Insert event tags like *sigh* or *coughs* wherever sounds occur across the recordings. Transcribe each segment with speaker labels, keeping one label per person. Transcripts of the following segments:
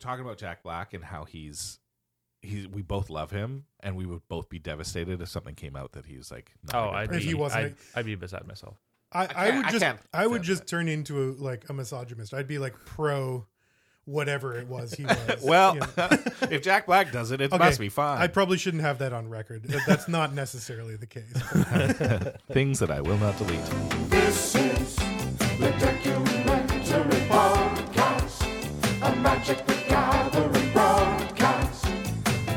Speaker 1: talking about Jack Black and how he's he we both love him and we would both be devastated if something came out that he's like not
Speaker 2: Oh,
Speaker 1: a good
Speaker 2: I'd
Speaker 1: person.
Speaker 2: be,
Speaker 3: If he wasn't-
Speaker 2: I'd, I'd be beside myself.
Speaker 3: I, I,
Speaker 1: can't-
Speaker 3: would
Speaker 1: I
Speaker 3: just I,
Speaker 1: can't
Speaker 3: would
Speaker 1: accept
Speaker 3: just
Speaker 1: that.
Speaker 3: turn into a, like a misogynist. I'd be like pro whatever it was
Speaker 1: *laughs*
Speaker 3: he was.
Speaker 1: well
Speaker 3: you know.
Speaker 1: *laughs* if Jack Black does it it
Speaker 3: Okay,
Speaker 1: must be fine
Speaker 3: I probably shouldn't have that on record. That- That's not necessarily the case.
Speaker 1: things that I will not delete
Speaker 4: This is the documentary podcast, a Magic the Gathering broadcast,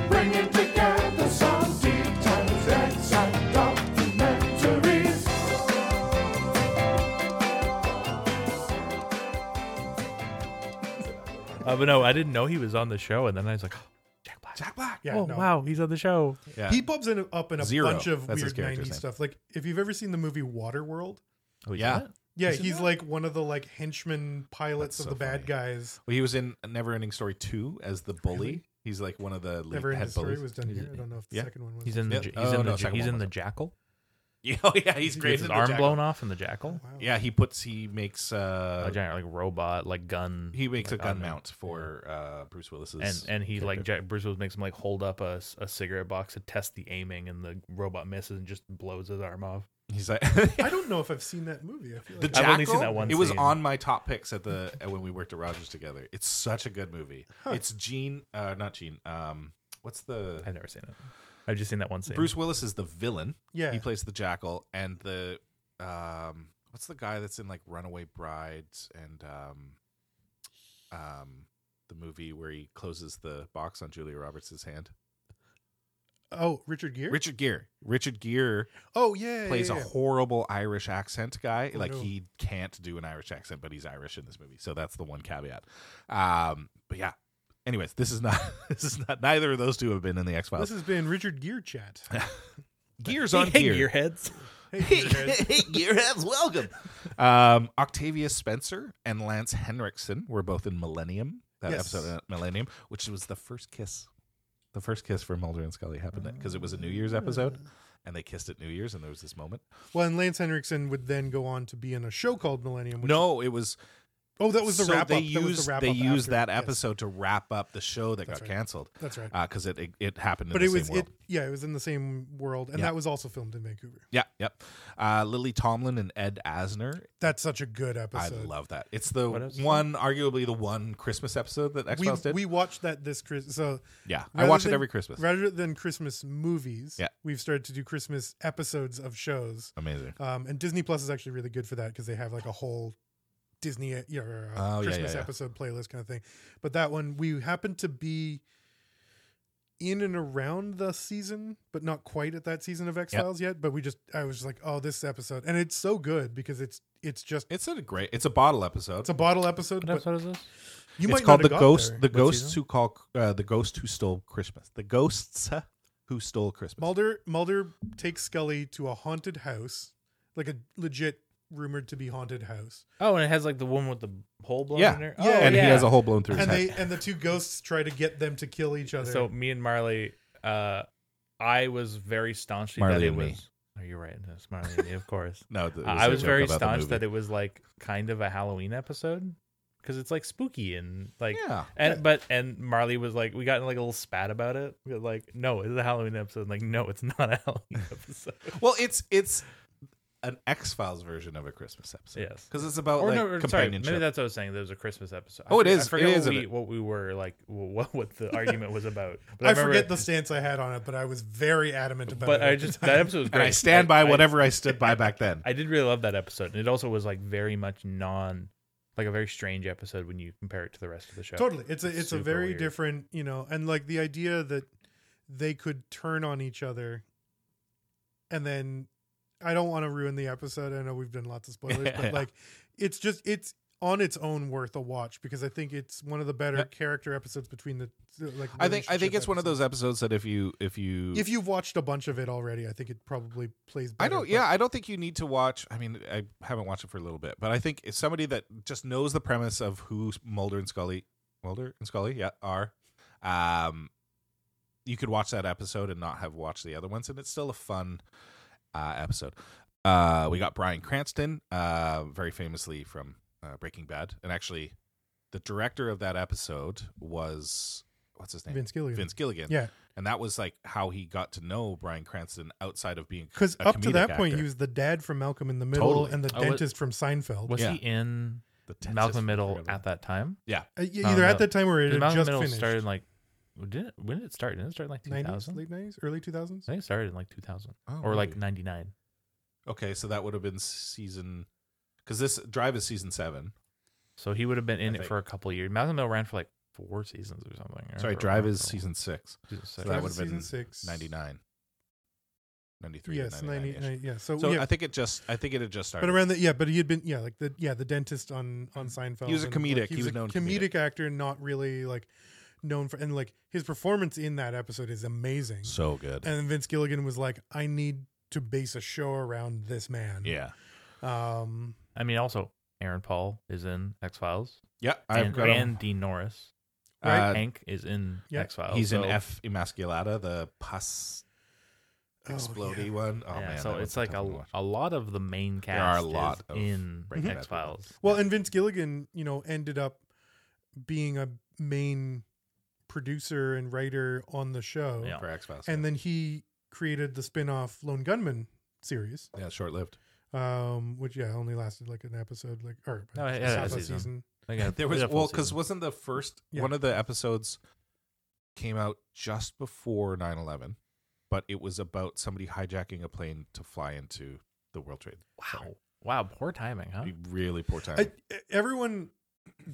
Speaker 4: bringing together some details, eggs, and documentaries.
Speaker 2: Uh, but no, I didn't know he was on the show, and then I was like, oh, Jack Black.
Speaker 1: Jack Black
Speaker 3: Yeah,
Speaker 2: oh
Speaker 3: no.
Speaker 2: wow, he's on the show.
Speaker 1: yeah
Speaker 3: He pops in, up in a
Speaker 1: Zero.
Speaker 3: bunch of
Speaker 1: That's his
Speaker 3: weird
Speaker 1: character's
Speaker 3: 90s
Speaker 1: name.
Speaker 3: stuff. Like if you've ever seen the movie Waterworld,
Speaker 2: Oh, he's
Speaker 1: Yeah.
Speaker 2: in it?
Speaker 3: yeah,
Speaker 1: Isn't
Speaker 3: he's
Speaker 1: that-
Speaker 3: like one of the like henchmen pilots
Speaker 1: That's
Speaker 3: of
Speaker 1: so
Speaker 3: the bad
Speaker 1: funny.
Speaker 3: guys.
Speaker 1: well, he was in Never Ending Story two as the bully
Speaker 3: Really?
Speaker 1: he's like one of the lead
Speaker 3: Never in
Speaker 1: head
Speaker 3: his story
Speaker 1: bullies
Speaker 3: was done here. I don't know if the
Speaker 1: Yeah.
Speaker 3: second one was.
Speaker 2: He's in the
Speaker 1: Yep.
Speaker 2: j- he's
Speaker 1: Oh,
Speaker 2: in
Speaker 1: no,
Speaker 2: the, j-
Speaker 1: second
Speaker 2: he's
Speaker 1: one
Speaker 2: in the
Speaker 1: wasn't.
Speaker 2: jackal.
Speaker 1: Yeah, *laughs* oh yeah he's
Speaker 3: He
Speaker 1: great
Speaker 2: Gets
Speaker 1: in
Speaker 2: his
Speaker 1: the Oh,
Speaker 2: arm
Speaker 1: Jack-
Speaker 2: blown off in the jackal. *laughs*
Speaker 3: Wow.
Speaker 1: yeah he puts he makes uh
Speaker 2: a giant like robot like gun.
Speaker 1: he makes a
Speaker 2: like,
Speaker 1: gun
Speaker 2: on him.
Speaker 1: mount for uh Bruce Willis's
Speaker 2: and and he like Jack Bruce Willis makes him like hold up a, s- a cigarette box to test the aiming, and the robot misses and just blows his arm off.
Speaker 1: he's like
Speaker 3: I don't know if I've seen that movie. I feel
Speaker 1: The
Speaker 3: like
Speaker 1: Jackal.
Speaker 2: I've only seen that one
Speaker 1: It was
Speaker 2: scene.
Speaker 1: on my top picks at the at when we worked at Rogers together. It's such a good movie. It's Gene, uh, not Gene. Um, what's the
Speaker 2: I've never seen it. I've just seen that one scene.
Speaker 1: Bruce Willis is the villain.
Speaker 3: yeah,
Speaker 1: He plays the Jackal, and the um, what's the guy that's in like Runaway Brides and um, um, the movie where he closes the box on Julia Roberts' hand.
Speaker 3: oh Richard Gere.
Speaker 1: Richard Gere. Richard Gere
Speaker 3: oh yeah, yeah,
Speaker 1: plays
Speaker 3: yeah,
Speaker 1: a horrible Irish accent guy.
Speaker 3: Oh,
Speaker 1: like
Speaker 3: no.
Speaker 1: he can't do an Irish accent, but he's Irish in this movie. So that's the one caveat. Um, but yeah. Anyways, this is not *laughs* this is not neither of those two have been in the X
Speaker 3: This
Speaker 1: Files.
Speaker 3: has been Richard Gere chat.
Speaker 1: Gears on gear. *laughs*
Speaker 2: heads.
Speaker 3: Hey, Gearhead.
Speaker 1: gearheads, welcome. Um, Octavia Spencer and Lance Henriksen were both in Millennium. That
Speaker 3: Yes.
Speaker 1: episode of Millennium, which was the first kiss. The first kiss for Mulder and Scully happened because it was a New Year's episode,
Speaker 3: Ah.
Speaker 1: and they kissed at New Year's, and there was this moment.
Speaker 3: well, and Lance Henriksen would then go on to be in a show called Millennium. Which,
Speaker 1: No, it was
Speaker 3: oh, that was the
Speaker 1: so
Speaker 3: wrap
Speaker 1: They
Speaker 3: up.
Speaker 1: used,
Speaker 3: that was the wrap
Speaker 1: they
Speaker 3: up
Speaker 1: used
Speaker 3: after.
Speaker 1: that
Speaker 3: Yes,
Speaker 1: episode to wrap up the show that
Speaker 3: That's
Speaker 1: got
Speaker 3: right.
Speaker 1: canceled *laughs*
Speaker 3: that's right.
Speaker 1: because it, it it happened. In
Speaker 3: but
Speaker 1: the
Speaker 3: it was
Speaker 1: same world.
Speaker 3: it. Yeah, it was in the same world, and
Speaker 1: Yeah.
Speaker 3: that was also filmed in Vancouver.
Speaker 1: Yeah, yep. Uh, Lily Tomlin and Ed Asner.
Speaker 3: That's such a good
Speaker 1: I
Speaker 3: episode.
Speaker 1: love that. It's the
Speaker 2: What else is
Speaker 1: one, arguably the one Christmas episode that X
Speaker 3: we
Speaker 1: Files did.
Speaker 3: we watched that this Christmas. So
Speaker 1: yeah, I
Speaker 3: rather
Speaker 1: watch it
Speaker 3: than-
Speaker 1: every Christmas.
Speaker 3: rather than Christmas movies,
Speaker 1: Yeah.
Speaker 3: we've started to do Christmas episodes of shows.
Speaker 1: Amazing.
Speaker 3: Um, and Disney Plus is actually really good for that because they have like a whole Disney uh, you know, or,
Speaker 1: Oh,
Speaker 3: uh
Speaker 1: yeah,
Speaker 3: Christmas
Speaker 1: yeah, yeah.
Speaker 3: episode playlist kind of thing. But that one, we happened to be in and around the season, but not quite at that season of X Files yet. But we just, I was just like, oh, this episode, and it's so good because it's it's just
Speaker 1: It's a great. It's a bottle episode.
Speaker 3: it's a bottle episode.
Speaker 2: What
Speaker 3: But
Speaker 2: episode is this?
Speaker 3: you
Speaker 1: it's
Speaker 3: might
Speaker 1: called
Speaker 3: not
Speaker 1: the
Speaker 3: have got
Speaker 1: ghost.
Speaker 3: there.
Speaker 1: The ghosts
Speaker 2: season?
Speaker 1: who call uh, the ghost who stole Christmas. The ghosts uh, who stole Christmas.
Speaker 3: Mulder Mulder takes Scully to a haunted house, like a legit rumored to be haunted house.
Speaker 2: Oh, and it has like the woman with the hole blown
Speaker 1: Yeah.
Speaker 2: in her.
Speaker 3: Yeah,
Speaker 2: Oh,
Speaker 1: and he
Speaker 2: yeah.
Speaker 1: has a whole blown through his
Speaker 3: and
Speaker 1: head.
Speaker 3: they and the two ghosts try to get them to kill each other.
Speaker 2: So me and Marley, uh, I was very staunchly that
Speaker 1: Marley
Speaker 2: it
Speaker 1: and me.
Speaker 2: was. Are you right? That's Marley and me,
Speaker 1: *laughs*
Speaker 2: of course.
Speaker 1: no, th- it
Speaker 2: I
Speaker 1: a
Speaker 2: was
Speaker 1: joke
Speaker 2: very
Speaker 1: about the
Speaker 2: staunch
Speaker 1: movie.
Speaker 2: that it was like kind of a Halloween episode because it's like spooky and like
Speaker 1: Yeah.
Speaker 2: and but and Marley was like we got in like a little spat about it We were like no it's a Halloween episode I'm like no it's not a *laughs*
Speaker 1: *laughs*
Speaker 2: Halloween episode
Speaker 1: Well, it's it's an X Files version of a Christmas episode.
Speaker 2: Yes.
Speaker 1: because it's about
Speaker 2: or
Speaker 1: like
Speaker 2: no sorry
Speaker 1: companionship.
Speaker 2: maybe that's what I was saying there was a Christmas episode I
Speaker 1: Oh, it
Speaker 2: forget-
Speaker 1: is-
Speaker 2: I
Speaker 1: it
Speaker 2: forget
Speaker 1: is,
Speaker 2: what,
Speaker 1: isn't
Speaker 2: we,
Speaker 1: it?
Speaker 2: what we were like what *laughs* what the argument was about
Speaker 1: *laughs*
Speaker 2: but
Speaker 3: I,
Speaker 2: remember-
Speaker 3: forget the stance I had on it, but I was very adamant about it.
Speaker 2: but
Speaker 3: at
Speaker 1: *laughs*
Speaker 2: I
Speaker 3: the
Speaker 2: just
Speaker 3: time.
Speaker 2: that episode was great
Speaker 1: and I stand by
Speaker 2: I-
Speaker 1: whatever I stood by back
Speaker 2: *laughs*
Speaker 1: then.
Speaker 2: I did really love that episode, and it also was like very much non, like a very strange episode when you compare it to the rest of the show.
Speaker 3: *laughs* totally. It's a it's a
Speaker 2: Super
Speaker 3: very
Speaker 2: weird.
Speaker 3: different, you know, and like the idea that they could turn on each other, and then I don't want to ruin the episode. I know we've done lots of spoilers,
Speaker 1: Yeah. *laughs*
Speaker 3: but like it's just it's on its own worth a watch because I think it's one of the better
Speaker 1: Yeah.
Speaker 3: character episodes between the like.
Speaker 1: I think I think it's one of
Speaker 3: relationship
Speaker 1: those episodes that if you if you
Speaker 3: episodes. If you've watched a bunch of it already, I think it probably plays. Better,
Speaker 1: I don't
Speaker 3: but-
Speaker 1: yeah I don't think you need to watch. I mean I haven't watched it for a little bit, but I think if somebody that just knows the premise of who Mulder and Scully Mulder and Scully yeah are, um, you could watch that episode and not have watched the other ones, and it's still a fun uh, episode. Uh, we got Brian Cranston, uh, very famously from uh, Breaking Bad, and actually. the director of that episode was what's his name?
Speaker 3: Vince Gilligan.
Speaker 1: Vince Gilligan.
Speaker 3: Yeah,
Speaker 1: And that was like how he got to know Brian Cranston outside of being
Speaker 3: because
Speaker 1: a
Speaker 3: up to
Speaker 1: comedic
Speaker 3: that point,
Speaker 1: actor.
Speaker 3: he was the dad from Malcolm in the Middle
Speaker 1: Totally.
Speaker 3: and the
Speaker 2: Oh, what-
Speaker 3: dentist from Seinfeld.
Speaker 2: Was
Speaker 1: Yeah.
Speaker 2: he in
Speaker 1: the
Speaker 2: Malcolm
Speaker 1: dentist
Speaker 2: in the Middle
Speaker 1: program.
Speaker 2: at that time?
Speaker 3: Uh, e-
Speaker 2: Oh,
Speaker 3: either
Speaker 2: no.
Speaker 3: at that time or it
Speaker 2: Because
Speaker 3: had
Speaker 2: Malcolm in
Speaker 3: just
Speaker 2: the Middle
Speaker 3: finished.
Speaker 2: started in like when did it, when did it start? Didn't it start in like
Speaker 3: 90s,
Speaker 2: 2000?
Speaker 3: late 90s, early 2000s.
Speaker 2: I think it started in like 2000
Speaker 1: Oh,
Speaker 2: or like
Speaker 1: really?
Speaker 2: 99.
Speaker 1: okay, so that would have been season because this Drive is season seven.
Speaker 2: So he would have been in
Speaker 1: I
Speaker 2: it for a couple years. Malcolm in the Middle ran for like four seasons or something. I
Speaker 1: Sorry,
Speaker 2: remember
Speaker 1: Drive
Speaker 2: it
Speaker 1: is
Speaker 2: for-
Speaker 1: season six.
Speaker 2: season six.
Speaker 1: So that
Speaker 3: Drive
Speaker 1: would
Speaker 3: is
Speaker 1: have been
Speaker 3: season six,
Speaker 1: 99. 93
Speaker 3: Yes,
Speaker 1: to 99 -ish.
Speaker 3: 99. Yeah, so,
Speaker 1: So
Speaker 3: yeah,
Speaker 1: I think it just I think it had just started.
Speaker 3: but around that, yeah, but he had been, yeah, like the, yeah, the dentist on on
Speaker 2: Mm.
Speaker 3: Seinfeld.
Speaker 1: He was a
Speaker 3: and,
Speaker 1: comedic.
Speaker 3: Like,
Speaker 1: He
Speaker 3: he was
Speaker 1: was
Speaker 3: a
Speaker 1: known comedic.
Speaker 3: comedic, actor, not really like known for, and like his performance in that episode is amazing.
Speaker 1: so good.
Speaker 3: and Vince Gilligan was like, I need to base a show around this man.
Speaker 1: yeah.
Speaker 3: Um,
Speaker 2: I mean, also Aaron Paul is in X Files,
Speaker 1: Yeah, I've
Speaker 2: and,
Speaker 1: got him.
Speaker 2: and Dean Norris.
Speaker 1: Uh,
Speaker 2: Hank is in
Speaker 3: Yeah.
Speaker 2: X Files.
Speaker 1: He's in F Emasculata, the pus
Speaker 3: oh,
Speaker 1: explodey
Speaker 3: yeah.
Speaker 1: one. Oh
Speaker 2: yeah,
Speaker 1: man,
Speaker 2: so
Speaker 1: that
Speaker 2: it's
Speaker 1: one's
Speaker 2: like
Speaker 1: tough
Speaker 2: a,
Speaker 1: one to watch.
Speaker 2: a lot of the main cast
Speaker 1: There are a
Speaker 2: is
Speaker 1: lot of
Speaker 2: in
Speaker 1: Breaking Bad
Speaker 2: X Files.
Speaker 3: Mhm. Well, and Vince Gilligan, you know, ended up being a main producer and writer on the show.
Speaker 2: Yeah.
Speaker 1: for X Files.
Speaker 3: And then he created the spin-off Lone Gunman series,
Speaker 1: yeah, short lived.
Speaker 3: um, which yeah, only lasted like an episode, like or
Speaker 2: No, it had
Speaker 3: half
Speaker 2: Oh, a
Speaker 3: a
Speaker 2: season.
Speaker 3: season.
Speaker 1: *laughs* There was well, because wasn't the first
Speaker 3: Yeah.
Speaker 1: one of the episodes came out just before 9-11, but it was about somebody hijacking a plane to fly into the World Trade.
Speaker 2: wow, wow, poor timing, huh?
Speaker 1: Really poor time.
Speaker 3: I, e, everyone,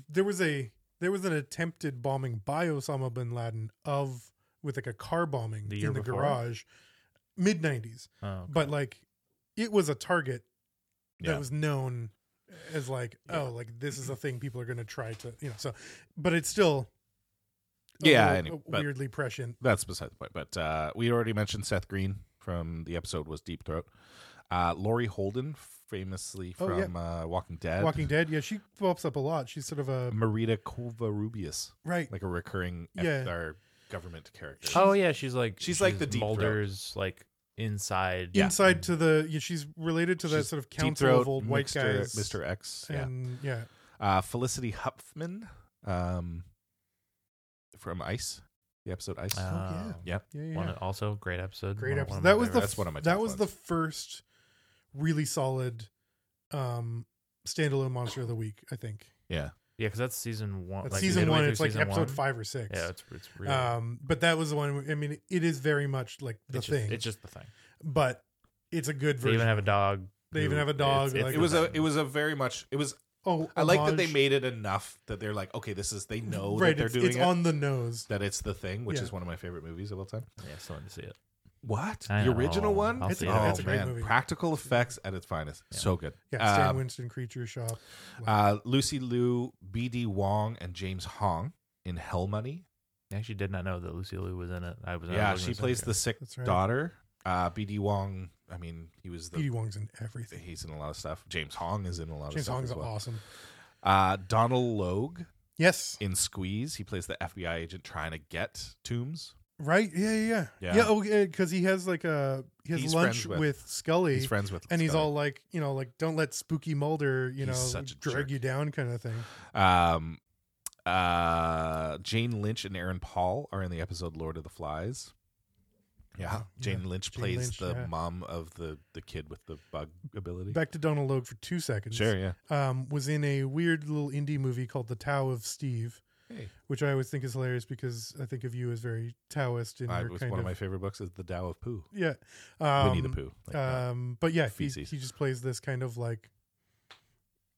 Speaker 3: there was a there was an attempted bombing by Osama bin Laden of with like a car bombing
Speaker 2: The year
Speaker 3: in the
Speaker 2: before?
Speaker 3: garage, mid nineties.
Speaker 2: Oh, okay.
Speaker 3: But like, it was a target
Speaker 1: yeah.
Speaker 3: that was known as like
Speaker 1: Yeah.
Speaker 3: oh like this is a thing people are going to try to you know so but it's still a
Speaker 1: Yeah,
Speaker 3: little-
Speaker 1: anyway,
Speaker 3: a
Speaker 1: but-
Speaker 3: weirdly prescient
Speaker 1: That's beside the point. But uh, we already mentioned Seth Green from the episode was Deep Throat. Uh, Lori Holden, famously
Speaker 3: Oh, yeah.
Speaker 1: from uh, Walking Dead.
Speaker 3: walking dead yeah she pops up a lot she's sort of a
Speaker 1: Marita Covarrubias,
Speaker 3: right
Speaker 1: like a recurring
Speaker 3: Yeah.
Speaker 1: F- our government character.
Speaker 2: oh yeah, she's like
Speaker 1: She's like the Deep Throat.
Speaker 2: Mulder's like inside uh,
Speaker 3: inside to the yeah, she's related to the
Speaker 1: She's
Speaker 3: sort of
Speaker 1: Deep
Speaker 3: council
Speaker 1: Throat,
Speaker 3: of old white
Speaker 1: Mr.
Speaker 3: guys
Speaker 1: Mr. X. Yeah.
Speaker 3: and yeah,
Speaker 1: Uh, Felicity Huffman um, from Ice, the episode Ice.
Speaker 2: Uh,
Speaker 3: Oh,
Speaker 1: yeah.
Speaker 3: yeah yeah,
Speaker 2: One
Speaker 3: yeah.
Speaker 2: of- also great episode.
Speaker 3: great
Speaker 2: one of-
Speaker 3: episode
Speaker 2: one of my
Speaker 3: that was the
Speaker 2: favorites.
Speaker 1: That's one of my
Speaker 3: that
Speaker 1: top
Speaker 3: was
Speaker 1: ones.
Speaker 3: the first really solid um standalone monster of the week i think
Speaker 1: yeah.
Speaker 2: yeah, because that's season one.
Speaker 3: that's
Speaker 2: like
Speaker 3: season
Speaker 2: midway
Speaker 3: one
Speaker 2: through
Speaker 3: it's like
Speaker 2: season
Speaker 3: episode
Speaker 2: one.
Speaker 3: five or six
Speaker 2: Yeah, it's it's really
Speaker 1: Uh,
Speaker 3: Um, but that was the one. where- I mean, it is very much like the
Speaker 2: it's
Speaker 3: thing,
Speaker 2: Just, it's just the thing.
Speaker 3: but it's a good
Speaker 2: They
Speaker 3: version.
Speaker 2: even have a dog.
Speaker 3: They
Speaker 2: who-
Speaker 3: even have a dog, like-
Speaker 1: It was a
Speaker 2: the
Speaker 1: it was a very much it was
Speaker 3: oh,
Speaker 1: I like that they
Speaker 3: homage.
Speaker 1: made it enough that they're like okay this is they know
Speaker 3: right.
Speaker 1: that they're
Speaker 3: it's
Speaker 1: doing
Speaker 3: it's
Speaker 1: it.
Speaker 3: on the nose.
Speaker 1: that it's the thing, which
Speaker 3: Yeah.
Speaker 1: is one of my favorite movies of all time.
Speaker 2: thing. Yeah, still need to see it.
Speaker 1: What
Speaker 2: I
Speaker 1: the
Speaker 2: know.
Speaker 1: original one?
Speaker 2: I'll
Speaker 3: It's-
Speaker 2: see
Speaker 3: oh,
Speaker 2: it.
Speaker 3: that's a great movie.
Speaker 1: Practical effects at its finest,
Speaker 2: Yeah.
Speaker 1: so good.
Speaker 3: Yeah, Stan
Speaker 1: Um,
Speaker 3: Winston Creature Shop.
Speaker 1: Uh, Lucy Liu, B.D. Wong, and James Hong in Hell Money.
Speaker 2: I actually did not know that Lucy Liu was in it. I was
Speaker 1: yeah, she plays the
Speaker 2: this.
Speaker 1: sick
Speaker 3: That's right.
Speaker 1: daughter. Uh, B.D. Wong. I mean, he was
Speaker 3: Petey
Speaker 1: the.
Speaker 3: Wong's in everything.
Speaker 1: He's in a lot of stuff. James Hong is in a lot
Speaker 3: James
Speaker 1: of stuff
Speaker 3: Hong's
Speaker 1: as well.
Speaker 3: awesome.
Speaker 1: Uh, Donald Logue
Speaker 3: Yes,
Speaker 1: in Squeeze. He plays the FBI agent trying to get Tombs.
Speaker 3: right. Yeah, yeah, yeah.
Speaker 1: Yeah.
Speaker 3: yeah okay, because he has like a he has
Speaker 1: He's
Speaker 3: lunch
Speaker 1: friends with-
Speaker 3: with, Scully,
Speaker 1: He's friends with
Speaker 3: and he's
Speaker 1: Scully.
Speaker 3: all like, you know, like don't let Spooky Mulder, you
Speaker 1: He's
Speaker 3: know,
Speaker 1: such a
Speaker 3: drag
Speaker 1: jerk.
Speaker 3: you down, kind of thing.
Speaker 1: Um, uh, Jane Lynch and Aaron Paul are in the episode Lord of the Flies. Yeah,
Speaker 3: Wow,
Speaker 1: Jane Lynch
Speaker 3: Uh-huh. Jane
Speaker 1: plays
Speaker 3: Lynch,
Speaker 1: the
Speaker 3: yeah.
Speaker 1: mom of the the kid with the bug ability.
Speaker 3: Back to Donald Logue for two seconds.
Speaker 1: sure, yeah.
Speaker 3: um, was in a weird little indie movie called The Tao of Steve,
Speaker 1: Hey.
Speaker 3: which I always think is hilarious because I think of you as very Taoist in
Speaker 1: I,
Speaker 3: your
Speaker 1: was
Speaker 3: kind
Speaker 1: one of
Speaker 3: of,
Speaker 1: my favorite books is The Tao of Pooh,
Speaker 3: yeah, um,
Speaker 1: Winnie the Pooh. Like that.
Speaker 3: um, but yeah, he,
Speaker 1: feces.
Speaker 3: he just plays this kind of like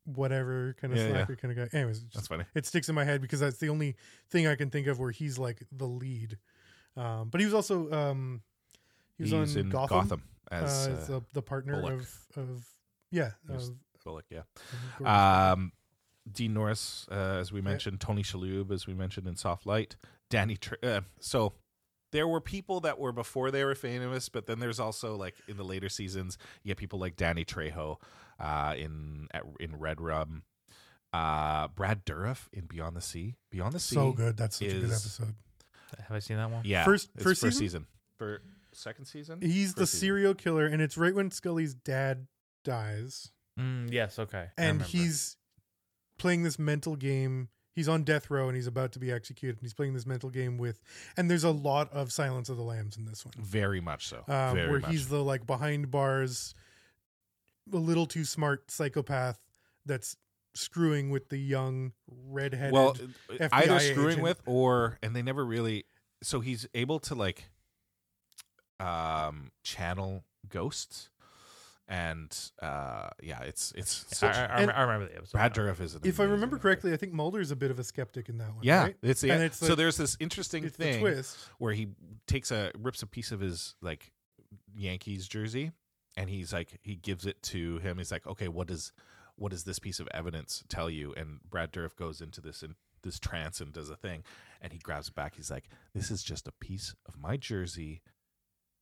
Speaker 3: whatever kind of
Speaker 1: Yeah, yeah.
Speaker 3: slacker kind of guy. Anyways, it
Speaker 1: That's
Speaker 3: just,
Speaker 1: funny.
Speaker 3: it sticks in my head because that's the only thing I can think of where he's like the lead. Um, but he was also um, he was on
Speaker 1: in
Speaker 3: Gotham,
Speaker 1: as
Speaker 3: uh,
Speaker 1: uh,
Speaker 3: as the, the partner
Speaker 1: Bullock.
Speaker 3: of of yeah.
Speaker 1: He was-
Speaker 3: of-
Speaker 1: Bullock. Yeah.
Speaker 3: of Gordon.
Speaker 1: Um, Dean Norris, uh, as we mentioned, Tony Shalhoub, as we mentioned in Soft Light, Danny. Tr- uh, so there were people that were before they were famous, but then there's also like in the later seasons, you get people like Danny Trejo uh, in at, in Red Rum, uh, Brad Dourif in Beyond the Sea. Beyond the Sea,
Speaker 3: so good. That's such a good
Speaker 1: is-
Speaker 3: episode.
Speaker 2: Have I seen that one?
Speaker 1: Yeah,
Speaker 3: First-
Speaker 1: it's
Speaker 3: first
Speaker 1: first season,
Speaker 3: season?
Speaker 1: for second season.
Speaker 3: He's the
Speaker 1: First season.
Speaker 3: serial killer, and it's right when Scully's dad dies,
Speaker 2: Mm, yes. Okay. I
Speaker 3: and
Speaker 2: remember.
Speaker 3: he's playing this mental game. he's on death row and he's about to be executed. And he's playing this mental game with, and there's a lot of Silence of the Lambs in this one,
Speaker 1: Very much so.
Speaker 3: um,
Speaker 1: Very
Speaker 3: where
Speaker 1: much.
Speaker 3: he's the like behind bars, a little too smart psychopath that's screwing with the young redheaded.
Speaker 1: well, uh, either
Speaker 3: FBI
Speaker 1: screwing
Speaker 3: agent.
Speaker 1: with or and they never really. So he's able to like, um, channel ghosts, and uh, yeah, it's it's
Speaker 2: I,
Speaker 1: such.
Speaker 2: I- I
Speaker 3: and-
Speaker 2: remember the episode.
Speaker 1: Brad Dourif is an
Speaker 3: if I
Speaker 1: amazing
Speaker 3: remember
Speaker 1: actor.
Speaker 3: correctly, I think Mulder's a bit of a skeptic in that one.
Speaker 1: Yeah,
Speaker 3: right?
Speaker 1: it's the
Speaker 3: And it's
Speaker 1: so
Speaker 3: like-
Speaker 1: there's this interesting
Speaker 3: it's the
Speaker 1: thing
Speaker 3: twist.
Speaker 1: where he takes a rips a piece of his like Yankees jersey and he's like he gives it to him. He's like, okay, what does what does this piece of evidence tell you? And Brad Dourif goes into this in, this trance and does a thing, and he grabs it back. He's like, this is just a piece of my jersey.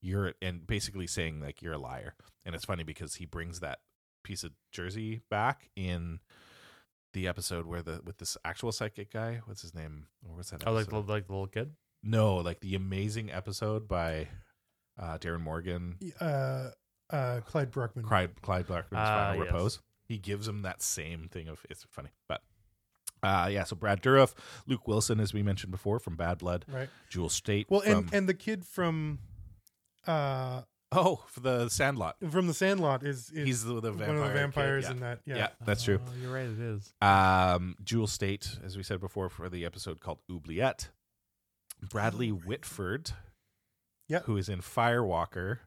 Speaker 1: You're and basically saying like you're a liar. And it's funny because he brings that piece of jersey back in the episode where the with this actual psychic guy. What's his name? Or what's that?
Speaker 2: Oh, like
Speaker 1: episode?
Speaker 2: the like the little kid.
Speaker 1: No, like the amazing episode by uh, Darren Morgan,
Speaker 3: Uh, uh, Clyde Brockman.
Speaker 1: Clyde, Clyde Blackman's
Speaker 2: Ah,
Speaker 1: final
Speaker 2: yes.
Speaker 1: repose. He gives him that same thing of it's funny, but uh, yeah. So Brad Dourif, Luke Wilson, as we mentioned before, from Bad Blood,
Speaker 3: Right.
Speaker 1: Jewel State.
Speaker 3: Well, and
Speaker 1: from-
Speaker 3: and the kid from, uh,
Speaker 1: oh, for the Sandlot.
Speaker 3: from the Sandlot is, is
Speaker 1: He's the, the vampire.
Speaker 3: one of the
Speaker 1: kid,
Speaker 3: vampires
Speaker 1: yeah.
Speaker 3: in that. Yeah. Uh-huh.
Speaker 1: Yeah, that's true.
Speaker 2: Oh, you're right. It is.
Speaker 1: Um, Jewel State, as we said before, for the episode called Oubliette. Bradley Whitford,
Speaker 3: Oh Yeah.
Speaker 1: who is in Firewalker.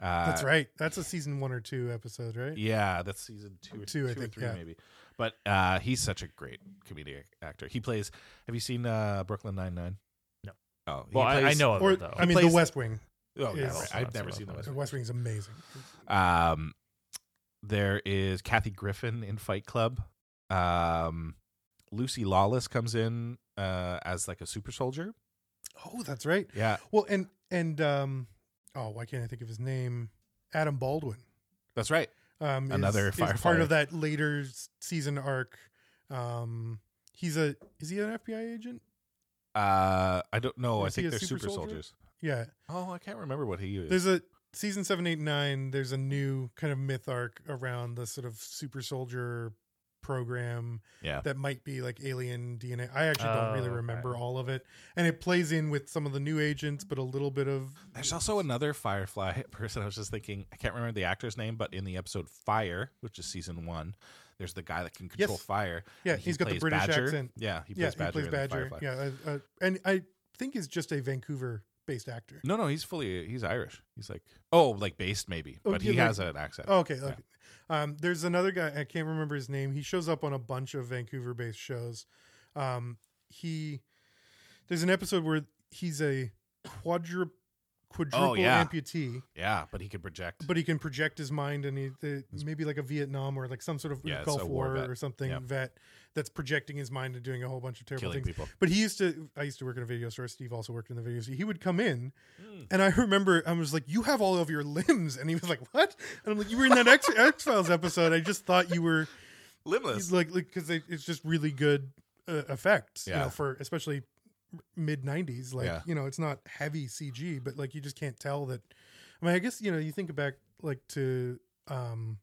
Speaker 1: Uh,
Speaker 3: That's right. That's a season one or two episode, right?
Speaker 1: Yeah, that's season two or
Speaker 3: Two,
Speaker 1: two,
Speaker 3: I
Speaker 1: or
Speaker 3: think,
Speaker 1: three
Speaker 3: yeah.
Speaker 1: maybe. But uh, he's such a great comedic actor. He plays. Have you seen uh, Brooklyn Nine Nine?
Speaker 2: No.
Speaker 1: Oh, he
Speaker 2: Well, I, I
Speaker 1: plays-
Speaker 2: know of
Speaker 3: Or
Speaker 2: it though.
Speaker 3: I mean,
Speaker 1: plays-
Speaker 3: The West Wing.
Speaker 1: Oh, yeah,
Speaker 3: is-
Speaker 1: right. I've
Speaker 2: That's
Speaker 1: never
Speaker 2: what
Speaker 1: seen
Speaker 2: I
Speaker 1: the West.
Speaker 3: The West Wing's amazing.
Speaker 1: Um, there is Kathy Griffin in Fight Club. Um, Lucy Lawless comes in uh, as like a super
Speaker 3: *gasps*
Speaker 1: soldier.
Speaker 3: Oh, that's right.
Speaker 1: Yeah,
Speaker 3: Well, and and um, oh, why can't I think of his name? Adam Baldwin.
Speaker 1: that's right.
Speaker 3: Um, is-
Speaker 1: Another
Speaker 3: is, part
Speaker 1: firefighter.
Speaker 3: of that later s- season arc. Um, he's a is he an FBI agent?
Speaker 1: Uh, I don't know.
Speaker 3: Is
Speaker 1: I
Speaker 3: he
Speaker 1: think
Speaker 3: a
Speaker 1: they're
Speaker 3: super
Speaker 1: super
Speaker 3: soldier?
Speaker 1: soldiers.
Speaker 3: Yeah.
Speaker 1: Oh, I can't remember what he is.
Speaker 3: There's a season seven, eight, nine. There's a new kind of myth arc around the sort of super soldier program
Speaker 1: yeah,
Speaker 3: that might be like alien DNA. I actually don't really
Speaker 2: Oh, okay.
Speaker 3: remember all of it, and it plays in with some of the new agents, but a little bit of
Speaker 1: There's also another Firefly *laughs* person. I was just thinking, I can't remember the actor's name, but in the episode Fire, which is season one, there's the guy that can control
Speaker 3: Yes.
Speaker 1: fire.
Speaker 3: yeah.
Speaker 1: and he
Speaker 3: he's got the
Speaker 1: plays
Speaker 3: British
Speaker 1: Badger.
Speaker 3: accent.
Speaker 1: Yeah, he
Speaker 3: yeah,
Speaker 1: plays Badger.
Speaker 3: he plays
Speaker 1: in
Speaker 3: Badger.
Speaker 1: Firefly.
Speaker 3: Yeah, uh, uh, and I think he's just a Vancouver-based actor.
Speaker 1: No, no, he's fully he's Irish. He's like oh, like based maybe,
Speaker 3: Oh,
Speaker 1: but
Speaker 3: yeah,
Speaker 1: he
Speaker 3: like-
Speaker 1: has an accent.
Speaker 3: Oh, okay.
Speaker 1: Yeah.
Speaker 3: okay. Um, there's another guy. I can't remember his name. He shows up on a bunch of Vancouver-based shows. Um, he there's an episode where he's a quadru- quadruple
Speaker 1: Oh, yeah.
Speaker 3: amputee,
Speaker 1: Yeah, but he can project.
Speaker 3: but he can project his mind, and he the, maybe like a Vietnam or like some sort of
Speaker 1: Yeah, it's
Speaker 3: Gulf
Speaker 1: a war
Speaker 3: War,
Speaker 1: vet.
Speaker 3: or something
Speaker 1: Yeah.
Speaker 3: vet that's projecting his mind and doing a whole bunch of terrible
Speaker 1: killing
Speaker 3: things.
Speaker 1: people.
Speaker 3: But he used to. I used to work in a video store. Steve also worked in the video store. He would come in, and I remember I was like, "You have all of your *laughs* limbs," and he was like, "What?" And I'm like, "You were in that X *laughs* X Files episode. I just thought you were
Speaker 1: Limbless.
Speaker 3: he's like because it's just really good uh, effects, you
Speaker 1: Yeah.
Speaker 3: know, for especially mid '90s. Like,
Speaker 1: Yeah.
Speaker 3: you know, it's not heavy CG, but like you just can't tell that. I mean, I guess you know, you think back like to um,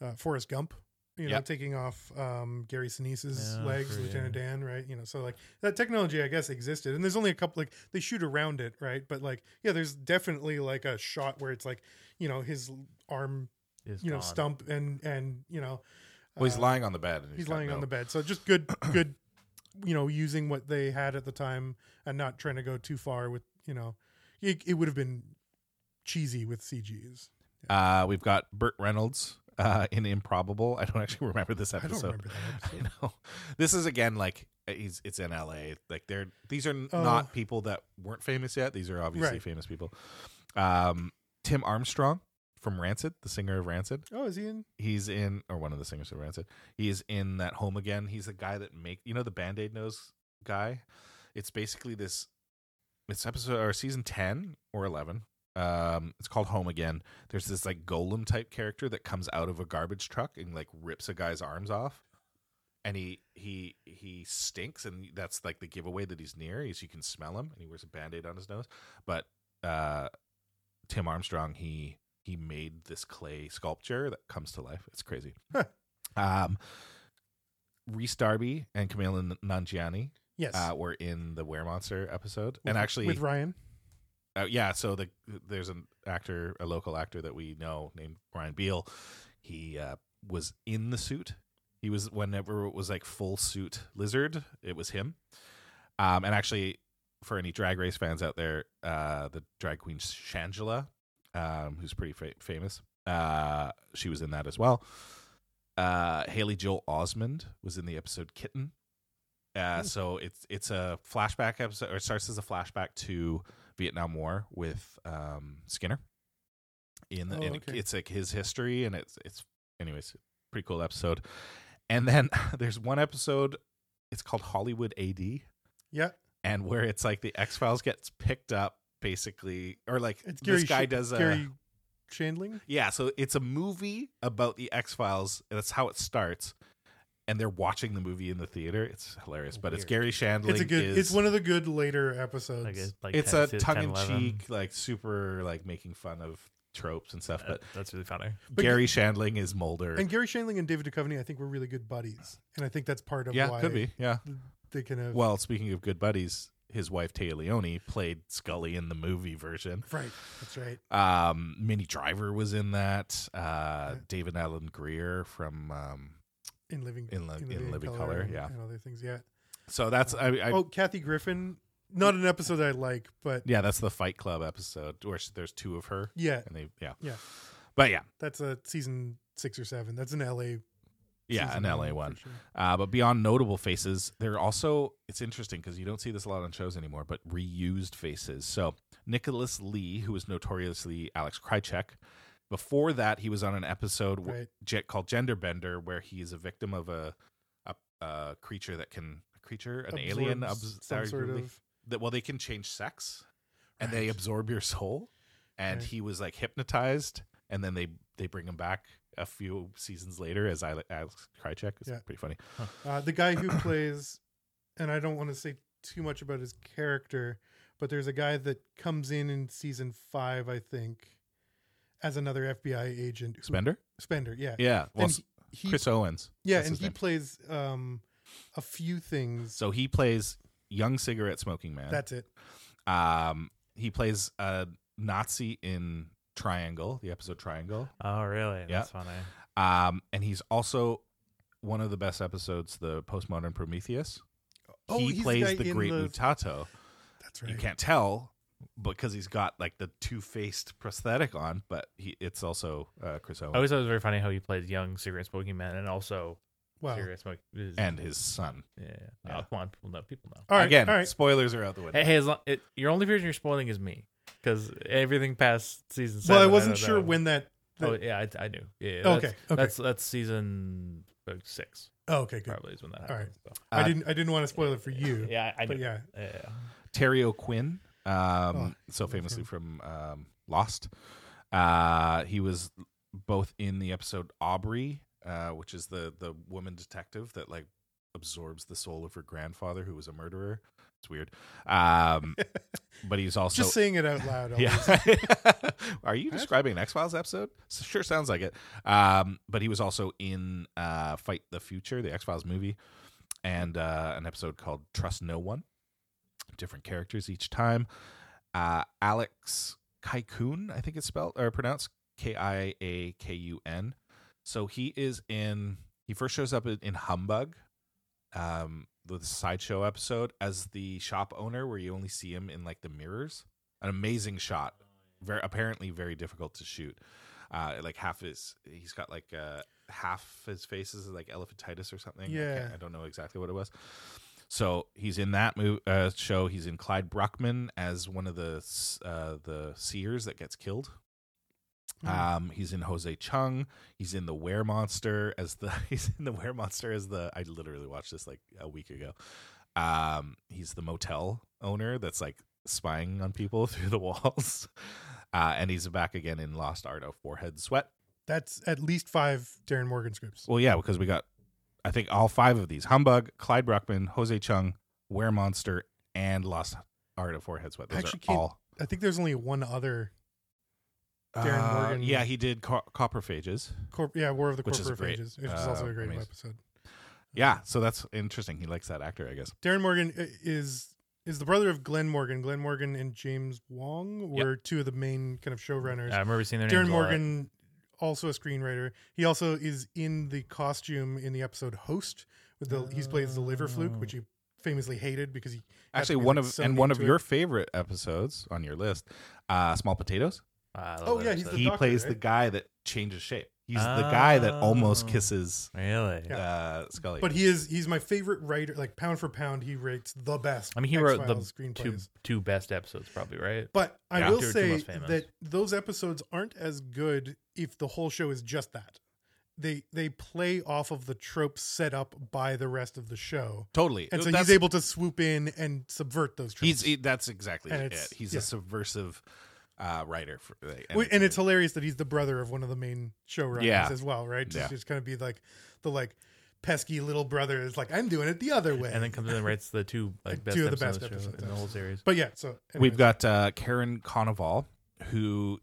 Speaker 3: uh, Forrest Gump. You know,
Speaker 1: Yeah.
Speaker 3: taking off um, Gary Sinise's
Speaker 2: Yeah,
Speaker 3: legs,
Speaker 2: for-
Speaker 3: Lieutenant Dan, right? You know, so like that technology, I guess, existed, and there's only a couple. Like they shoot around it, right? But like, yeah, there's definitely like a shot where it's like, you know, his arm,
Speaker 2: It's
Speaker 3: you know,
Speaker 2: gone.
Speaker 3: stump, and and you know,
Speaker 1: well, he's
Speaker 3: uh,
Speaker 1: lying on the bed. And
Speaker 3: he's
Speaker 1: got
Speaker 3: lying on
Speaker 1: no-
Speaker 3: the bed. So
Speaker 1: *clears throat*
Speaker 3: just good, good, you know, using what they had at the time and not trying to go too far with, you know, it, it would have been cheesy with CGs.
Speaker 1: Uh, we've got Burt Reynolds uh, in Improbable. I don't actually *laughs* remember this
Speaker 3: I don't
Speaker 1: episode.
Speaker 3: remember
Speaker 1: *laughs*
Speaker 3: that.
Speaker 1: I know. This is again like uh, he's it's in LA. Like they're these are n-
Speaker 3: Oh.
Speaker 1: not people that weren't famous yet. These are obviously
Speaker 3: Right.
Speaker 1: famous people. Um, Tim Armstrong from Rancid, the singer of Rancid.
Speaker 3: Oh, is he in?
Speaker 1: He's in or one of the singers of Rancid. He is in that home again. He's the guy that make you know the Band-Aid nose guy. It's basically this it's episode or season 10 or 11. Um, it's called Home Again. There's this like golem type character that comes out of a garbage truck and like rips a guy's arms off and he he he stinks and that's like the giveaway that he's near is you can smell him and he wears a band-aid on his nose but uh tim armstrong he he made this clay sculpture that comes to life it's crazy
Speaker 3: Huh.
Speaker 1: um Reese Darby and Camille N- Nanjiani
Speaker 3: Yes.
Speaker 1: uh, were in the Were Monster episode,
Speaker 3: With-
Speaker 1: and actually,
Speaker 3: with Ryan.
Speaker 1: uh, yeah. So the there's an actor, a local actor that we know named Ryan Beal. He uh, was in the suit. He was whenever it was like full suit lizard. It was him. Um, and actually, for any Drag Race fans out there, uh, the drag queen Shangela, um, who's pretty fa- famous, uh, she was in that as well. Uh, Haley Joel Osmond was in the episode Kitten. Uh,
Speaker 3: Hmm.
Speaker 1: so it's it's a flashback episode, or it starts as a flashback to Vietnam War with um, Skinner. In the,
Speaker 3: Oh,
Speaker 1: and it-
Speaker 3: okay.
Speaker 1: it's like his history, and it's it's anyways, pretty cool episode. And then *laughs* there's one episode, it's called Hollywood AD,
Speaker 3: Yeah.
Speaker 1: and where it's like the X Files gets picked up basically, or like
Speaker 3: It's Gary.
Speaker 1: this guy
Speaker 3: Sh-
Speaker 1: does uh, a
Speaker 3: Gary Shandling.
Speaker 1: yeah. So it's a movie about the X Files. That's how it starts, and they're watching the movie in the theater. It's hilarious, but it's
Speaker 2: Weird.
Speaker 1: Gary Shandling.
Speaker 3: It's a good.
Speaker 1: is-
Speaker 3: it's one of the good later episodes.
Speaker 2: Like, it's like
Speaker 1: it's
Speaker 2: 10,
Speaker 1: a
Speaker 2: 10,
Speaker 1: tongue in
Speaker 2: 11.
Speaker 1: cheek, like super, like making fun of tropes and stuff.
Speaker 2: Uh,
Speaker 1: But
Speaker 2: that's really funny.
Speaker 3: but-
Speaker 1: Gary Shandling is Mulder.
Speaker 3: and Gary Shandling and David Duchovny, I think, were really good buddies, and I think that's part of
Speaker 1: yeah,
Speaker 3: why
Speaker 1: could be. Yeah.
Speaker 3: they kind of
Speaker 1: Well, speaking of good buddies, his wife Taya Leone played Scully in the movie version.
Speaker 3: right. That's right.
Speaker 1: Um, Minnie Driver was in that. Uh,
Speaker 3: Yeah.
Speaker 1: David Allen Greer from. Um,
Speaker 3: In living
Speaker 1: In Li- in Living Colour,
Speaker 3: and,
Speaker 1: yeah.
Speaker 3: and other things. Yeah.
Speaker 1: so that's I, I
Speaker 3: oh, Kathy Griffin. Not an episode I like, but
Speaker 1: yeah, that's the Fight Club episode where she, there's two of her
Speaker 3: yeah,
Speaker 1: and they yeah
Speaker 3: Yeah.
Speaker 1: but yeah
Speaker 3: that's a season six or seven. That's an LA.
Speaker 1: yeah
Speaker 3: season
Speaker 1: an LA
Speaker 3: for
Speaker 1: one.
Speaker 3: sure.
Speaker 1: Uh, but beyond notable faces, there are also it's interesting because you don't see this a lot on shows anymore, but reused faces. So Nicholas Lee, who was notoriously Alex Krychek, before that he was on an episode w-
Speaker 3: Right.
Speaker 1: ge- called Genderbender, where he is a victim of a a, a creature that can a creature an alien
Speaker 3: Absorbs
Speaker 1: abs-
Speaker 3: some sort
Speaker 1: arguably-
Speaker 3: of
Speaker 1: that well they can change sex and they
Speaker 3: Right.
Speaker 1: absorb your soul and
Speaker 3: Right.
Speaker 1: he was like hypnotized and then they they bring him back a few seasons later as Ale- Alex Krychek it's
Speaker 3: Yeah.
Speaker 1: pretty funny
Speaker 3: Uh, the guy who plays, and I don't want to say too much about his character, but there's a guy that comes in in season five, I think, as another FBI agent. who-
Speaker 1: Spender
Speaker 3: Spender, yeah.
Speaker 1: yeah well
Speaker 3: and he,
Speaker 1: Chris Owens
Speaker 3: yeah,
Speaker 1: that's
Speaker 3: and
Speaker 1: his
Speaker 3: he
Speaker 1: name.
Speaker 3: plays um, a few things.
Speaker 1: so he plays young cigarette smoking man
Speaker 3: That's it.
Speaker 1: um he plays a Nazi in Triangle the episode Triangle
Speaker 2: Oh, really?
Speaker 1: Yeah.
Speaker 2: That's funny.
Speaker 1: um and he's also one of the best episodes the postmodern Prometheus he
Speaker 3: Oh, he's
Speaker 1: plays
Speaker 3: guy
Speaker 1: the,
Speaker 3: in
Speaker 1: great mutato
Speaker 3: That's right.
Speaker 1: you can't tell because he's got like the two-faced prosthetic on but he it's also uh, chris
Speaker 3: Oh,
Speaker 2: I
Speaker 1: Owen
Speaker 2: always thought it was very funny how he plays young cigarette smoking man and also
Speaker 3: Wow.
Speaker 2: cigarette smoking. is-
Speaker 1: and his son
Speaker 2: yeah, yeah.
Speaker 1: Yeah.
Speaker 2: Oh, come on, people know. People know.
Speaker 3: All right.
Speaker 1: again
Speaker 3: all right.
Speaker 1: spoilers are out the window
Speaker 2: Hey, hey as long, it, your only person you're spoiling is me because everything past season.
Speaker 3: well,
Speaker 2: Seven,
Speaker 3: I wasn't
Speaker 2: don't
Speaker 3: sure
Speaker 2: know.
Speaker 3: when that. that-
Speaker 2: oh yeah, I, I knew. Yeah, yeah,
Speaker 3: Okay,
Speaker 2: that's-
Speaker 3: okay.
Speaker 2: That's that's season like, six
Speaker 3: oh, okay, good.
Speaker 2: probably is when that
Speaker 3: All
Speaker 2: happens. so.
Speaker 3: I
Speaker 1: Uh,
Speaker 3: didn't. I didn't want to spoil it for you.
Speaker 2: Yeah, I, I knew.
Speaker 3: But yeah,
Speaker 2: Yeah, yeah.
Speaker 1: terry o'quinn um,
Speaker 3: Oh,
Speaker 1: so
Speaker 3: love
Speaker 1: famously
Speaker 3: him.
Speaker 1: from um, lost uh, he was both in the episode aubrey uh, which is the the woman detective that like absorbs the soul of her grandfather who was a murderer it's weird
Speaker 3: *laughs*
Speaker 1: um, but he's also
Speaker 3: just saying it out
Speaker 1: *laughs*
Speaker 3: loud. always.
Speaker 1: Yeah. Are you describing an X Files episode? S- Sure sounds like it. Um, but he was also in uh, Fight the Future, the X Files movie, and uh, an episode called Trust No One. Different characters each time. Uh, Alex Kaikun, I think it's spelled or pronounced K I A K U N. So he is in. He first shows up in, in Humbug, um, the sideshow episode, as the shop owner, where you only see him in like the mirrors an amazing shot. Very apparently very difficult to shoot. Uh, like half his, he's got like uh, half his face is like elephantitis or something. I
Speaker 3: Yeah.
Speaker 1: can't- I, don't know exactly what it was. So he's in that move, uh, show. He's in Clyde Bruckman as one of the s- uh, the seers that gets killed.
Speaker 3: Hmm.
Speaker 1: Um, he's in Jose Chung. He's in the Were Monster as the *laughs* he's in the Were Monster as the I literally watched this like a week ago. Um, he's the motel owner that's like spying on people *laughs* through the walls. Uh, and he's back again in Lost Art of Forehead Sweat.
Speaker 3: That's at least five Darren Morgan scripts.
Speaker 1: Well, yeah, because we got I think all five of these: Humbug, Clyde Bruckman, Jose Chung, Were Monster, and Lost Art of Forehead Sweat.
Speaker 3: I
Speaker 1: Those
Speaker 3: actually
Speaker 1: are
Speaker 3: can't-
Speaker 1: all.
Speaker 3: I think there's only one other Darren
Speaker 1: Uh,
Speaker 3: Morgan-
Speaker 1: yeah, he did co- Copperphages.
Speaker 3: corp. Yeah, War of the
Speaker 1: Which is
Speaker 3: Corporophages,
Speaker 1: great.
Speaker 3: which is
Speaker 1: Uh,
Speaker 3: also a great
Speaker 1: amazing.
Speaker 3: episode.
Speaker 1: Yeah, so that's interesting. He likes that actor, I guess.
Speaker 3: Darren Morgan i- is is the brother of Glenn Morgan. Glenn Morgan and James Wong were two of the main kind of showrunners.
Speaker 2: I remember seeing their
Speaker 3: Darren
Speaker 2: names a lot.
Speaker 3: Morgan, also a screenwriter. He also is in the costume in the episode Host with the he plays the liver fluke, which he famously hated because he had to
Speaker 1: Actually,
Speaker 3: be,
Speaker 1: one
Speaker 3: like,
Speaker 1: of
Speaker 3: sucked
Speaker 1: and one of
Speaker 3: into it.
Speaker 1: your favorite episodes on your list, uh, Small Potatoes.
Speaker 2: Ah, I love
Speaker 3: Oh,
Speaker 2: that
Speaker 3: yeah, he's
Speaker 2: episode.
Speaker 3: The
Speaker 1: He
Speaker 3: doctor,
Speaker 1: plays
Speaker 3: right?
Speaker 1: the guy that changes shape. He's the guy that almost
Speaker 2: Oh.
Speaker 1: kisses
Speaker 2: really.
Speaker 1: uh, Scully.
Speaker 3: But he is he's my favorite writer. Like pound for pound, he rates the best.
Speaker 2: I mean, he wrote the
Speaker 3: X-Files
Speaker 2: two
Speaker 3: screenplays.
Speaker 2: two best episodes, probably right.
Speaker 3: But I
Speaker 1: Yeah.
Speaker 3: will
Speaker 2: Two- two
Speaker 3: say
Speaker 2: most famous.
Speaker 3: that those episodes aren't as good if the whole show is just that. They they play off of the tropes set up by the rest of the show,
Speaker 1: totally.
Speaker 3: and so
Speaker 1: That's-
Speaker 3: he's able to swoop in and subvert those tropes.
Speaker 1: He's he- that's exactly
Speaker 3: And
Speaker 1: it.
Speaker 3: it's-
Speaker 1: He's
Speaker 3: yeah.
Speaker 1: a subversive uh, writer, for, like,
Speaker 3: Wait, and it's hilarious that he's the brother of one of the main showrunners
Speaker 1: Yeah.
Speaker 3: as well, right? Just,
Speaker 1: Yeah.
Speaker 3: just kind of be like the like pesky little brother is like I'm doing it the other way.
Speaker 2: And then comes in and writes the two
Speaker 3: *laughs*
Speaker 2: like best
Speaker 3: Two of the
Speaker 2: episodes
Speaker 3: best
Speaker 2: of the show
Speaker 3: episodes,
Speaker 2: in the whole
Speaker 3: absolutely.
Speaker 2: series.
Speaker 3: but yeah, so
Speaker 1: We've
Speaker 3: anyways.
Speaker 1: got uh, Karen Conoval, who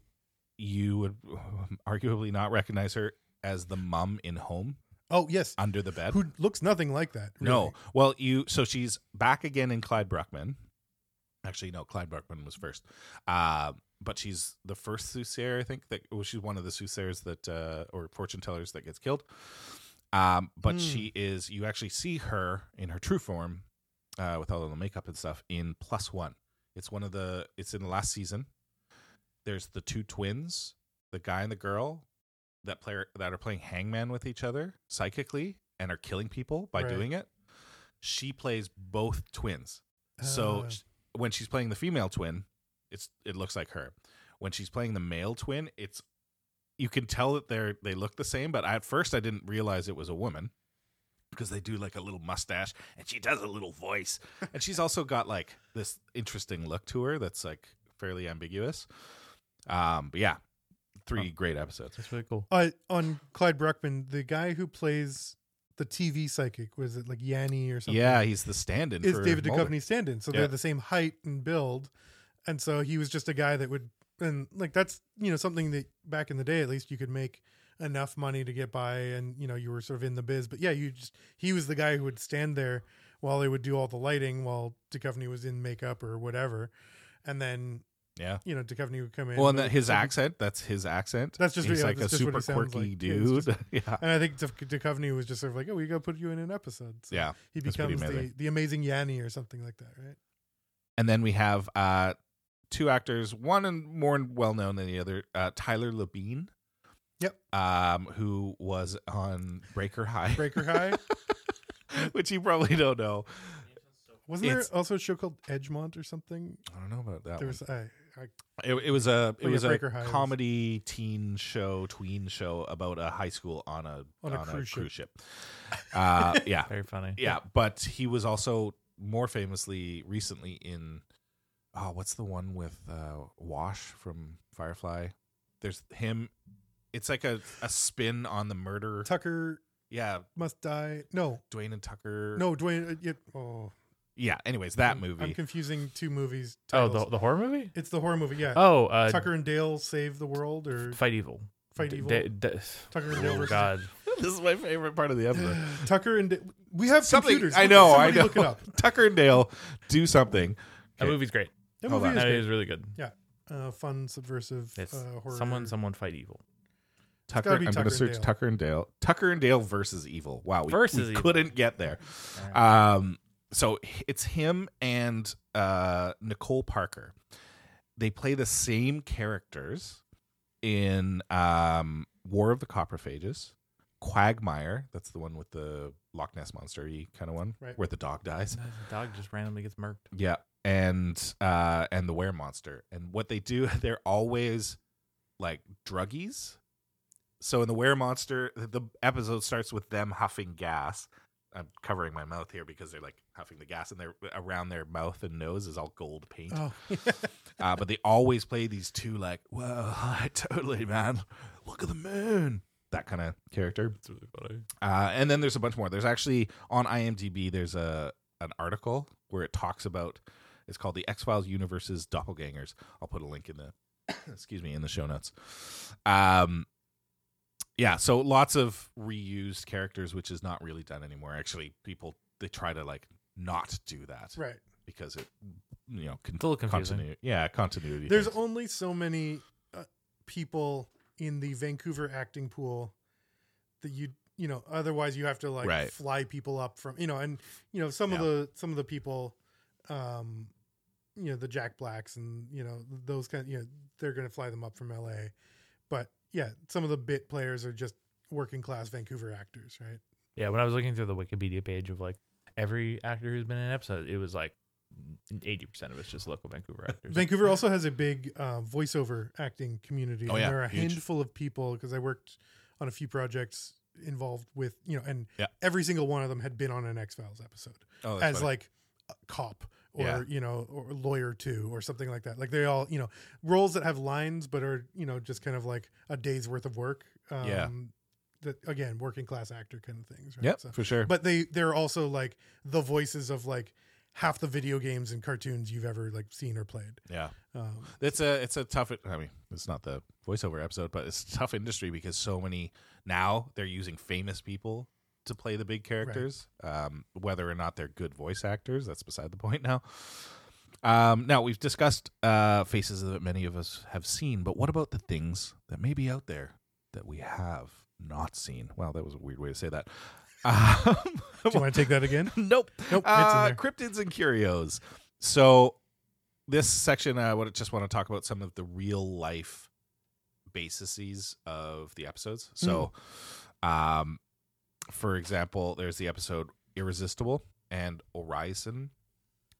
Speaker 1: you would *laughs* arguably not recognize her as the mum in Home
Speaker 3: oh yes,
Speaker 1: under the bed.
Speaker 3: who looks nothing like that.
Speaker 1: Uh, No, well, you so she's back again in Clyde Bruckman. Actually, no, Clyde Bruckman was first, uh, but she's the first soothsayer, I think. That well, she's one of the soothsayers that uh, or fortune tellers that gets killed. Um, but
Speaker 3: Hmm.
Speaker 1: she is. You actually see her in her true form, uh, with all of the makeup and stuff in Plus One. It's one of the. It's in the last season. There's the two twins, the guy and the girl, that player that are playing hangman with each other psychically and are killing people by
Speaker 3: Right.
Speaker 1: doing it. She plays both twins. So
Speaker 3: Ah.
Speaker 1: sh- when she's playing the female twin, it's it looks like her. When she's playing the male twin, it's you can tell that they're they look the same, but at first I didn't realize it was a woman because they do like a little mustache and she does a little
Speaker 3: *laughs*
Speaker 1: voice. and she's also got like this interesting look to her that's like fairly ambiguous. Um but yeah, three great episodes.
Speaker 2: That's really cool.
Speaker 3: uh, on Clyde Bruckman, the guy who plays the TV psychic was it like Yanni or something?
Speaker 1: Yeah, he's the stand-in
Speaker 3: is
Speaker 1: for
Speaker 3: David
Speaker 1: Mulder.
Speaker 3: Duchovny's stand-in, so
Speaker 1: Yeah.
Speaker 3: they're the same height and build, and so he was just a guy that would and like that's you know something that back in the day at least you could make enough money to get by, and you know you were sort of in the biz, but yeah, you just he was the guy who would stand there while they would do all the lighting while Duchovny was in makeup or whatever, and then
Speaker 1: Yeah.
Speaker 3: you know Duchovny would come in.
Speaker 1: Well, and
Speaker 3: but
Speaker 1: that his
Speaker 3: like,
Speaker 1: accent, that's his accent.
Speaker 3: That's just-
Speaker 1: he's
Speaker 3: yeah,
Speaker 1: like
Speaker 3: that's
Speaker 1: a
Speaker 3: just what
Speaker 1: super
Speaker 3: he sounds
Speaker 1: quirky
Speaker 3: like. Yeah, it's
Speaker 1: dude.
Speaker 3: just-
Speaker 1: *laughs* yeah.
Speaker 3: And I think Duc- Duchovny was just sort of like, oh, we gotta put you in an episode. So
Speaker 1: Yeah.
Speaker 3: he
Speaker 1: that's pretty
Speaker 3: becomes the,
Speaker 1: amazing.
Speaker 3: the amazing Yanni or something like that, right?
Speaker 1: And then we have uh two actors, one and more well known than the other, uh Tyler Labine.
Speaker 3: Yep.
Speaker 1: Um, who was on Breaker High,
Speaker 3: Breaker High.
Speaker 1: *laughs* which you probably don't know.
Speaker 3: Wasn't
Speaker 1: It's-
Speaker 3: there also a show called Edgemont or something?
Speaker 1: I don't know about that.
Speaker 3: There
Speaker 1: one.
Speaker 3: was I, I
Speaker 1: It, it was a it
Speaker 3: yeah,
Speaker 1: was a
Speaker 3: Breaker High was-
Speaker 1: comedy teen show, tween show about a high school on a
Speaker 3: On a cruise ship.
Speaker 1: ship. Uh, *laughs* yeah,
Speaker 2: Very funny.
Speaker 1: yeah. But he was also more famously recently in oh, what's the one with uh, Wash from Firefly? There's him. It's like a, a spin on the murder.
Speaker 3: Tucker
Speaker 1: Yeah,
Speaker 3: Must Die. No,
Speaker 1: Dwayne and
Speaker 2: Er,
Speaker 1: Tucker.
Speaker 3: no, Dwayne. Uh, yeah, oh,
Speaker 1: Yeah. Anyways, that
Speaker 3: I'm- I'm
Speaker 1: movie.
Speaker 3: confusing two movies.
Speaker 2: Oh,
Speaker 3: titles.
Speaker 2: the, the horror movie.
Speaker 3: it's the horror movie. Yeah,
Speaker 2: Oh, uh,
Speaker 3: Tucker and Dale save the world or
Speaker 2: Fight Evil.
Speaker 3: fight
Speaker 2: D-
Speaker 3: evil.
Speaker 2: d- d-
Speaker 3: Tucker and Dale
Speaker 2: oh
Speaker 3: versus
Speaker 2: God.
Speaker 1: *laughs* this is my favorite part of the episode.
Speaker 3: Tucker and Da- *gasps* we have
Speaker 1: Something-
Speaker 3: computers.
Speaker 1: I
Speaker 3: Look-
Speaker 1: know, I
Speaker 3: somebody
Speaker 1: know.
Speaker 3: Look it
Speaker 1: *laughs*
Speaker 3: up.
Speaker 1: Tucker and Dale do something.
Speaker 2: That movie's great. *laughs*
Speaker 3: That
Speaker 1: Hold
Speaker 3: movie
Speaker 1: on.
Speaker 3: is
Speaker 2: That
Speaker 3: great.
Speaker 2: is really good.
Speaker 3: uh, fun, subversive
Speaker 2: It's
Speaker 3: uh, horror.
Speaker 2: someone, someone fight evil.
Speaker 1: Tucker.
Speaker 3: gotta be
Speaker 1: I'm going
Speaker 3: Tucker
Speaker 1: to search
Speaker 3: and Dale.
Speaker 1: Tucker and Dale. Tucker and Dale versus Evil. Wow, we,
Speaker 2: Versus
Speaker 1: we
Speaker 2: Evil.
Speaker 1: couldn't get there. Um, so h- it's him and uh, Nicole Parker. They play the same characters in um, War of the Copperphages, Quagmire. That's the one with the Loch Ness monster kind of one,
Speaker 3: Right.
Speaker 1: where the dog dies.
Speaker 2: The dog just randomly gets murked.
Speaker 1: Yeah, and uh, and the Were Monster. And what they do, *laughs* they're always like druggies. So in the Were Monster, the- the episode starts with them huffing gas. I'm covering my mouth here because they're like huffing the gas, and they're uh, around their mouth and nose is all gold paint.
Speaker 3: Oh, *laughs*
Speaker 1: Uh, but they always play these two like, "Well, I *laughs* totally man, look at the moon." That kind of character.
Speaker 2: It's really funny.
Speaker 1: Uh, and then there's a bunch more. There's actually on IMDb there's a an article where it talks about it's called the X Files universes *coughs* doppelgangers. I'll put a link in the excuse me in the show notes. Um, yeah, so lots of reused characters, which is not really done anymore. Actually, people they try to like not do that
Speaker 3: Right.
Speaker 1: because it, you know, con-
Speaker 2: It's a little confusing.
Speaker 1: continuity. Yeah, continuity.
Speaker 3: There's
Speaker 1: things.
Speaker 3: only so many uh, people in the Vancouver acting pool that you you know otherwise you have to like
Speaker 1: Right.
Speaker 3: fly people up from you know and you know some of
Speaker 1: Yeah.
Speaker 3: the some of the people um you know the Jack Blacks and you know those kind you know they're going to fly them up from LA but yeah some of the bit players are just working class Vancouver actors right
Speaker 2: Yeah, when I was looking through the Wikipedia page of like every actor who's been in an episode, it was like eighty percent of it's just local Vancouver actors.
Speaker 3: Vancouver also has a big uh, voiceover acting community.
Speaker 1: Oh,
Speaker 3: and
Speaker 1: yeah,
Speaker 3: there are a
Speaker 1: huge.
Speaker 3: handful of people because I worked on a few projects involved with you know, and
Speaker 1: Yeah.
Speaker 3: every single one of them had been on an X Files episode
Speaker 1: oh, that's
Speaker 3: as
Speaker 1: funny.
Speaker 3: like a cop or
Speaker 1: Yeah.
Speaker 3: you know or lawyer two or something like that. Like they all you know roles that have lines but are you know just kind of like a day's worth of work. Um,
Speaker 1: Yeah.
Speaker 3: That again, working class actor kind of things. Right?
Speaker 1: yep,
Speaker 3: So-
Speaker 1: for sure.
Speaker 3: but they they're also like the voices of like half the video games and cartoons you've ever like seen or played.
Speaker 1: yeah, *laughs*
Speaker 3: Um,
Speaker 1: it's a it's a tough. I mean, it's not the voiceover episode, but it's a tough industry because so many now they're using famous people to play the big characters. Um, whether or not they're good voice actors, that's beside the point now. Um, now we've discussed uh, faces that many of us have seen, but what about the things that may be out there that we have not seen? Wow, that was a weird way to say that. *laughs* Um,
Speaker 3: do
Speaker 1: *laughs*
Speaker 3: you want to take that again?
Speaker 1: nope.
Speaker 3: Nope, it's in
Speaker 1: Uh,
Speaker 3: there.
Speaker 1: cryptids and curios. So this section, I would just want to talk about some of the real life bases of the episodes. So,
Speaker 3: Mm-hmm.
Speaker 1: um, for example, there's the episode "Irresistible" and "Orison."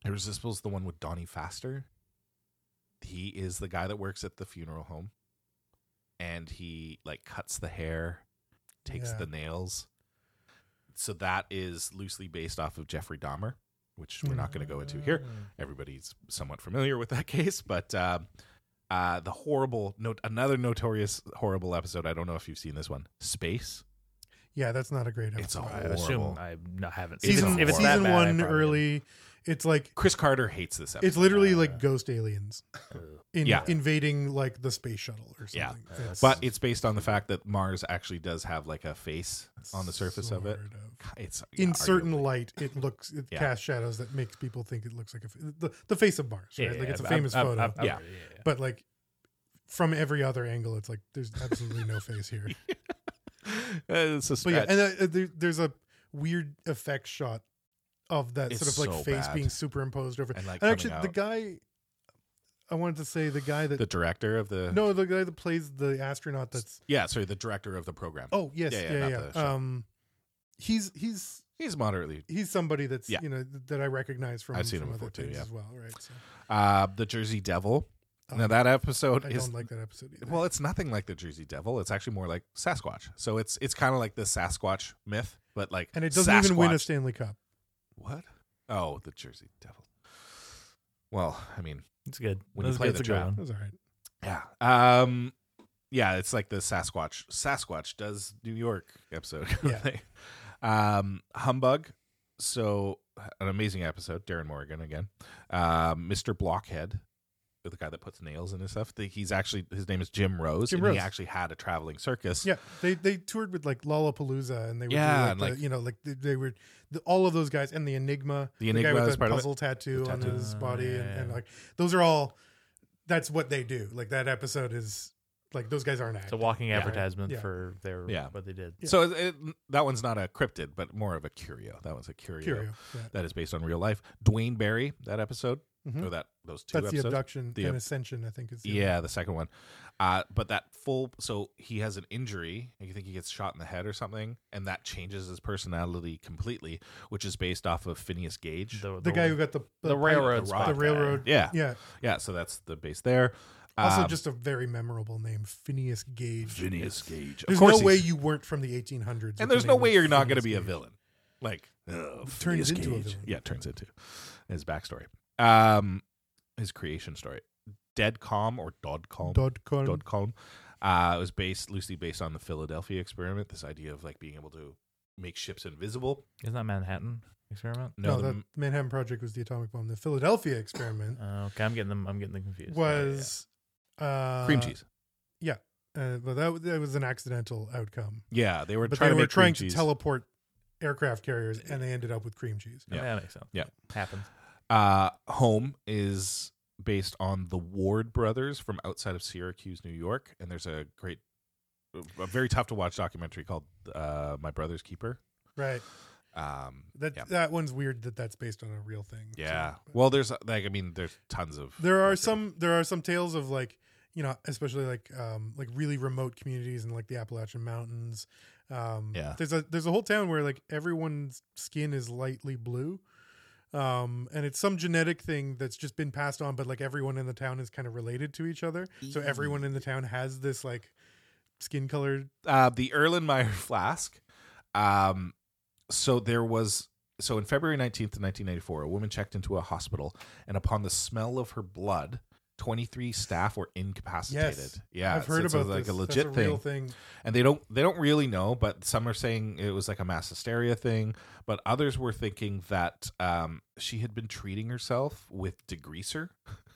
Speaker 1: "Irresistible" is the one with Donnie Faster. He is the guy that works at the funeral home, and he like cuts the hair, takes
Speaker 3: Yeah.
Speaker 1: the nails. So that is loosely based off of Jeffrey Dahmer, which we're not going to go into
Speaker 3: Mm.
Speaker 1: here everybody's somewhat familiar with that *laughs* case, but um, uh, the horrible, no, another notorious horrible episode. I don't know if you've seen this one. Space.
Speaker 3: Yeah, that's not a great episode.
Speaker 1: It's a
Speaker 2: I
Speaker 1: horrible.
Speaker 2: assume I no, haven't seen
Speaker 3: season
Speaker 2: it. If it's that
Speaker 3: season
Speaker 2: bad, I
Speaker 3: one
Speaker 2: probably
Speaker 3: early. It's like
Speaker 1: Chris Carter hates this episode.
Speaker 3: it's literally
Speaker 2: uh,
Speaker 3: like ghost aliens in,
Speaker 1: Uh, Yeah.
Speaker 3: invading like the space shuttle or
Speaker 1: Yeah.
Speaker 3: something.
Speaker 2: Uh,
Speaker 3: That's
Speaker 1: but it's based on the fact that Mars actually does have like a face on the surface of it.
Speaker 3: sort of.
Speaker 1: It's
Speaker 3: In
Speaker 1: yeah,
Speaker 3: certain *laughs*
Speaker 1: arguably.
Speaker 3: light, it looks it
Speaker 1: Yeah.
Speaker 3: casts shadows that makes people think it looks like a f- the, the face of Mars,
Speaker 2: Yeah,
Speaker 3: right? like
Speaker 2: yeah,
Speaker 3: it's a
Speaker 2: I've-
Speaker 3: famous
Speaker 2: I've-
Speaker 3: photo,
Speaker 2: I've- I've-
Speaker 1: Yeah.
Speaker 2: yeah.
Speaker 3: but like from every other angle, it's like there's absolutely no face here.
Speaker 1: Uh, *laughs* it's a
Speaker 3: But yeah,
Speaker 1: stretch.
Speaker 3: and uh, uh, there, there's a weird effect shot of that
Speaker 1: It's
Speaker 3: sort of like
Speaker 1: so
Speaker 3: face
Speaker 1: bad.
Speaker 3: being superimposed over.
Speaker 1: And, like,
Speaker 3: and
Speaker 1: coming
Speaker 3: actually, the
Speaker 1: out.
Speaker 3: guy I wanted to say the guy that
Speaker 1: the director of the
Speaker 3: *laughs* no, the guy that plays the astronaut. That's
Speaker 1: yeah, sorry, the director of the program.
Speaker 3: oh yes,
Speaker 1: Yeah,
Speaker 3: yeah,
Speaker 1: yeah,
Speaker 3: yeah.
Speaker 1: not the show.
Speaker 3: Um, he's he's
Speaker 1: he's moderately
Speaker 3: he's somebody that's
Speaker 1: Yeah.
Speaker 3: you know th- that I recognize from
Speaker 1: I've seen
Speaker 3: from
Speaker 1: him
Speaker 3: other
Speaker 1: before, too,
Speaker 3: things
Speaker 1: yeah.
Speaker 3: as well, right? So,
Speaker 1: uh, the Jersey Devil. now
Speaker 3: um,
Speaker 1: that episode
Speaker 3: I
Speaker 1: is
Speaker 3: don't like that episode. Either.
Speaker 1: Well, it's nothing like the Jersey Devil. It's actually more like Sasquatch. So it's it's kind of like the Sasquatch myth, but like
Speaker 3: and it doesn't even win a
Speaker 1: Sasquatch-
Speaker 3: Stanley Cup.
Speaker 1: what? Oh, the Jersey Devil. Well, I mean,
Speaker 2: It's good.
Speaker 1: When you
Speaker 2: That's
Speaker 1: play
Speaker 2: good.
Speaker 1: the
Speaker 2: It's a good
Speaker 1: trap.
Speaker 2: one.
Speaker 3: It was all right.
Speaker 1: yeah, um, yeah. It's like the Sasquatch. Sasquatch does New York episode. *laughs* kind of
Speaker 3: Yeah.
Speaker 1: thing. Um, humbug. So an amazing episode. Darren Morgan again. Um, Mr. Blockhead. The guy that puts nails in his stuff. The- He's actually his name is Jim Rose.
Speaker 3: Jim
Speaker 1: and He
Speaker 3: Rose.
Speaker 1: actually had a traveling circus.
Speaker 3: Yeah, they they toured with like Lollapalooza, and they would
Speaker 1: Yeah,
Speaker 3: yeah,
Speaker 1: and,
Speaker 3: like,
Speaker 1: like-
Speaker 3: the, you know like they, they were the, all of those guys and the Enigma,
Speaker 1: The
Speaker 3: guy
Speaker 1: Enigma
Speaker 3: with
Speaker 1: is
Speaker 3: the
Speaker 1: part of it.
Speaker 3: puzzle tattoo,
Speaker 1: The
Speaker 3: on
Speaker 1: tattoo. oh,
Speaker 3: his body,
Speaker 2: Yeah,
Speaker 3: and,
Speaker 2: yeah,
Speaker 3: and
Speaker 2: yeah.
Speaker 3: like those are all that's what they do. Like that episode is like those guys aren't
Speaker 2: It's a
Speaker 3: acting.
Speaker 2: walking
Speaker 1: Yeah.
Speaker 2: advertisement
Speaker 3: Yeah.
Speaker 2: for their
Speaker 1: Yeah.
Speaker 2: what they did.
Speaker 3: Yeah.
Speaker 1: So it, it, that one's not a cryptid, but more of a curio. That one's a curio,
Speaker 3: Curio, yeah.
Speaker 1: that is based on real life. Dwayne Barry, that episode
Speaker 3: Mhm.
Speaker 1: or that those two
Speaker 3: That's the
Speaker 1: episodes.
Speaker 3: abduction
Speaker 1: The
Speaker 3: and
Speaker 1: ab-
Speaker 3: ascension, I think is. The
Speaker 1: yeah, the second one. Uh, but that full so he has an injury. and You think he gets shot in the head or something, and that changes his personality completely, which is based off of Phineas Gage.
Speaker 2: The,
Speaker 3: the guy who got the
Speaker 2: the,
Speaker 3: the pipe-
Speaker 2: railroad,
Speaker 1: the
Speaker 2: spot
Speaker 1: rock
Speaker 3: the railroad.
Speaker 2: guy.
Speaker 1: yeah, yeah,
Speaker 3: Yeah.
Speaker 1: So that's the base there.
Speaker 3: Also,
Speaker 1: Um,
Speaker 3: just a very memorable name, Phineas Gage.
Speaker 1: Phineas Gage. Of
Speaker 3: There's
Speaker 1: course
Speaker 3: no
Speaker 1: he's-
Speaker 3: way you weren't from the 1800s.
Speaker 1: and
Speaker 3: with
Speaker 1: there's
Speaker 3: the
Speaker 1: no
Speaker 3: name
Speaker 1: way
Speaker 3: of
Speaker 1: you're not going to
Speaker 3: Phineas
Speaker 1: be a
Speaker 3: Gage. Oh,
Speaker 1: villain. Like uh,
Speaker 3: Turns
Speaker 1: Phineas
Speaker 3: into a
Speaker 1: Cage.
Speaker 3: villain.
Speaker 1: Yeah, turns into his backstory, um, his creation story. Dead Calm or Dodd Calm.
Speaker 3: Dot com.
Speaker 1: Dodd Calm. Uh, it was based loosely based on the Philadelphia experiment. This idea of like being able to make ships invisible.
Speaker 2: Isn't that Manhattan experiment?
Speaker 1: No,
Speaker 3: no,
Speaker 1: the-
Speaker 3: the Manhattan Project was the atomic bomb. The Philadelphia experiment
Speaker 1: Uh,
Speaker 2: Uh, Oh, okay, I'm getting them. I'm getting them confused. Yeah, yeah, yeah.
Speaker 3: was uh,
Speaker 1: cream cheese.
Speaker 3: yeah, uh, but that, was- that was an accidental outcome.
Speaker 1: Yeah, they were
Speaker 3: But
Speaker 1: trying to
Speaker 3: they were
Speaker 1: make cream
Speaker 3: trying to
Speaker 1: cheese.
Speaker 3: teleport aircraft carriers, and they ended up with cream cheese.
Speaker 1: Yeah.
Speaker 2: That makes sense.
Speaker 1: Yeah.
Speaker 2: Happens.
Speaker 1: Uh, Home is based on the Ward brothers from outside of Syracuse, New York, and there's a great, a very tough to watch documentary called uh, "My Brother's Keeper."
Speaker 3: Right.
Speaker 1: Um,
Speaker 3: That
Speaker 1: yeah,
Speaker 3: that one's weird that that's based on a real thing. so-
Speaker 1: yeah.
Speaker 3: but-
Speaker 1: Well, there's like, I mean, there's tons of.
Speaker 3: there are
Speaker 1: like,
Speaker 3: some there are some tales of like you know especially like um like really remote communities in like the appalachian mountains um
Speaker 1: Yeah.
Speaker 3: there's a there's a whole town where like everyone's skin is lightly blue um and it's some genetic thing that's just been passed on but like everyone in the town is kind of related to each other so everyone in the town has this like skin color
Speaker 1: uh, the Erlenmeyer flask. Um, so there was so in February nineteenth, nineteen ninety four, a woman checked into a hospital, and upon the smell of her blood, twenty three staff were incapacitated. yeah,
Speaker 3: i've
Speaker 1: so
Speaker 3: heard
Speaker 1: it's
Speaker 3: about
Speaker 1: like
Speaker 3: this.
Speaker 1: a legit
Speaker 3: that's a
Speaker 1: thing.
Speaker 3: real thing
Speaker 1: and they don't they don't really know but some are saying it was like a mass hysteria thing but others were thinking that um, she had been treating herself with degreaser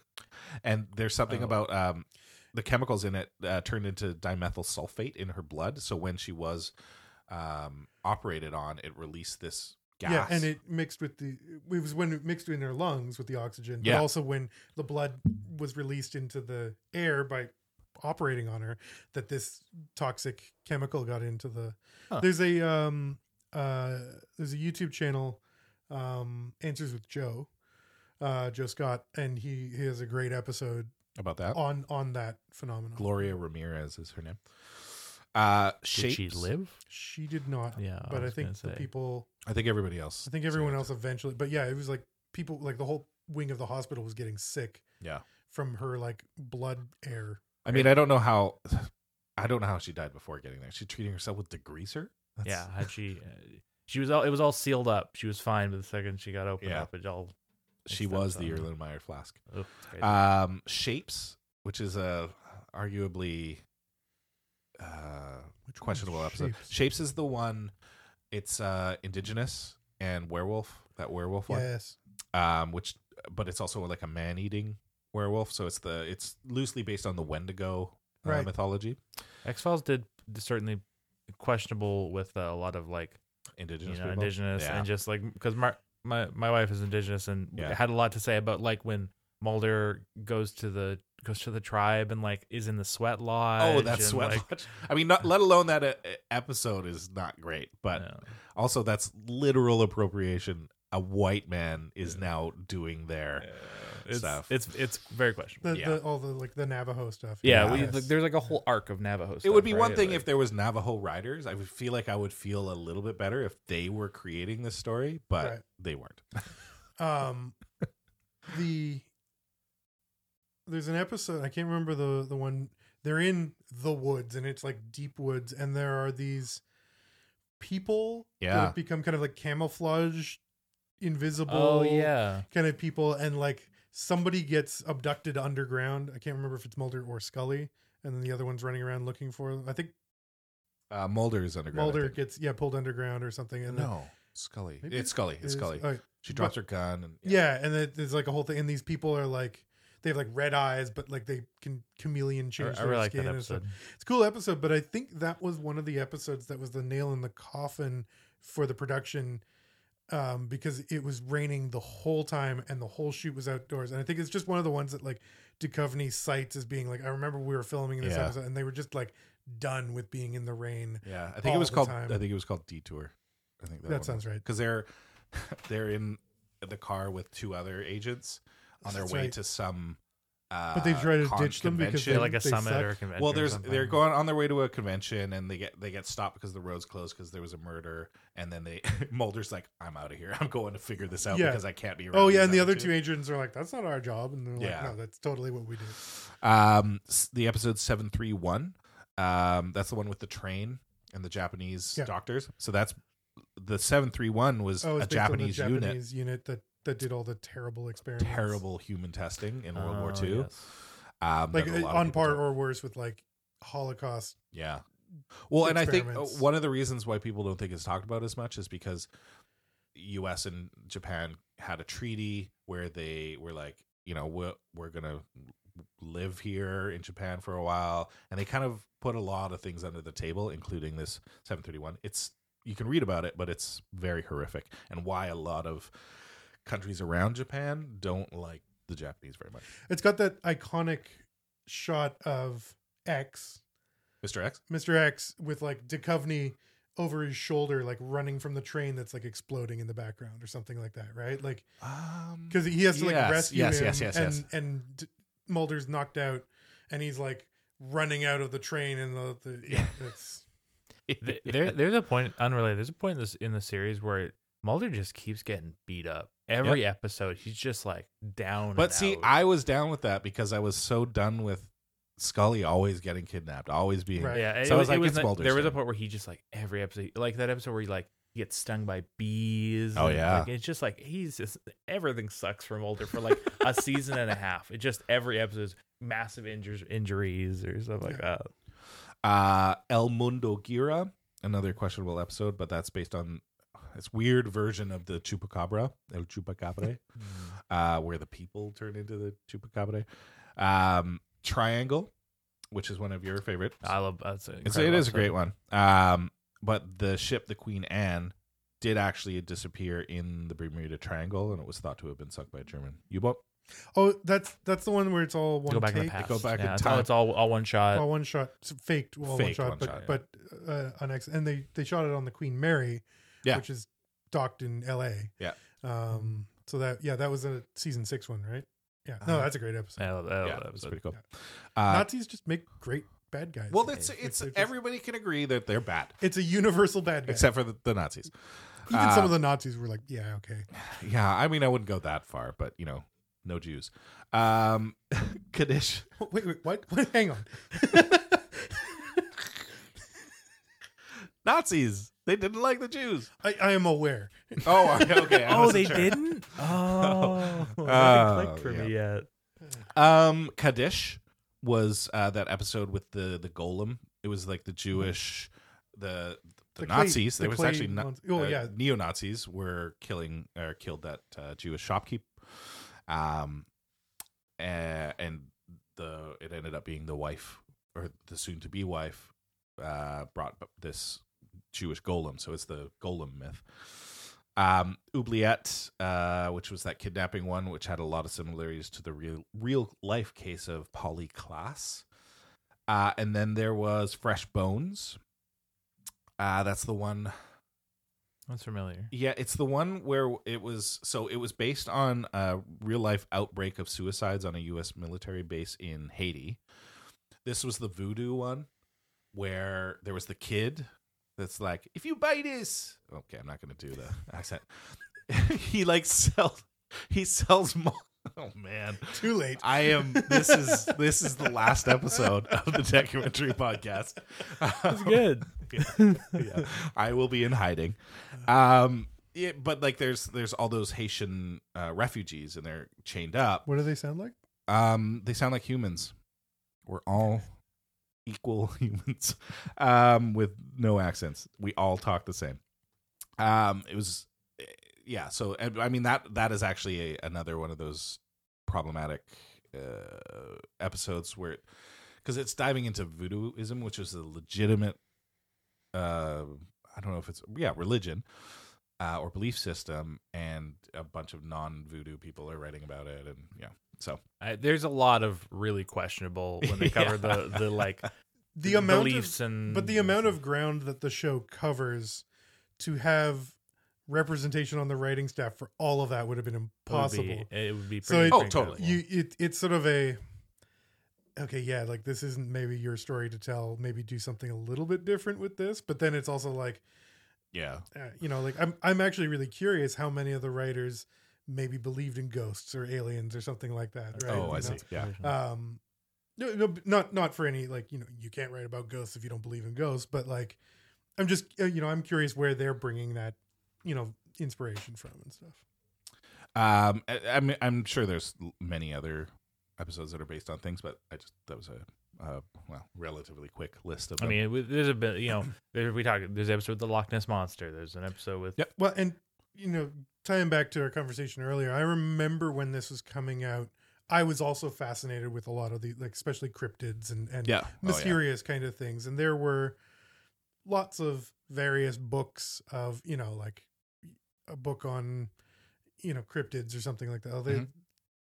Speaker 1: *laughs* and there's something
Speaker 2: Oh.
Speaker 1: about um, the chemicals in it uh, turned into dimethyl sulfate in her blood so when she was um, operated on it released this gas
Speaker 3: Yeah, and it mixed with the it was when it mixed in their lungs with the oxygen, but
Speaker 1: Yeah.
Speaker 3: also when the blood was released into the air by operating on her that this toxic chemical got into the
Speaker 2: Huh.
Speaker 3: There's a um uh there's a YouTube channel um Answers with Joe uh Joe Scott and he, he has a great episode
Speaker 1: about that
Speaker 3: on on that phenomenon.
Speaker 1: gloria ramirez is her name uh
Speaker 2: Did
Speaker 1: shapes,
Speaker 2: she live?
Speaker 3: She did not.
Speaker 2: Yeah, I
Speaker 3: but I,
Speaker 2: was
Speaker 3: think the
Speaker 2: gonna say.
Speaker 3: people
Speaker 1: i think everybody else
Speaker 3: I think everyone else eventually, but yeah, it was like people, like the whole wing of the hospital was getting sick
Speaker 1: yeah
Speaker 3: from her like blood air.
Speaker 1: I mean, I don't know how. *sighs* I don't know how she died before getting there. She treating herself with degreaser. That's-
Speaker 2: Yeah.
Speaker 1: *laughs*
Speaker 2: Had she? Uh, she was all. It was all sealed up. She was fine, but the second she got opened
Speaker 1: Yeah.
Speaker 2: up, it all.
Speaker 1: she
Speaker 2: It's
Speaker 1: was
Speaker 2: that,
Speaker 1: the
Speaker 2: um,
Speaker 1: Erlenmeyer flask.
Speaker 2: Ugh, it's crazy.
Speaker 1: Um, shapes, which is a arguably uh,
Speaker 3: Which
Speaker 1: questionable episode. Shapes. is the one. It's uh, indigenous and werewolf. That werewolf one.
Speaker 3: Yes.
Speaker 1: um, which but it's also like a man eating werewolf. So it's the it's loosely based on the Wendigo uh,
Speaker 3: Right.
Speaker 1: mythology.
Speaker 2: X Files did certainly questionable with uh, a lot of like you
Speaker 1: Indigenous,
Speaker 2: know,
Speaker 1: people.
Speaker 2: indigenous
Speaker 1: Yeah.
Speaker 2: and just like because my my my wife is indigenous and
Speaker 1: Yeah.
Speaker 2: had a lot to say about like when Mulder goes to the goes to the tribe and like is in the sweat lodge.
Speaker 1: Oh, that's
Speaker 2: and,
Speaker 1: sweat.
Speaker 2: like-
Speaker 1: lodge. I mean, not, let alone that uh, episode is not great, but
Speaker 2: Yeah.
Speaker 1: also that's literal appropriation. A white man is now doing there.
Speaker 2: it's,
Speaker 1: Stuff.
Speaker 2: it's it's very questionable.
Speaker 3: The,
Speaker 1: Yeah.
Speaker 3: the, all the like the Navajo stuff.
Speaker 2: yeah,
Speaker 1: Yeah.
Speaker 2: we,
Speaker 3: Yes.
Speaker 2: like, there's like a whole arc of Navajo.
Speaker 1: It would be one thing if there was Navajo riders. I would feel like I would feel a little bit better if they were creating this story, but
Speaker 3: Right.
Speaker 1: they weren't.
Speaker 2: *laughs*
Speaker 3: um, the there's an episode I can't remember the the one they're in the woods and it's like deep woods and there are these people that
Speaker 1: Yeah.
Speaker 3: have become kind of like camouflage, invisible.
Speaker 2: oh yeah,
Speaker 3: kind of people and like somebody gets abducted underground i can't remember if it's mulder or scully and then the other one's running around looking for them i think
Speaker 1: Uh, Mulder is underground. I
Speaker 3: mulder
Speaker 1: think.
Speaker 3: gets yeah pulled underground or something and then
Speaker 1: no Scully.
Speaker 3: Maybe
Speaker 1: it's Scully. It's
Speaker 3: is-
Speaker 1: Scully.
Speaker 3: oh,
Speaker 1: she drops her gun. And,
Speaker 3: yeah and then there's like a whole thing and these people are like they have like red eyes but like they can chameleon
Speaker 2: I, I
Speaker 3: change their
Speaker 2: really like
Speaker 3: skin
Speaker 2: that
Speaker 3: and stuff
Speaker 2: episode.
Speaker 3: it's a cool episode but i think that was one of the episodes that was the nail in the coffin for the production um, because it was raining the whole time and the whole shoot was outdoors. And I think it's just one of the ones that like Duchovny cites as being like, I remember we were filming this
Speaker 1: Yeah.
Speaker 3: episode and they were just like done with being in the rain.
Speaker 1: Yeah, I think it
Speaker 3: all
Speaker 1: was
Speaker 3: the
Speaker 1: called.
Speaker 3: time.
Speaker 1: I think it was called Detour. I think that,
Speaker 3: That sounds right.
Speaker 1: Because they're *laughs* they're in the car with two other agents on their
Speaker 3: That's
Speaker 1: way
Speaker 3: right.
Speaker 1: to some. Uh,
Speaker 3: But they try to
Speaker 1: con-
Speaker 3: ditch them because
Speaker 2: Yeah,
Speaker 1: convention.
Speaker 2: like a
Speaker 3: They
Speaker 2: summit
Speaker 3: suck.
Speaker 2: or a convention.
Speaker 1: well,
Speaker 2: or
Speaker 1: there's
Speaker 2: something.
Speaker 1: they're going on their way to a convention and they get they get stopped because the road's closed because there was a murder and then they *laughs* Mulder's like I'm out of here I'm going to figure this out
Speaker 3: Yeah.
Speaker 1: because I can't be around
Speaker 3: Oh yeah,
Speaker 1: these
Speaker 3: and the other
Speaker 1: two
Speaker 3: two agents are like, "That's not our job," and they're
Speaker 1: Yeah.
Speaker 3: like, "No, that's totally what we do."
Speaker 1: Um, s- the episode seven three one. Um, that's the one with the train and the Japanese
Speaker 3: Yeah.
Speaker 1: doctors. So that's the seven three one was
Speaker 3: Oh, it's
Speaker 1: a
Speaker 3: based on
Speaker 1: Japanese,
Speaker 3: the
Speaker 1: unit,
Speaker 3: Japanese unit that that did all the terrible experiments,
Speaker 1: terrible human testing in World War
Speaker 2: Oh,
Speaker 1: Two.
Speaker 2: yes.
Speaker 1: Um,
Speaker 3: like uh,
Speaker 1: that a lot of
Speaker 3: on
Speaker 1: people
Speaker 3: par
Speaker 1: don't-
Speaker 3: or worse with like Holocaust.
Speaker 1: yeah. Well, and I think uh,
Speaker 3: experiments.
Speaker 1: one of the reasons why people don't think it's talked about as much is because U.S. and Japan had a treaty where they were like, you know, we're, we're gonna live here in Japan for a while, and they kind of put a lot of things under the table, including this 731. It's you can read about it, but it's very horrific, and why a lot of countries around Japan don't like the Japanese very much.
Speaker 3: It's got that iconic shot of X,
Speaker 1: Mr. X,
Speaker 3: Mr. X, with like Duchovny over his shoulder, like running from the train that's like exploding in the background or something like that, right? Like *laughs*
Speaker 1: um,
Speaker 3: because he has to like
Speaker 1: Yes,
Speaker 3: rescue
Speaker 1: yes,
Speaker 3: him,
Speaker 1: yes, yes,
Speaker 3: and
Speaker 1: yes.
Speaker 3: and D- Mulder's knocked out, and he's like running out of the train, and the, the yeah, it's
Speaker 2: Th- there, there's a point unrelated. There's a point in this in the series where Mulder just keeps getting beat up every episode. He's just like down.
Speaker 1: But
Speaker 2: and
Speaker 1: see,
Speaker 2: out.
Speaker 1: I was down with that because I was so done with Scully always getting kidnapped, always being.
Speaker 3: Right.
Speaker 2: yeah, it,
Speaker 1: So I was
Speaker 2: it
Speaker 1: like,
Speaker 2: was
Speaker 1: it's
Speaker 2: not-
Speaker 1: Mulder's
Speaker 2: There was a
Speaker 1: thing.
Speaker 2: point where he just like every episode, like that episode where he like he gets stung by bees.
Speaker 1: Oh,
Speaker 2: and,
Speaker 1: yeah.
Speaker 2: like, it's just like he's just everything sucks for Mulder for like a season and a half. It just every episode is massive injures injuries or stuff like that.
Speaker 1: Uh, El Mundo Gira, another questionable episode, but that's based on this weird version of the Chupacabra, El
Speaker 2: *laughs*
Speaker 1: Chupacabra,
Speaker 2: Hmm.
Speaker 1: uh, where the people turn into the Chupacabra. Um, Triangle, which is one of your favorite.
Speaker 2: I love that's an
Speaker 1: It's, it
Speaker 2: Ah, incredible
Speaker 1: is a great
Speaker 2: episode.
Speaker 1: one. Um, but the ship, the Queen Anne, did actually disappear in the Bermuda Triangle, and it was thought to have been sunk by a German U-boat.
Speaker 3: oh that's that's the one where it's all one
Speaker 2: Go back
Speaker 3: take,
Speaker 2: in the past.
Speaker 1: Go back in
Speaker 2: yeah, it's all-
Speaker 1: time.
Speaker 2: It's all all one shot.
Speaker 3: all one shot, it's faked, all one
Speaker 1: Uh, Faked
Speaker 3: shot,
Speaker 1: one
Speaker 3: but
Speaker 1: shot, yeah.
Speaker 3: but uh, on X, and they they shot it on the Queen Mary,
Speaker 1: Yeah.
Speaker 3: which is docked in L.A.
Speaker 1: Yeah.
Speaker 3: um, so that yeah, that was a season six one, right? Yeah, no,
Speaker 1: Uh,
Speaker 3: that's a great episode.
Speaker 2: Yeah, I love that
Speaker 1: yeah,
Speaker 2: episode.
Speaker 1: that's Oh, pretty cool. Uh,
Speaker 3: Nazis just make great bad guys.
Speaker 1: well,
Speaker 3: They-
Speaker 1: it's
Speaker 3: like,
Speaker 1: it's
Speaker 3: they're just-
Speaker 1: everybody can agree that they're bad,
Speaker 3: It's a universal bad guy.
Speaker 1: except for the, the Nazis.
Speaker 3: Even some
Speaker 1: uh,
Speaker 3: of the Nazis were like, yeah, okay. *laughs*
Speaker 1: Yeah, I mean, I wouldn't go that far, but you know, no Jews. Um, *laughs* Kaddish.
Speaker 3: Wait, wait, what? what? *laughs* Hang on.
Speaker 1: Nazis. They didn't like the Jews.
Speaker 3: I, I am aware.
Speaker 1: Oh, okay. I
Speaker 2: Oh,
Speaker 1: wasn't
Speaker 2: they
Speaker 1: sure.
Speaker 2: *laughs* didn't. Oh, it
Speaker 1: Oh,
Speaker 2: hasn't clicked for me yet.
Speaker 1: Um, Kaddish was uh, that episode with the the golem. It was like the Jewish, the the,
Speaker 3: The clay-
Speaker 1: Nazis.
Speaker 3: the
Speaker 1: there was
Speaker 3: clay
Speaker 1: actually not,
Speaker 3: ones. Oh,
Speaker 1: uh,
Speaker 3: yeah.
Speaker 1: neo Nazis were killing or killed that uh, Jewish shopkeep. Um, a- and the it ended up being the wife or the soon to be wife uh, brought up this Jewish golem. So it's the golem myth. Um, Oubliette, uh, which was that kidnapping one, which had a lot of similarities to the real real life case of Polly Class. Uh, and then there was Fresh Bones. Uh, that's the one.
Speaker 2: That's familiar.
Speaker 1: Yeah, it's the one where it was. So it was based on a real life outbreak of suicides on a U.S. military base in Haiti. This was the voodoo one where there was the kid that's like, if you buy this, okay, I'm not going to do the accent. *laughs* he like sells, he sells. Mo- *laughs* oh man,
Speaker 3: Too late.
Speaker 1: I am. This is this is the last episode of the documentary podcast.
Speaker 2: That's good.
Speaker 1: yeah, *laughs* yeah. I will be in hiding. Um, yeah, but like, there's there's all those Haitian uh, refugees, and they're chained up.
Speaker 3: What do they sound like?
Speaker 1: Um, they sound like humans. We're all equal *laughs* humans, um, with no accents. We all talk the same. Um, it was, yeah. So and, I mean that that is actually a, another one of those problematic uh, episodes where, because it's diving into voodooism, which is a legitimate, uh, I don't know if it's yeah religion. Uh, or belief system, and a bunch of non-voodoo people are writing about it, and yeah, so
Speaker 2: I, there's a lot of really questionable when
Speaker 3: *laughs*
Speaker 2: they cover the the like
Speaker 3: The amount
Speaker 2: beliefs
Speaker 3: of,
Speaker 2: and
Speaker 3: but
Speaker 1: Hmm.
Speaker 3: the amount of ground that the show covers to have representation on the writing staff for all of that would have been
Speaker 2: would
Speaker 3: impossible.
Speaker 2: be- it would be
Speaker 3: So
Speaker 2: pretty
Speaker 3: it-
Speaker 1: Oh, totally.
Speaker 2: incredible.
Speaker 3: you it, it's sort of a okay yeah like this isn't maybe your story to tell maybe do something a little bit different with this but then it's also like
Speaker 1: yeah,
Speaker 3: uh, you know like I'm, I'm actually really curious how many of the writers maybe believed in ghosts or aliens or something like that right
Speaker 1: Oh,
Speaker 3: You
Speaker 1: I
Speaker 3: know?
Speaker 1: see. Yeah.
Speaker 3: um no, no but not not for any like you know you can't write about ghosts if you don't believe in ghosts but like i'm just uh, you know i'm curious where they're bringing that you know inspiration from and stuff
Speaker 1: Um, I, I'm I'm sure there's l- many other episodes that are based on things, but I just that was a uh, well relatively quick list of.
Speaker 2: I
Speaker 1: them.
Speaker 2: mean, it- there's a bit,
Speaker 3: *laughs*
Speaker 2: you know, there, we talk. There's an episode with the Loch Ness monster. There's an episode with
Speaker 1: Yep.
Speaker 3: well and you know tying back to our conversation earlier i remember when this was coming out I was also fascinated with a lot of the like especially cryptids and and
Speaker 1: Yeah. Oh, yeah.
Speaker 3: mysterious kind of things and there were lots of various books of you know like a book on you know cryptids or something like that Although
Speaker 1: Mhm.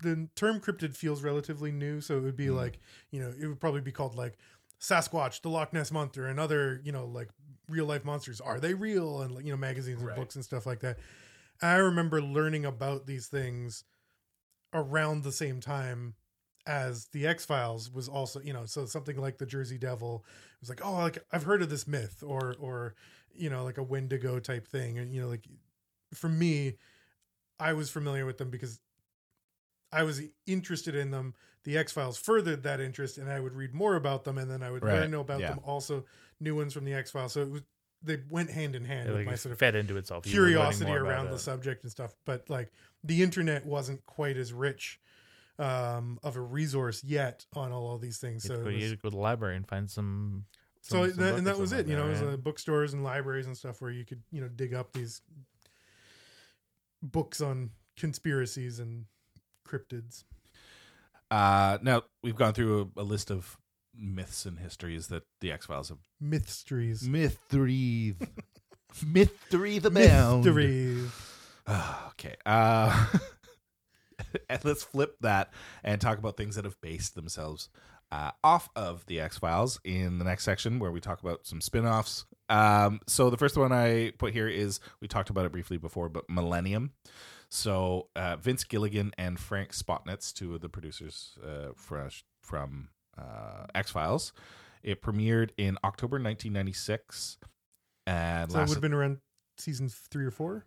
Speaker 3: the term cryptid feels relatively new so it would be
Speaker 1: Mm.
Speaker 3: like you know it would probably be called like sasquatch the loch ness monster and other you know like real life monsters are they real and like, you know magazines and
Speaker 1: Right.
Speaker 3: books and stuff like that i remember learning about these things around the same time as the X Files was also, you know, so something like the Jersey Devil was like, oh, like I've heard of this myth, or or you know, like a Wendigo type thing, and you know, like for me, I was familiar with them because I was interested in them. The X Files furthered that interest, and I would read more about them, and then I would
Speaker 1: Right,
Speaker 3: learn about
Speaker 1: yeah.
Speaker 3: them. Also, new ones from the X Files, so it was they went hand in hand
Speaker 2: It,
Speaker 3: with
Speaker 2: like,
Speaker 3: my sort of
Speaker 2: fed into itself. You were learning
Speaker 3: curiosity
Speaker 2: more about
Speaker 3: around
Speaker 2: it.
Speaker 3: the subject and stuff but like the internet wasn't quite as rich um of a resource yet on all of these things
Speaker 2: You
Speaker 3: so
Speaker 2: had to go,
Speaker 3: it
Speaker 2: you
Speaker 3: was-
Speaker 2: had to go to the library and find some.
Speaker 3: so
Speaker 2: some-
Speaker 3: it-
Speaker 2: some
Speaker 3: that,
Speaker 2: book or
Speaker 3: and that was
Speaker 2: something
Speaker 3: it you know
Speaker 2: like
Speaker 3: it was
Speaker 2: that,
Speaker 3: uh, bookstores and libraries and stuff where you could you know dig up these books on conspiracies and cryptids
Speaker 1: Uh, now we've gone through a, a list of myths and histories that the X Files have.
Speaker 3: mysteries
Speaker 1: Myth *laughs* three, myth three, the
Speaker 3: mysteries
Speaker 1: Ah, okay. Uh, *laughs* and let's flip that and talk about things that have based themselves uh, off of the X Files in the next section where we talk about some spin offs. Um, so the first one I put here is we talked about it briefly before, but Millennium. So uh, Vince Gilligan and Frank Spotnitz, two of the producers uh, fresh from uh, X Files. It premiered in October 1996 and
Speaker 3: so it would
Speaker 1: lasted,
Speaker 3: have been around season three or four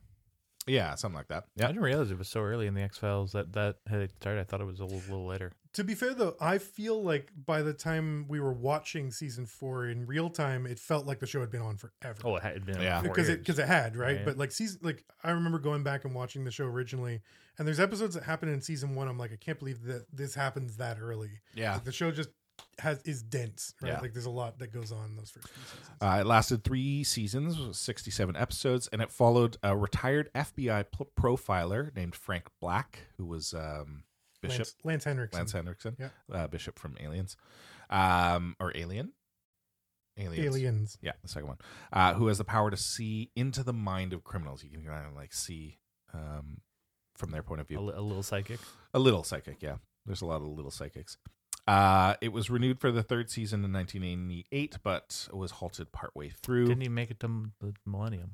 Speaker 1: yeah, something like that.
Speaker 2: I
Speaker 1: Yeah,
Speaker 2: didn't realize it was so early in the X Files that that had started. I thought it was a little, little later.
Speaker 3: To be fair though, I feel like by the time we were watching season four in real time, it felt like the show had been on forever.
Speaker 2: Oh, it had been
Speaker 1: Yeah.
Speaker 2: yeah.
Speaker 3: because it because it had right?
Speaker 2: Right.
Speaker 3: but like season like I remember going back and watching the show originally, and there's episodes that happen in season one. I'm like, I can't believe that this happens that early.
Speaker 1: yeah.
Speaker 3: Like, the show just has is dense, right?
Speaker 1: Yeah.
Speaker 3: Like there's a lot that goes on in those first few seasons.
Speaker 1: Uh, it lasted three seasons, 67 episodes, and it followed a retired FBI pl- profiler named Frank Black, who was um, Bishop
Speaker 3: Lance, Lance Henriksen.
Speaker 1: Lance Henriksen,
Speaker 3: Yeah.
Speaker 1: uh, Bishop from Aliens, um, or Alien? Aliens.
Speaker 3: Aliens.
Speaker 1: Yeah, the second one. Uh, who has the power to see into the mind of criminals. You can kind of like see um, from their point of view.
Speaker 2: a, li- a little psychic.
Speaker 1: A little psychic, yeah. There's a lot of little psychics. Uh, it was renewed for the third season in 1988, but was halted partway through.
Speaker 2: Didn't even make it to m- the Millennium.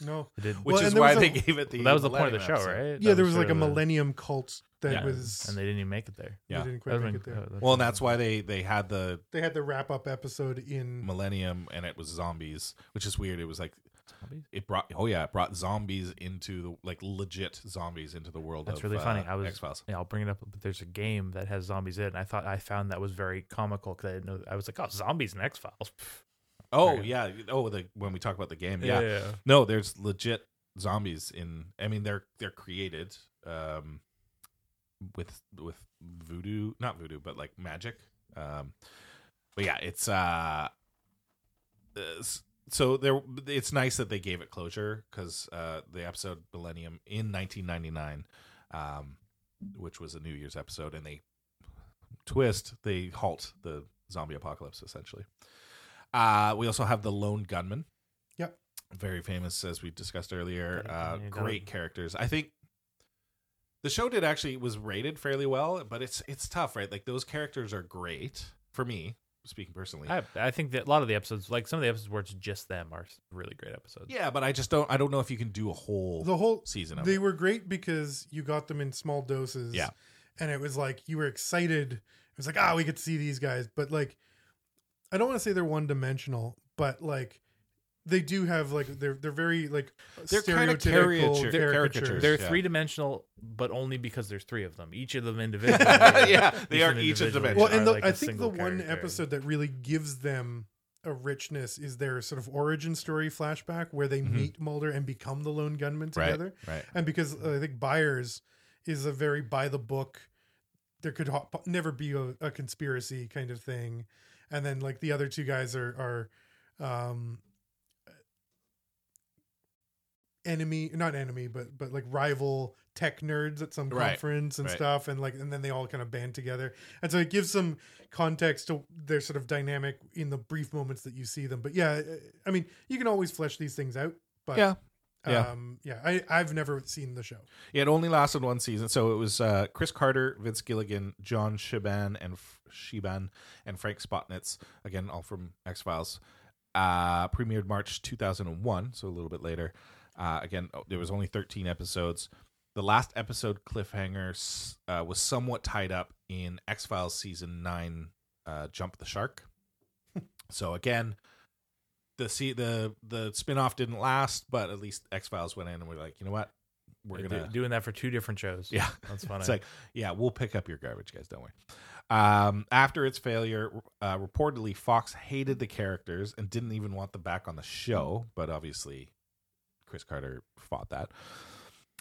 Speaker 3: No.
Speaker 2: It did.
Speaker 1: which
Speaker 3: Well,
Speaker 1: is
Speaker 3: and there
Speaker 1: why
Speaker 3: was
Speaker 1: they
Speaker 3: a-
Speaker 1: gave it the.
Speaker 2: that was the point of the show,
Speaker 1: Millennium episode.
Speaker 2: right?
Speaker 3: Yeah,
Speaker 2: That
Speaker 3: there was
Speaker 2: sort
Speaker 3: like
Speaker 2: of
Speaker 3: a
Speaker 2: the-
Speaker 3: millennium cult that
Speaker 1: Yeah,
Speaker 3: was
Speaker 2: and they didn't even make it there.
Speaker 3: they
Speaker 1: Yeah.
Speaker 3: didn't
Speaker 2: That
Speaker 3: quite
Speaker 2: would've
Speaker 3: make
Speaker 2: been- oh,
Speaker 3: it there.
Speaker 2: that would've
Speaker 1: Well, and
Speaker 2: been-
Speaker 1: that's why they they had the
Speaker 3: They had the wrap up episode in
Speaker 1: Millennium, and it was zombies, which is weird. It was like
Speaker 2: Zombies?
Speaker 1: it brought oh yeah, it brought zombies into the like legit zombies into the world.
Speaker 2: That's
Speaker 1: of,
Speaker 2: really
Speaker 1: uh,
Speaker 2: funny. I was
Speaker 1: X Files.
Speaker 2: Yeah, I'll bring it up. But there's a game that has zombies in. it, And I thought I found that was very comical because I didn't know. I was like, oh, zombies and X Files.
Speaker 1: Oh
Speaker 2: Right.
Speaker 1: yeah. Oh, the when we talk about the game, yeah. No, there's legit zombies in. I mean, they're they're created um, with with voodoo, not voodoo, but like magic. Um, but yeah, it's uh, uh, so there. It's nice that they gave it closure because uh, the episode Millennium in 1999, um, which was a New Year's episode, and they twist they halt the zombie apocalypse essentially. Uh, we also have the Lone Gunman.
Speaker 3: Yep.
Speaker 1: Very famous, as we discussed earlier.
Speaker 2: Gotta
Speaker 1: Uh,
Speaker 2: continue that.
Speaker 1: great characters. I think the show did actually was rated fairly well, but it's it's tough, right? Like those characters are great for me, speaking personally.
Speaker 2: I, I think that a lot of the episodes, like some of the episodes where it's just them, are really great episodes.
Speaker 1: yeah, but I just don't. I don't know if you can do a whole
Speaker 3: the whole
Speaker 1: season of
Speaker 3: they
Speaker 1: it.
Speaker 3: were great because you got them in small doses
Speaker 1: Yeah.
Speaker 3: and it was like you were excited it was like ah we get to see these guys but like i don't want to say they're one-dimensional but like they do have like they're they're very like
Speaker 1: They're kinda
Speaker 3: stereotypical
Speaker 1: caricature- they're
Speaker 3: caricatures.
Speaker 1: caricatures.
Speaker 2: They're
Speaker 1: Yeah.
Speaker 2: three dimensional, but only because there's three of them. Each *laughs* of them individually.
Speaker 1: Yeah, they
Speaker 2: Each
Speaker 1: are
Speaker 2: of them
Speaker 1: each a
Speaker 2: individually
Speaker 1: dimension.
Speaker 3: well
Speaker 2: are
Speaker 3: and the,
Speaker 2: like a
Speaker 3: i think the
Speaker 2: single
Speaker 3: one
Speaker 2: character.
Speaker 3: episode that really gives them a richness is their sort of origin story flashback where they
Speaker 1: Mhm.
Speaker 3: meet Mulder and become the lone gunman
Speaker 1: Right.
Speaker 3: together.
Speaker 1: right.
Speaker 3: and because uh, I think Byers is a very by the book, there could ho- never be a, a conspiracy kind of thing, and then like the other two guys are are um, enemy not enemy but but like rival tech nerds at some
Speaker 1: Right,
Speaker 3: conference and
Speaker 1: right.
Speaker 3: stuff and like and then they all kind of band together and so it gives some context to their sort of dynamic in the brief moments that you see them but yeah i mean you can always flesh these things out but
Speaker 1: Yeah. Yeah.
Speaker 3: um yeah i i've never seen the show
Speaker 1: It only lasted one season, so it was uh, Chris Carter, Vince Gilligan, John Shiban, and F- Shiban, and Frank Spotnitz. Again, all from X Files. Uh, premiered March 2001, so a little bit later. Uh, again, oh, there was only 13 episodes. The last episode cliffhanger s- uh, was somewhat tied up in X Files season nine, uh, Jump the Shark. so again, the see the the spinoff didn't last, but at least X Files went in and we're like, you know what, we're
Speaker 2: Do-
Speaker 1: gonna
Speaker 2: doing that for two different shows.
Speaker 1: yeah.
Speaker 2: that's funny.
Speaker 1: It's like, yeah, we'll pick up your garbage, guys. Don't worry. Um, after its failure, uh, reportedly Fox hated the characters and didn't even want them back on the show. But obviously, Chris Carter fought that.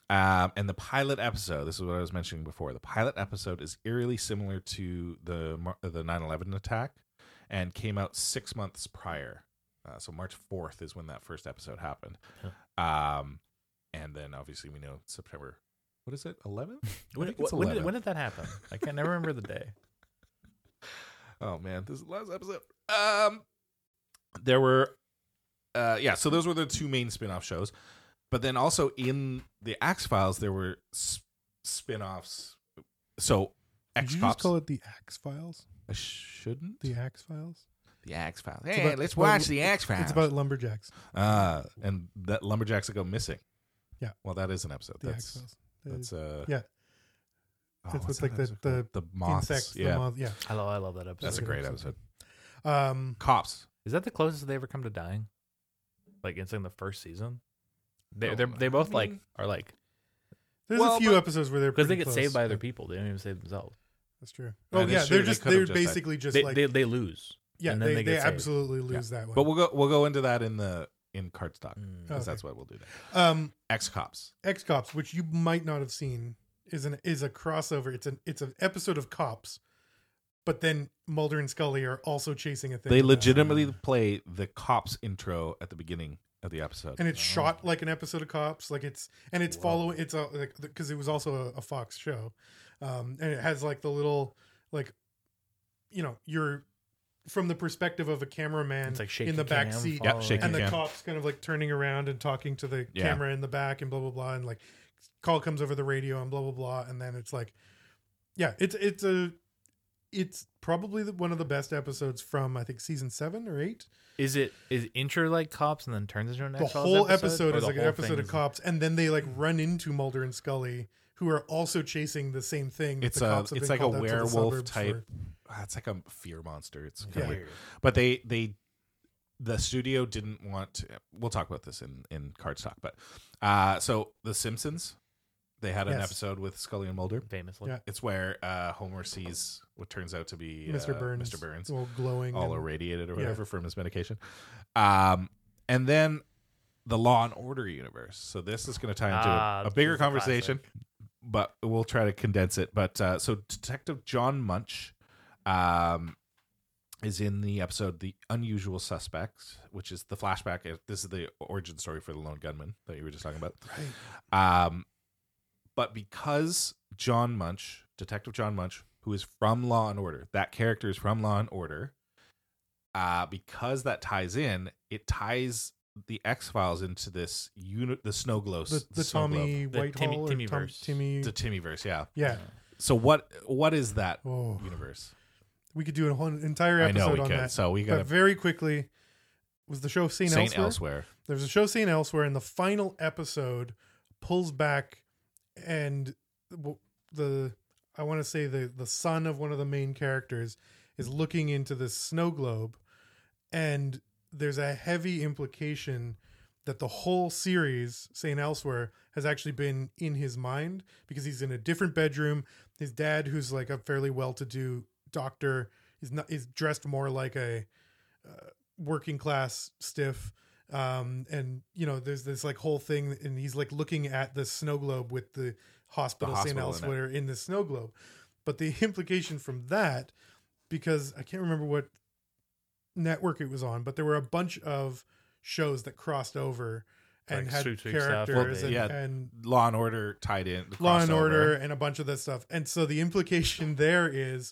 Speaker 1: Um, and the pilot episode, this is what I was mentioning before. The pilot episode is eerily similar to the Mar- the 11 attack, and came out six months prior. Uh, so March fourth is when that first episode happened. Um, and then obviously we know September. What is it? Eleventh?
Speaker 2: when,
Speaker 1: think it's
Speaker 2: when did,
Speaker 1: 11.
Speaker 2: when did that happen? I can't never remember the day.
Speaker 1: Oh man, this is the last episode. Um, there were, uh, yeah. So those were the two main spin-off shows, but then also in the Axe Files there were s- spin-offs. So
Speaker 3: did
Speaker 1: X
Speaker 3: you just
Speaker 1: Files.
Speaker 3: call it the axe files
Speaker 1: I shouldn't
Speaker 3: the axe files
Speaker 1: the Axe Files?
Speaker 3: It's
Speaker 1: Hey,
Speaker 3: about-
Speaker 1: let's
Speaker 3: it's about-
Speaker 1: watch the Axe Files.
Speaker 3: it's about lumberjacks
Speaker 1: uh, and that lumberjacks that go missing.
Speaker 3: Yeah.
Speaker 1: Well, that is an episode.
Speaker 3: the axe
Speaker 1: that's
Speaker 3: files
Speaker 1: that's uh
Speaker 3: yeah. That's
Speaker 1: what's
Speaker 3: with,
Speaker 1: that
Speaker 3: like, the-
Speaker 1: episode called? the moths.
Speaker 3: insects
Speaker 1: yeah.
Speaker 3: the moth, yeah
Speaker 2: *laughs* I love, I love that episode.
Speaker 1: That's a
Speaker 3: good
Speaker 1: great
Speaker 3: episode.
Speaker 1: episode.
Speaker 3: um
Speaker 1: Cops.
Speaker 2: Is that the closest they ever come to dying? Like it's in the first season. They
Speaker 3: Oh,
Speaker 1: No,
Speaker 2: they they both
Speaker 1: I
Speaker 2: like
Speaker 1: mean-
Speaker 2: are like
Speaker 3: there's
Speaker 1: Well,
Speaker 3: a few
Speaker 1: but-
Speaker 3: episodes where they're
Speaker 2: because they
Speaker 3: pretty
Speaker 2: get
Speaker 3: close,
Speaker 2: saved by
Speaker 3: yeah.
Speaker 2: other people. They don't even save themselves.
Speaker 3: That's true.
Speaker 1: Yeah,
Speaker 3: Oh
Speaker 1: they
Speaker 3: yeah,
Speaker 1: should-
Speaker 3: they're
Speaker 1: they
Speaker 3: just
Speaker 1: could've
Speaker 3: they're
Speaker 1: just, like-
Speaker 3: basically just
Speaker 2: They,
Speaker 3: like
Speaker 2: they they lose.
Speaker 3: yeah
Speaker 2: and then
Speaker 3: they,
Speaker 2: they
Speaker 3: they,
Speaker 2: get saved.
Speaker 3: absolutely lose that one.
Speaker 1: But we'll go we'll go into that in the in card stock
Speaker 2: Mm.
Speaker 1: because
Speaker 3: Okay.
Speaker 1: that's what we'll do. Next.
Speaker 3: um,
Speaker 1: X Cops.
Speaker 3: X Cops, which you might not have seen, is an is a crossover. It's an it's an episode of Cops, but then Mulder and Scully are also chasing a thing.
Speaker 1: They
Speaker 3: in that. Mm.
Speaker 1: legitimately play the cops intro at the beginning of the episode.
Speaker 3: and it's shot like an episode of Cops. Like it's and it's
Speaker 2: Whoa.
Speaker 3: following it's a like because it was also a, a Fox show, um, and it has like the little like, you know, you're from the perspective of a cameraman
Speaker 2: It's like shaky
Speaker 3: in the back
Speaker 2: cam
Speaker 3: seat.
Speaker 1: Yep, shaky
Speaker 3: and
Speaker 1: Thank
Speaker 3: the
Speaker 1: you, Cam.
Speaker 3: cops kind of like turning around and talking to the
Speaker 1: Yeah.
Speaker 3: camera in the back and blah blah blah and like call comes over the radio and blah blah blah and then it's like yeah it's it's a it's probably the, one of the best episodes from i think season seven or eight
Speaker 2: Is it is intro like cops and then turns into an
Speaker 3: the
Speaker 2: X-Files
Speaker 3: whole
Speaker 2: episode
Speaker 3: episode
Speaker 2: or
Speaker 3: is
Speaker 2: the
Speaker 3: like an
Speaker 2: whole
Speaker 3: episode
Speaker 2: thing
Speaker 3: of
Speaker 2: is-
Speaker 3: cops and then they like run into mulder and scully who are also chasing the same thing that
Speaker 1: It's
Speaker 3: the
Speaker 1: a-
Speaker 3: cops have
Speaker 1: it's like
Speaker 3: been
Speaker 1: a
Speaker 3: called out to the
Speaker 1: werewolf
Speaker 3: suburbs
Speaker 1: type
Speaker 3: for.
Speaker 1: Ah, it's like a fear monster. It's kind
Speaker 3: Yeah.
Speaker 1: of weird. But they they the studio didn't want to, we'll talk about this in in card stock, but uh so the Simpsons they had an
Speaker 3: Yes.
Speaker 1: episode with Scully and Mulder.
Speaker 2: famously.
Speaker 3: Yeah.
Speaker 1: It's where uh Homer sees what turns out to be uh,
Speaker 3: mr burns
Speaker 1: Mr. Burns.
Speaker 3: all glowing
Speaker 1: all
Speaker 3: and-
Speaker 1: irradiated or
Speaker 3: yeah.
Speaker 1: whatever from his medication. Um, and then the Law and Order universe. So this is going to tie into a-
Speaker 2: Ah,
Speaker 1: a,
Speaker 2: this
Speaker 1: bigger
Speaker 2: is a classic.
Speaker 1: conversation, but we'll try to condense it. But uh, so Detective John Munch um, is in the episode "The Unusual Suspects," which is the flashback. uh, This is the origin story for the lone gunman that you were just talking about.
Speaker 3: Right.
Speaker 1: Um, but because John Munch, Detective John Munch, who is from Law and Order, that character is from Law and Order. Uh, because that ties in, it ties the X Files into this unit, the snow glow,
Speaker 3: the, the
Speaker 1: snow globe.
Speaker 3: tommy
Speaker 2: The
Speaker 3: whitehall
Speaker 2: Timmy-
Speaker 3: or
Speaker 2: Timmy
Speaker 3: Tom-
Speaker 2: verse.
Speaker 3: timmy
Speaker 1: the Timmyverse, yeah.
Speaker 3: yeah
Speaker 1: So what what is that
Speaker 3: oh
Speaker 1: universe?
Speaker 3: We could do a whole entire
Speaker 1: I know
Speaker 3: episode
Speaker 1: we
Speaker 3: on
Speaker 1: could.
Speaker 3: that.
Speaker 1: So we
Speaker 3: But
Speaker 1: got
Speaker 3: very quickly, was the show seen
Speaker 1: Saint
Speaker 3: elsewhere?
Speaker 1: elsewhere.
Speaker 3: There's a show seen elsewhere, and the final episode pulls back, and w- the I want to say the the son of one of the main characters is looking into this snow globe, and there's a heavy implication that the whole series Saint Elsewhere has actually been in his mind because he's in a different bedroom. His dad, who's like a fairly well-to-do doctor, is not is dressed more like a uh, working class stiff um and you know there's this like whole thing and he's like looking at the snow globe with the hospital,
Speaker 1: hospital in
Speaker 3: St.
Speaker 1: it.
Speaker 3: elsewhere in the snow globe but the *laughs* implication from that because i can't remember what network it was on but there were a bunch of shows that crossed over and
Speaker 2: Like
Speaker 3: had
Speaker 2: Sweep Sweep stuff,
Speaker 3: characters
Speaker 2: well,
Speaker 3: and,
Speaker 1: yeah.
Speaker 3: and
Speaker 1: Law and Order tied in.
Speaker 3: Law and
Speaker 1: crossover.
Speaker 3: Order and a bunch of that stuff. And so the implication there is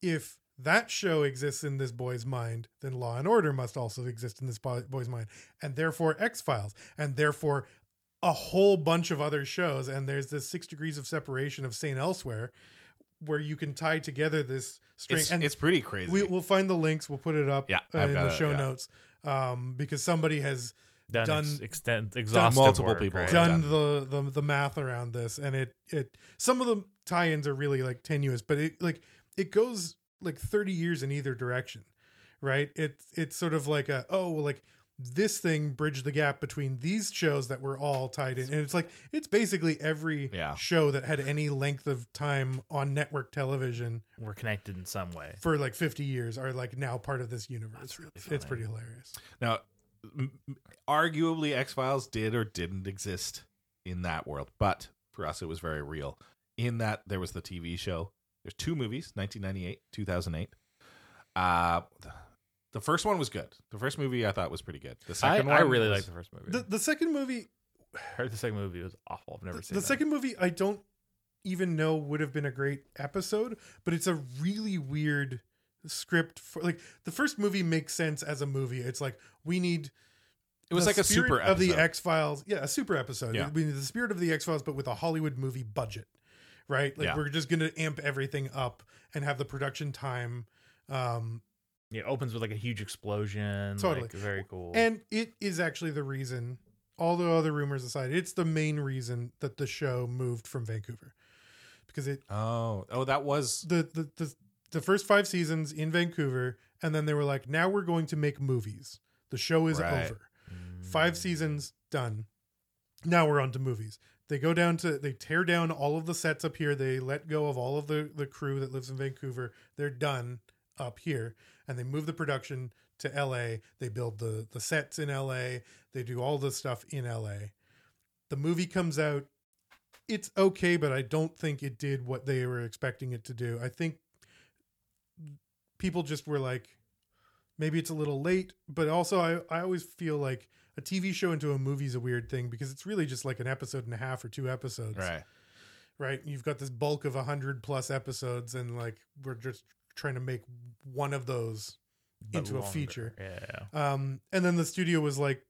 Speaker 3: if that show exists in this boy's mind, then Law and Order must also exist in this bo- boy's mind, and therefore X Files, and therefore a whole bunch of other shows. And there's this six degrees of separation of St. Elsewhere where you can tie together this string.
Speaker 1: It's,
Speaker 3: and
Speaker 1: it's pretty crazy.
Speaker 3: we, we'll find the links, we'll put it up
Speaker 1: Yeah,
Speaker 3: uh,
Speaker 1: I've
Speaker 3: in
Speaker 1: got
Speaker 3: the
Speaker 1: it,
Speaker 3: show
Speaker 1: yeah.
Speaker 3: notes um, because somebody has
Speaker 2: done, ex-
Speaker 3: done-
Speaker 2: extent, exhaustive
Speaker 1: multiple
Speaker 2: work,
Speaker 1: people.
Speaker 2: right?
Speaker 1: Yeah.
Speaker 3: done the, the the math around this and it it some of the tie-ins are really like tenuous but it like it goes like 30 years in either direction right it it's sort of like a oh well like this thing bridged the gap between these shows that were all tied in and it's like it's basically every
Speaker 1: Yeah.
Speaker 3: show that had any length of time on network television
Speaker 2: We're connected in some way.
Speaker 3: for like 50 years are like now part of this universe it's
Speaker 2: funny.
Speaker 3: pretty hilarious
Speaker 1: Now, m- m- arguably, X Files did or didn't exist in that world, but for us, it was very real. In that, there was the TV show. There's two movies, 1998, 2008. Uh, th- the first one was good. The first movie I thought was pretty good. The
Speaker 2: I,
Speaker 1: second one,
Speaker 2: I really
Speaker 1: was-
Speaker 2: like the first movie.
Speaker 3: the, the second movie
Speaker 2: I heard the second movie was awful. I've never
Speaker 3: the
Speaker 2: seen that.
Speaker 3: second movie i don't even know would have been a great episode but it's a really weird script for like the first movie makes sense as a movie it's like we need
Speaker 1: It was
Speaker 3: the
Speaker 1: like a
Speaker 3: spirit
Speaker 1: super
Speaker 3: of the
Speaker 1: episode.
Speaker 3: X Files. Yeah, a super episode.
Speaker 1: Yeah.
Speaker 3: We need the spirit of the X Files, but with a Hollywood movie budget, right? Like
Speaker 1: Yeah.
Speaker 3: we're just gonna amp everything up and have the production time. Um,
Speaker 2: Yeah, it opens with like a huge explosion.
Speaker 3: Totally.
Speaker 2: like, very cool.
Speaker 3: and it is actually the reason. All the other rumors aside, it's the main reason that the show moved from Vancouver because it
Speaker 1: oh, oh, that was
Speaker 3: the the the, the first five seasons in Vancouver, and then they were like, now we're going to make movies. The show is
Speaker 1: Right.
Speaker 3: over.
Speaker 2: Mm.
Speaker 3: Five seasons done. Now we're on to movies. They go down to they tear down all of the sets up here. They let go of all of the the crew that lives in Vancouver. They're done up here, and they move the production to L.A. They build the the sets in L.A. They do all the stuff in L.A. The movie comes out. It's okay, but I don't think it did what they were expecting it to do. I think people just were like, maybe it's a little late, but also I, I always feel like a TV show into a movie is a weird thing because it's really just like an episode and a half or two episodes.
Speaker 1: right.
Speaker 3: Right. You've got this bulk of 100 plus episodes, and like we're just trying to make one of those
Speaker 2: But
Speaker 3: into a
Speaker 2: longer.
Speaker 3: feature.
Speaker 2: Yeah.
Speaker 3: Um, and then the studio was like,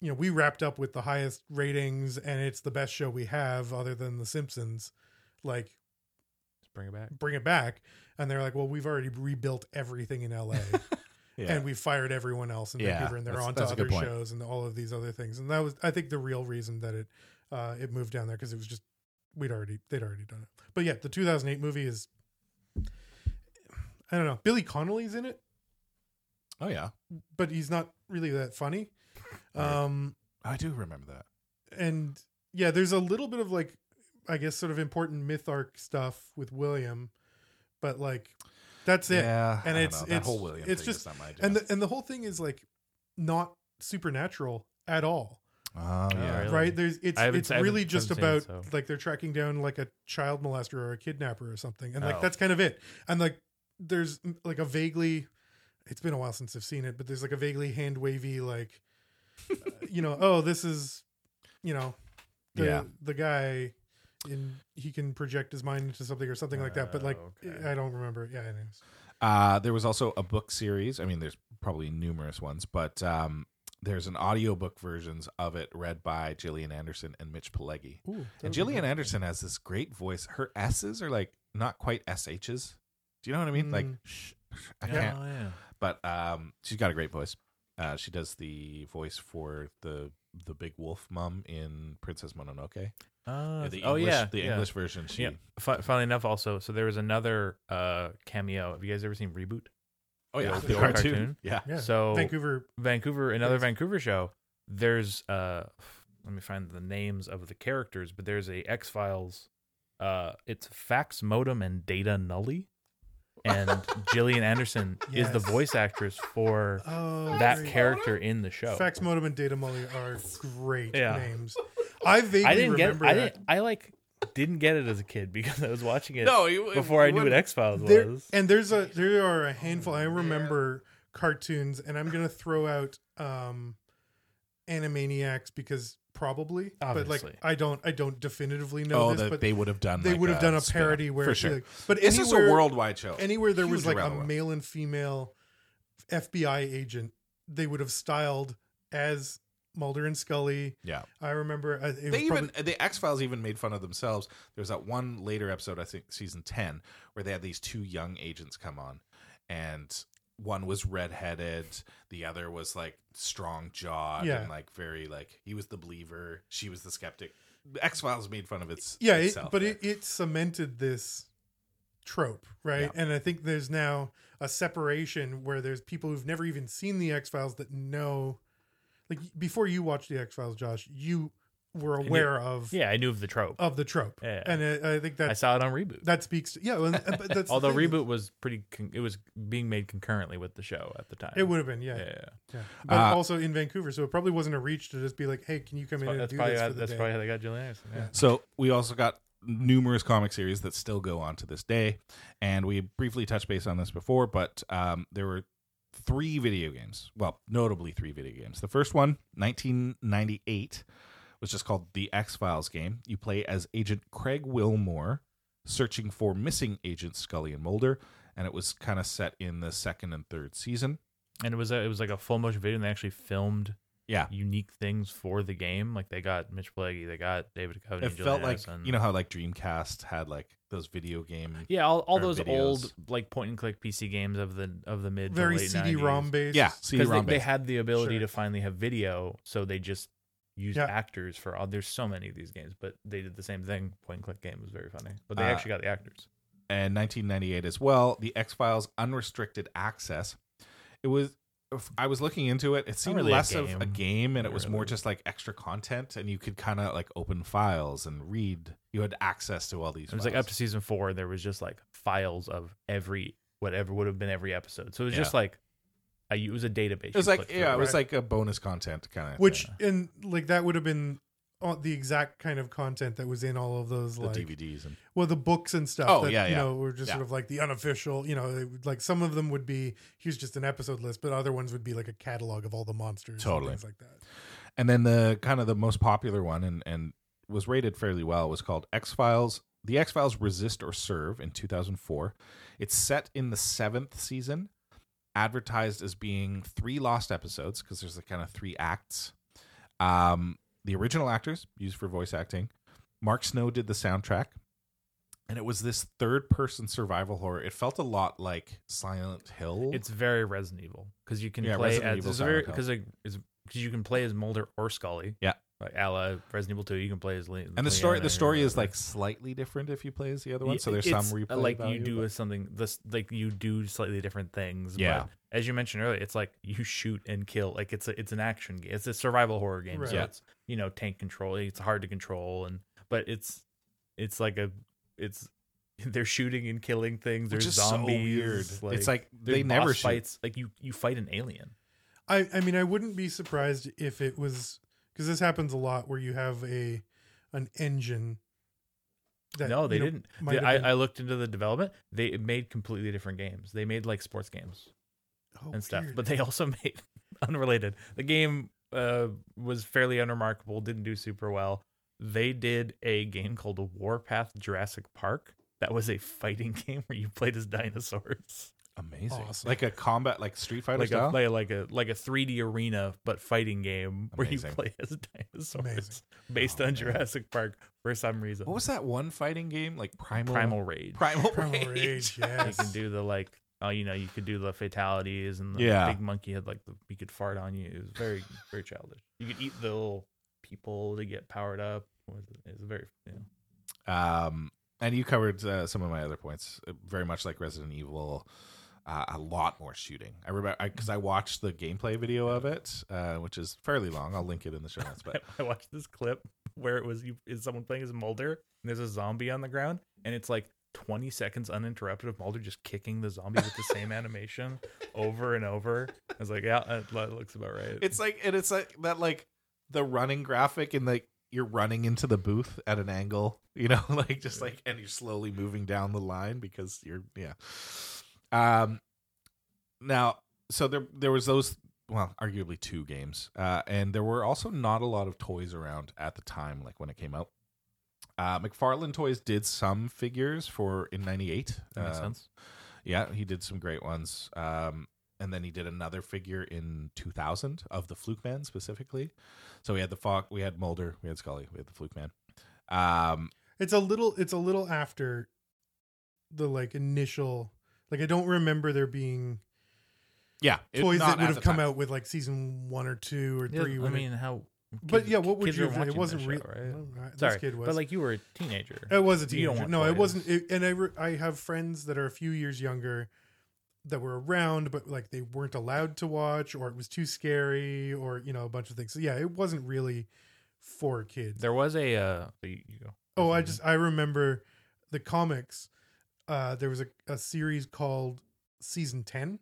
Speaker 3: you know, we wrapped up with the highest ratings and it's the best show we have other than The Simpsons. Like,
Speaker 2: Just bring it back.
Speaker 3: bring it back. And they're like, well, we've already rebuilt everything in LA
Speaker 1: *laughs* Yeah.
Speaker 3: and we fired everyone else in
Speaker 1: Yeah,
Speaker 3: Vancouver and they're
Speaker 1: that's-
Speaker 3: on to
Speaker 1: that's a good
Speaker 3: other
Speaker 1: point.
Speaker 3: shows and all of these other things. And that was, I think, the real reason that it uh, it moved down there because it was just we'd already they'd already done it. But yeah, the 2008 movie is I don't know. Billy Connolly's in it,
Speaker 1: oh yeah,
Speaker 3: but he's not really that funny. Um,
Speaker 1: I do remember that.
Speaker 3: and yeah, there's a little bit of like, I guess, sort of important myth arc stuff with William, but like, that's it.
Speaker 1: Yeah,
Speaker 3: And
Speaker 1: I don't
Speaker 3: it's-
Speaker 1: know.
Speaker 3: it's-
Speaker 1: that whole William
Speaker 3: it's
Speaker 1: thing
Speaker 3: just-
Speaker 1: is not my idea.
Speaker 3: And the, and the whole thing is like not supernatural at all,
Speaker 1: oh yeah,
Speaker 2: really?
Speaker 3: right? There's it's
Speaker 2: I haven't-
Speaker 3: it's
Speaker 2: I haven't-
Speaker 3: really just
Speaker 2: haven't seen
Speaker 3: about
Speaker 2: it, so.
Speaker 3: like they're tracking down like a child molester or a kidnapper or something, and like
Speaker 2: Oh.
Speaker 3: that's kind of it. And like there's mm, like a vaguely, it's been a while since I've seen it, but there's like a vaguely hand wavy like, *laughs* uh, you know, oh this is, you know, the
Speaker 1: Yeah.
Speaker 3: the guy. In, he can project his mind into something or something like that, but like
Speaker 2: Oh, okay.
Speaker 3: I don't remember. Yeah, anyways.
Speaker 1: Uh, there was also a book series. I mean, there's probably numerous ones, but um, there's an audiobook versions of it read by Gillian Anderson and Mitch Pileggi.
Speaker 3: Ooh,
Speaker 2: Oh,
Speaker 1: And Gillian Anderson has this great voice. Her S's are like not quite SH's. Do you know what I mean? Like,
Speaker 3: Mm.
Speaker 1: shh, shh, I
Speaker 2: Oh,
Speaker 1: can't.
Speaker 2: yeah.
Speaker 1: But um, she's got a great voice. Uh, she does the voice for the the big wolf mum in Princess Mononoke.
Speaker 2: Oh,
Speaker 1: the English,
Speaker 2: oh, yeah.
Speaker 1: the
Speaker 2: yeah.
Speaker 1: English version. She
Speaker 2: Yeah. Fu- Funnily enough, also, so there was another uh, cameo. Have you guys ever seen Reboot?
Speaker 1: oh yeah,
Speaker 2: Yeah,
Speaker 1: the,
Speaker 2: the
Speaker 1: cartoon.
Speaker 2: old
Speaker 1: cartoon.
Speaker 2: cartoon.
Speaker 1: Yeah,
Speaker 3: Yeah.
Speaker 2: So
Speaker 3: Vancouver
Speaker 2: Vancouver, another
Speaker 3: Yes.
Speaker 2: Vancouver show. There's uh, let me find the names of the characters, but there's a X Files. Uh, it's Fax Modem and Data Nully,
Speaker 3: *laughs*
Speaker 2: and Gillian Anderson is the
Speaker 3: Yes.
Speaker 2: voice actress for
Speaker 3: Oh,
Speaker 2: that
Speaker 3: great.
Speaker 2: character in the show.
Speaker 3: Fax modem and data molly are great
Speaker 2: Yeah.
Speaker 3: names.
Speaker 2: *laughs*
Speaker 3: I vaguely
Speaker 2: I didn't get.
Speaker 3: remember
Speaker 2: I
Speaker 3: that.
Speaker 2: didn't. I like didn't get it as a kid *laughs* because I was watching it
Speaker 1: No, you-
Speaker 2: before I knew what
Speaker 1: wouldn't-
Speaker 2: X Files
Speaker 3: There,
Speaker 2: was.
Speaker 3: and there's a there are a handful. I remember cartoons, and I'm gonna throw out um, Animaniacs because probably, but
Speaker 2: Obviously.
Speaker 3: like I don't, I don't definitively know
Speaker 1: oh,
Speaker 3: this,
Speaker 1: that
Speaker 3: but
Speaker 1: they would have done.
Speaker 3: they
Speaker 1: like
Speaker 3: would have done
Speaker 2: uh,
Speaker 3: a
Speaker 1: spin-off,
Speaker 3: parody where
Speaker 1: for sure.
Speaker 3: like- but
Speaker 1: this is a
Speaker 3: anywhere-
Speaker 1: worldwide show.
Speaker 3: anywhere there was
Speaker 1: Huge
Speaker 3: like
Speaker 1: around
Speaker 3: a
Speaker 1: the world.
Speaker 3: male and female FBI agent, they would have styled as Mulder and Scully.
Speaker 1: yeah,
Speaker 3: I remember uh, it was
Speaker 1: they even
Speaker 3: probably-
Speaker 1: the X Files even made fun of themselves. There's that one later episode, I think season ten, where they had these two young agents come on, and one was redheaded, the other was like strong jawed
Speaker 3: Yeah.
Speaker 1: and like very like he was the believer, she was the skeptic. X Files made fun of its
Speaker 3: yeah, it,
Speaker 1: itself
Speaker 3: but
Speaker 1: there.
Speaker 3: it, it cemented this trope, right?
Speaker 1: Yeah.
Speaker 3: And I think there's now a separation where there's people who've never even seen the X Files that know, like before you watched the X Files, Josh, you were
Speaker 2: knew-
Speaker 3: aware of
Speaker 2: Yeah, I knew of the trope.
Speaker 3: of the trope,
Speaker 2: Yeah.
Speaker 3: and I, I think
Speaker 2: I
Speaker 3: Oh, that's
Speaker 2: saw it on reboot.
Speaker 3: that speaks to yeah. well, uh,
Speaker 2: *laughs*
Speaker 3: But that's the
Speaker 2: Although
Speaker 3: thing.
Speaker 2: reboot was pretty, con- it was being made concurrently with the show at the time.
Speaker 3: It would have been,
Speaker 2: Yeah,
Speaker 3: yeah.
Speaker 2: yeah.
Speaker 3: Yeah. But
Speaker 1: Uh,
Speaker 3: also in Vancouver, so it probably wasn't a reach to just be like, "Hey, can you come in and
Speaker 2: that's
Speaker 3: do
Speaker 2: probably
Speaker 3: this
Speaker 2: how,
Speaker 3: for the
Speaker 2: that's
Speaker 3: day?"
Speaker 2: probably how they got Gillian Anderson. Yeah.
Speaker 1: So we also got numerous comic series that still go on to this day, and we briefly touched base on this before, but um, there were three video games. Well, notably three video games. The first one, 1998, was just called the X Files game. You play as Agent Craig Wilmore searching for missing agents Scully and Mulder, and it was kind of set in the second and third season.
Speaker 2: And it was a, it was like a full motion video, and they actually filmed
Speaker 1: Yeah.
Speaker 2: unique things for the game. Like they got Mitch Pileggi, they got David Duchovny,
Speaker 1: It
Speaker 2: Gillian
Speaker 1: felt like
Speaker 2: Anderson.
Speaker 1: you know how like Dreamcast had like those video game
Speaker 2: yeah, all, all
Speaker 1: or
Speaker 2: those
Speaker 1: videos.
Speaker 2: old like point and click PC games of the of the mid
Speaker 3: very
Speaker 2: to late
Speaker 3: CD-ROM
Speaker 2: 90s.
Speaker 3: based.
Speaker 1: yeah CD
Speaker 2: because
Speaker 1: ROM
Speaker 2: they, they had the ability
Speaker 3: Sure.
Speaker 2: to finally have video, so they just used
Speaker 3: Yeah.
Speaker 2: actors for all. There's so many of these games, but they did the same thing. Point and click game was very funny, but they
Speaker 1: Uh,
Speaker 2: actually got the actors.
Speaker 1: and 1998 as well. The X Files Unrestricted Access. It was. if I was looking into it. It seemed
Speaker 2: really a
Speaker 1: less of a
Speaker 2: game,
Speaker 1: game, and it was more
Speaker 2: really.
Speaker 1: just like extra content, and you could kind of like open files and read. You had access to all these.
Speaker 2: It was like
Speaker 1: files.
Speaker 2: up to season four. There was just like files of every whatever would have been every episode. So it was
Speaker 1: Yeah.
Speaker 2: just like a, it was a database.
Speaker 1: It was
Speaker 2: you
Speaker 1: like
Speaker 2: clicked
Speaker 1: yeah,
Speaker 2: through.
Speaker 1: it was
Speaker 3: right?
Speaker 1: like a bonus content kind of
Speaker 3: Which and like that would have been all- the exact kind of content that was in all of those
Speaker 1: the
Speaker 3: like
Speaker 1: DVDs and
Speaker 3: well the books and stuff
Speaker 1: Oh,
Speaker 3: that
Speaker 1: yeah,
Speaker 3: you
Speaker 1: yeah.
Speaker 3: know were just
Speaker 1: Yeah.
Speaker 3: sort of like the unofficial you know they would- like some of them would be here's just an episode list but other ones would be like a catalog of all the monsters and
Speaker 1: Totally.
Speaker 3: things like that
Speaker 1: and then the kind of the most popular one and and was rated fairly well was called X Files. The X Files Resist or Serve in 2004. It's set in the seventh season, advertised as being three lost episodes because there's like kind of three acts. Um, the original actors used for voice acting. Mark Snow did the soundtrack, and it was this third person survival horror. It felt a lot like Silent Hill.
Speaker 2: It's very Resident Evil because you can
Speaker 1: Yeah,
Speaker 2: play
Speaker 1: Resident
Speaker 2: as
Speaker 1: Evil
Speaker 2: it's very
Speaker 1: Silent
Speaker 2: because because you can play as Mulder or Scully.
Speaker 1: Yeah.
Speaker 2: like a la Resident Evil Two, you can play as Lee,
Speaker 1: and the story the story is like slightly different if you play as the other one. So there's some replay
Speaker 2: uh, like
Speaker 1: value,
Speaker 2: you do
Speaker 1: but-
Speaker 2: with something this like you do slightly different things.
Speaker 1: Yeah.
Speaker 2: but as you mentioned earlier, it's like you shoot and kill. Like it's a, it's an action game. It's a survival horror game.
Speaker 3: Right.
Speaker 2: So
Speaker 1: Yeah.
Speaker 2: it's you know tank control. It's hard to control and but it's it's like a it's *laughs* they're shooting and killing things.
Speaker 1: Which
Speaker 2: There's
Speaker 1: is so
Speaker 2: zombies.
Speaker 1: weird. It's like
Speaker 2: there's
Speaker 1: they never
Speaker 2: boss
Speaker 1: shoot.
Speaker 2: fights. Like you you fight an alien.
Speaker 3: I I mean I wouldn't be surprised if it was because this happens a lot where you have a an engine that
Speaker 2: no, they
Speaker 3: you know,
Speaker 2: didn't.
Speaker 3: might
Speaker 2: They-
Speaker 3: have been-
Speaker 2: I, I looked into the development. They made completely different games. They made like sports games
Speaker 3: *laughs* oh,
Speaker 2: and stuff,
Speaker 3: weird.
Speaker 2: but they also *laughs* made unrelated. The game uh, was fairly unremarkable. Didn't do super well. They did a game called Warpath Jurassic Park. That was a fighting *laughs* game where you played as dinosaurs,
Speaker 1: Amazing.
Speaker 3: Awesome.
Speaker 1: Like a combat, like Street Fighter
Speaker 2: like a
Speaker 1: style.
Speaker 2: play, like a like a 3D arena but fighting game where you
Speaker 1: Amazing.
Speaker 2: play as dinosaurs
Speaker 3: Amazing.
Speaker 2: based
Speaker 1: Oh,
Speaker 2: on
Speaker 1: man.
Speaker 2: Jurassic Park for some reason.
Speaker 1: what was that one fighting game? Like Primal
Speaker 2: Primal
Speaker 1: *laughs*
Speaker 2: Rage?
Speaker 1: Primal,
Speaker 2: *laughs*
Speaker 3: Primal
Speaker 1: Rage.
Speaker 3: Rage,
Speaker 2: you
Speaker 3: yes.
Speaker 2: can do the like oh you know you could do the fatalities and the
Speaker 1: Yeah.
Speaker 2: big monkey had like the you could fart on you it was very very childish you could eat the little people to get powered up It was- it was very you know. *laughs*
Speaker 1: Um, and you covered uh, some of my other points, uh, very much like Resident Evil. Uh, a lot more shooting. I remember because I, watched the gameplay video of it, uh, which is fairly long. I'll link it in the show notes. But
Speaker 2: I watched this clip where it was you is someone playing as Mulder and there's a zombie on the ground and it's like 20 seconds uninterrupted of Mulder just kicking the zombie with the
Speaker 3: *laughs*
Speaker 2: same animation over and over. I was like, yeah, that that looks about right.
Speaker 1: it's like, and it's like that, like the running graphic, and like you're running into the booth at an angle, you know, *laughs* like just like, and you're slowly moving down the line because you're, yeah. Um, now so there there was those well, arguably two games. Uh, and there were also not a lot of toys around at the time, like when it came out. Uh, McFarlane Toys did some figures for in '98.
Speaker 2: That makes
Speaker 1: Uh,
Speaker 2: sense.
Speaker 1: Yeah, he did some great ones. Um, and then he did another figure in 2000 of the Fluke Man specifically. So we had the Fox, we had Mulder, we had Scully, we had the Fluke Man. Um,
Speaker 3: It's a little it's a little after the like initial like I don't remember there being
Speaker 1: yeah, it-
Speaker 3: toys
Speaker 1: not
Speaker 3: that
Speaker 1: at
Speaker 3: would
Speaker 1: the
Speaker 3: have come
Speaker 1: time.
Speaker 3: out with like season one or two or
Speaker 2: Yeah,
Speaker 3: three.
Speaker 2: I
Speaker 3: when it-
Speaker 2: mean, how?
Speaker 3: but
Speaker 2: kids-
Speaker 3: yeah, what would
Speaker 2: kids
Speaker 3: you?
Speaker 2: are
Speaker 3: Have, it
Speaker 2: watching
Speaker 3: wasn't
Speaker 2: this
Speaker 3: real.
Speaker 2: show, right?
Speaker 3: This kid was.
Speaker 2: but like you were a teenager.
Speaker 3: It was a
Speaker 2: You don't
Speaker 3: teenager.
Speaker 2: want
Speaker 3: No, it
Speaker 2: toys.
Speaker 3: wasn't. It, and I, re- I have friends that are a few years younger that were around, but like they weren't allowed to watch, or it was too scary, or you know a bunch of things. So yeah, it wasn't really for kids.
Speaker 2: there was a. Uh, you you go.
Speaker 3: oh, I just I remember the comics. Uh, there was a, a series called Season Ten,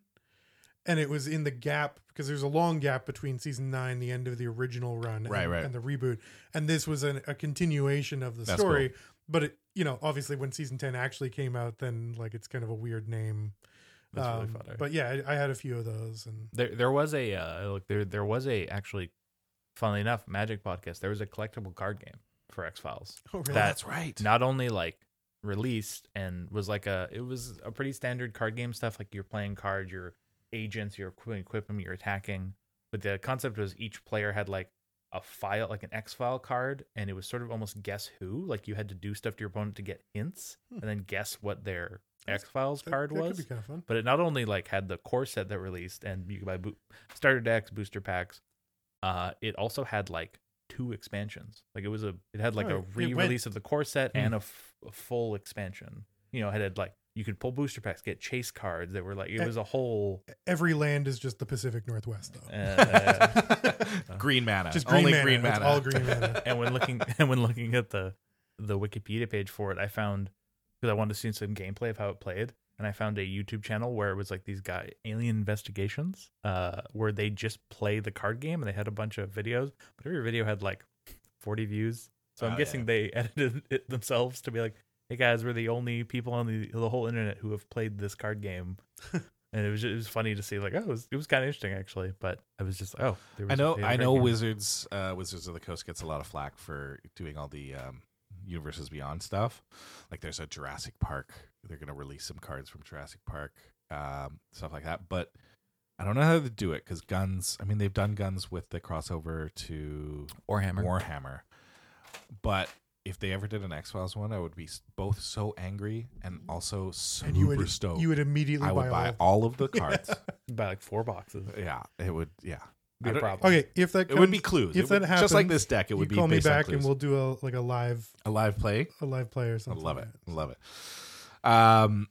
Speaker 3: and it was in the gap because there's a long gap between Season Nine, the end of the original run, and,
Speaker 1: Right, right.
Speaker 3: and the reboot, and this was an, a continuation of the
Speaker 1: That's
Speaker 3: story but it, you know, obviously when season 10 actually came out, then like it's kind of a weird name.
Speaker 2: That's really
Speaker 3: Um,
Speaker 2: funny.
Speaker 3: But yeah, I, I had a few of those and
Speaker 2: There, there was a uh, look. There, there was a actually, funnily enough, Magic podcast. There was a collectible card game for X Files.
Speaker 3: oh,
Speaker 1: Oh,
Speaker 3: really?
Speaker 2: that-
Speaker 1: that's right. *laughs*
Speaker 2: Not only like released and was like a, it was a pretty standard card game stuff. Like you're playing cards, your agents, you're equipping, equip 'em, you're attacking. But the concept was each player had like a file, like an X file card, and it was sort of almost guess who. Like you had to do stuff to your opponent to get hints, and then guess what their
Speaker 3: Hmm. That's-
Speaker 2: X Files
Speaker 3: That-
Speaker 2: card
Speaker 3: that
Speaker 2: was
Speaker 3: could be kind of fun.
Speaker 2: but it not only like had the core set that released and you could buy bo- starter decks booster packs uh it also had like two expansions like it was a it had like
Speaker 3: Right.
Speaker 2: a
Speaker 3: Oh, It went- Hmm.
Speaker 2: re-release of the core set and a, f- a full expansion you know it had like you could pull booster packs get chase cards that were like it
Speaker 3: Eh.
Speaker 2: was a whole
Speaker 3: Every land is just the Pacific Northwest though. *laughs*
Speaker 2: uh,
Speaker 1: green mana.
Speaker 3: Just green
Speaker 1: Only
Speaker 3: mana.
Speaker 1: green
Speaker 3: It's
Speaker 1: mana.
Speaker 3: all green mana.
Speaker 2: and when looking *laughs* and when looking at the the Wikipedia page for it, I found because I wanted to see some gameplay of how it played, and I found a YouTube channel where it was like these guy alien investigations, uh, where they just play the card game, and they had a bunch of videos, but every video had like forty views. So I'm
Speaker 1: Oh,
Speaker 2: guessing
Speaker 1: yeah.
Speaker 2: they *laughs* edited it themselves to be like, "Hey guys, we're the only people on the the whole internet who have played this card
Speaker 1: *laughs*
Speaker 2: game." And it was just, it was funny to see like oh it was, it was kind of interesting actually but I was just oh there was
Speaker 1: I
Speaker 2: a-
Speaker 1: know.
Speaker 2: they had a
Speaker 1: I
Speaker 2: great
Speaker 1: know.
Speaker 2: game.
Speaker 1: Wizards, uh, Wizards of the Coast gets a lot of flack for doing all the um, universes beyond stuff. Like, there's a Jurassic Park. They're going to release some cards from Jurassic Park, um, stuff like that. But I don't know how to do it because guns. I mean, they've done guns with the crossover to
Speaker 2: Warhammer
Speaker 1: Warhammer, but. If they ever did an X Files one, I would be s- both so angry and also super
Speaker 3: and you would
Speaker 1: stoked.
Speaker 3: you would immediately
Speaker 1: I would
Speaker 3: buy,
Speaker 1: buy
Speaker 3: all all.
Speaker 1: all
Speaker 3: *laughs*
Speaker 1: of the cards.
Speaker 2: by like four boxes
Speaker 1: yeah, it would. Yeah, I
Speaker 2: be a
Speaker 1: don't-
Speaker 2: problem.
Speaker 3: Okay, if that
Speaker 1: It would be
Speaker 3: comes-
Speaker 1: clues. It
Speaker 3: If
Speaker 1: would-
Speaker 3: that
Speaker 1: just like
Speaker 3: happens,
Speaker 1: this deck, it would
Speaker 3: you
Speaker 1: be
Speaker 3: call me
Speaker 1: based on
Speaker 3: back and
Speaker 1: clues.
Speaker 3: we'll do a like a live
Speaker 1: a live play.
Speaker 3: a live play or
Speaker 1: I
Speaker 3: something.
Speaker 1: love
Speaker 3: like
Speaker 1: it.
Speaker 3: that.
Speaker 1: Love it. Um,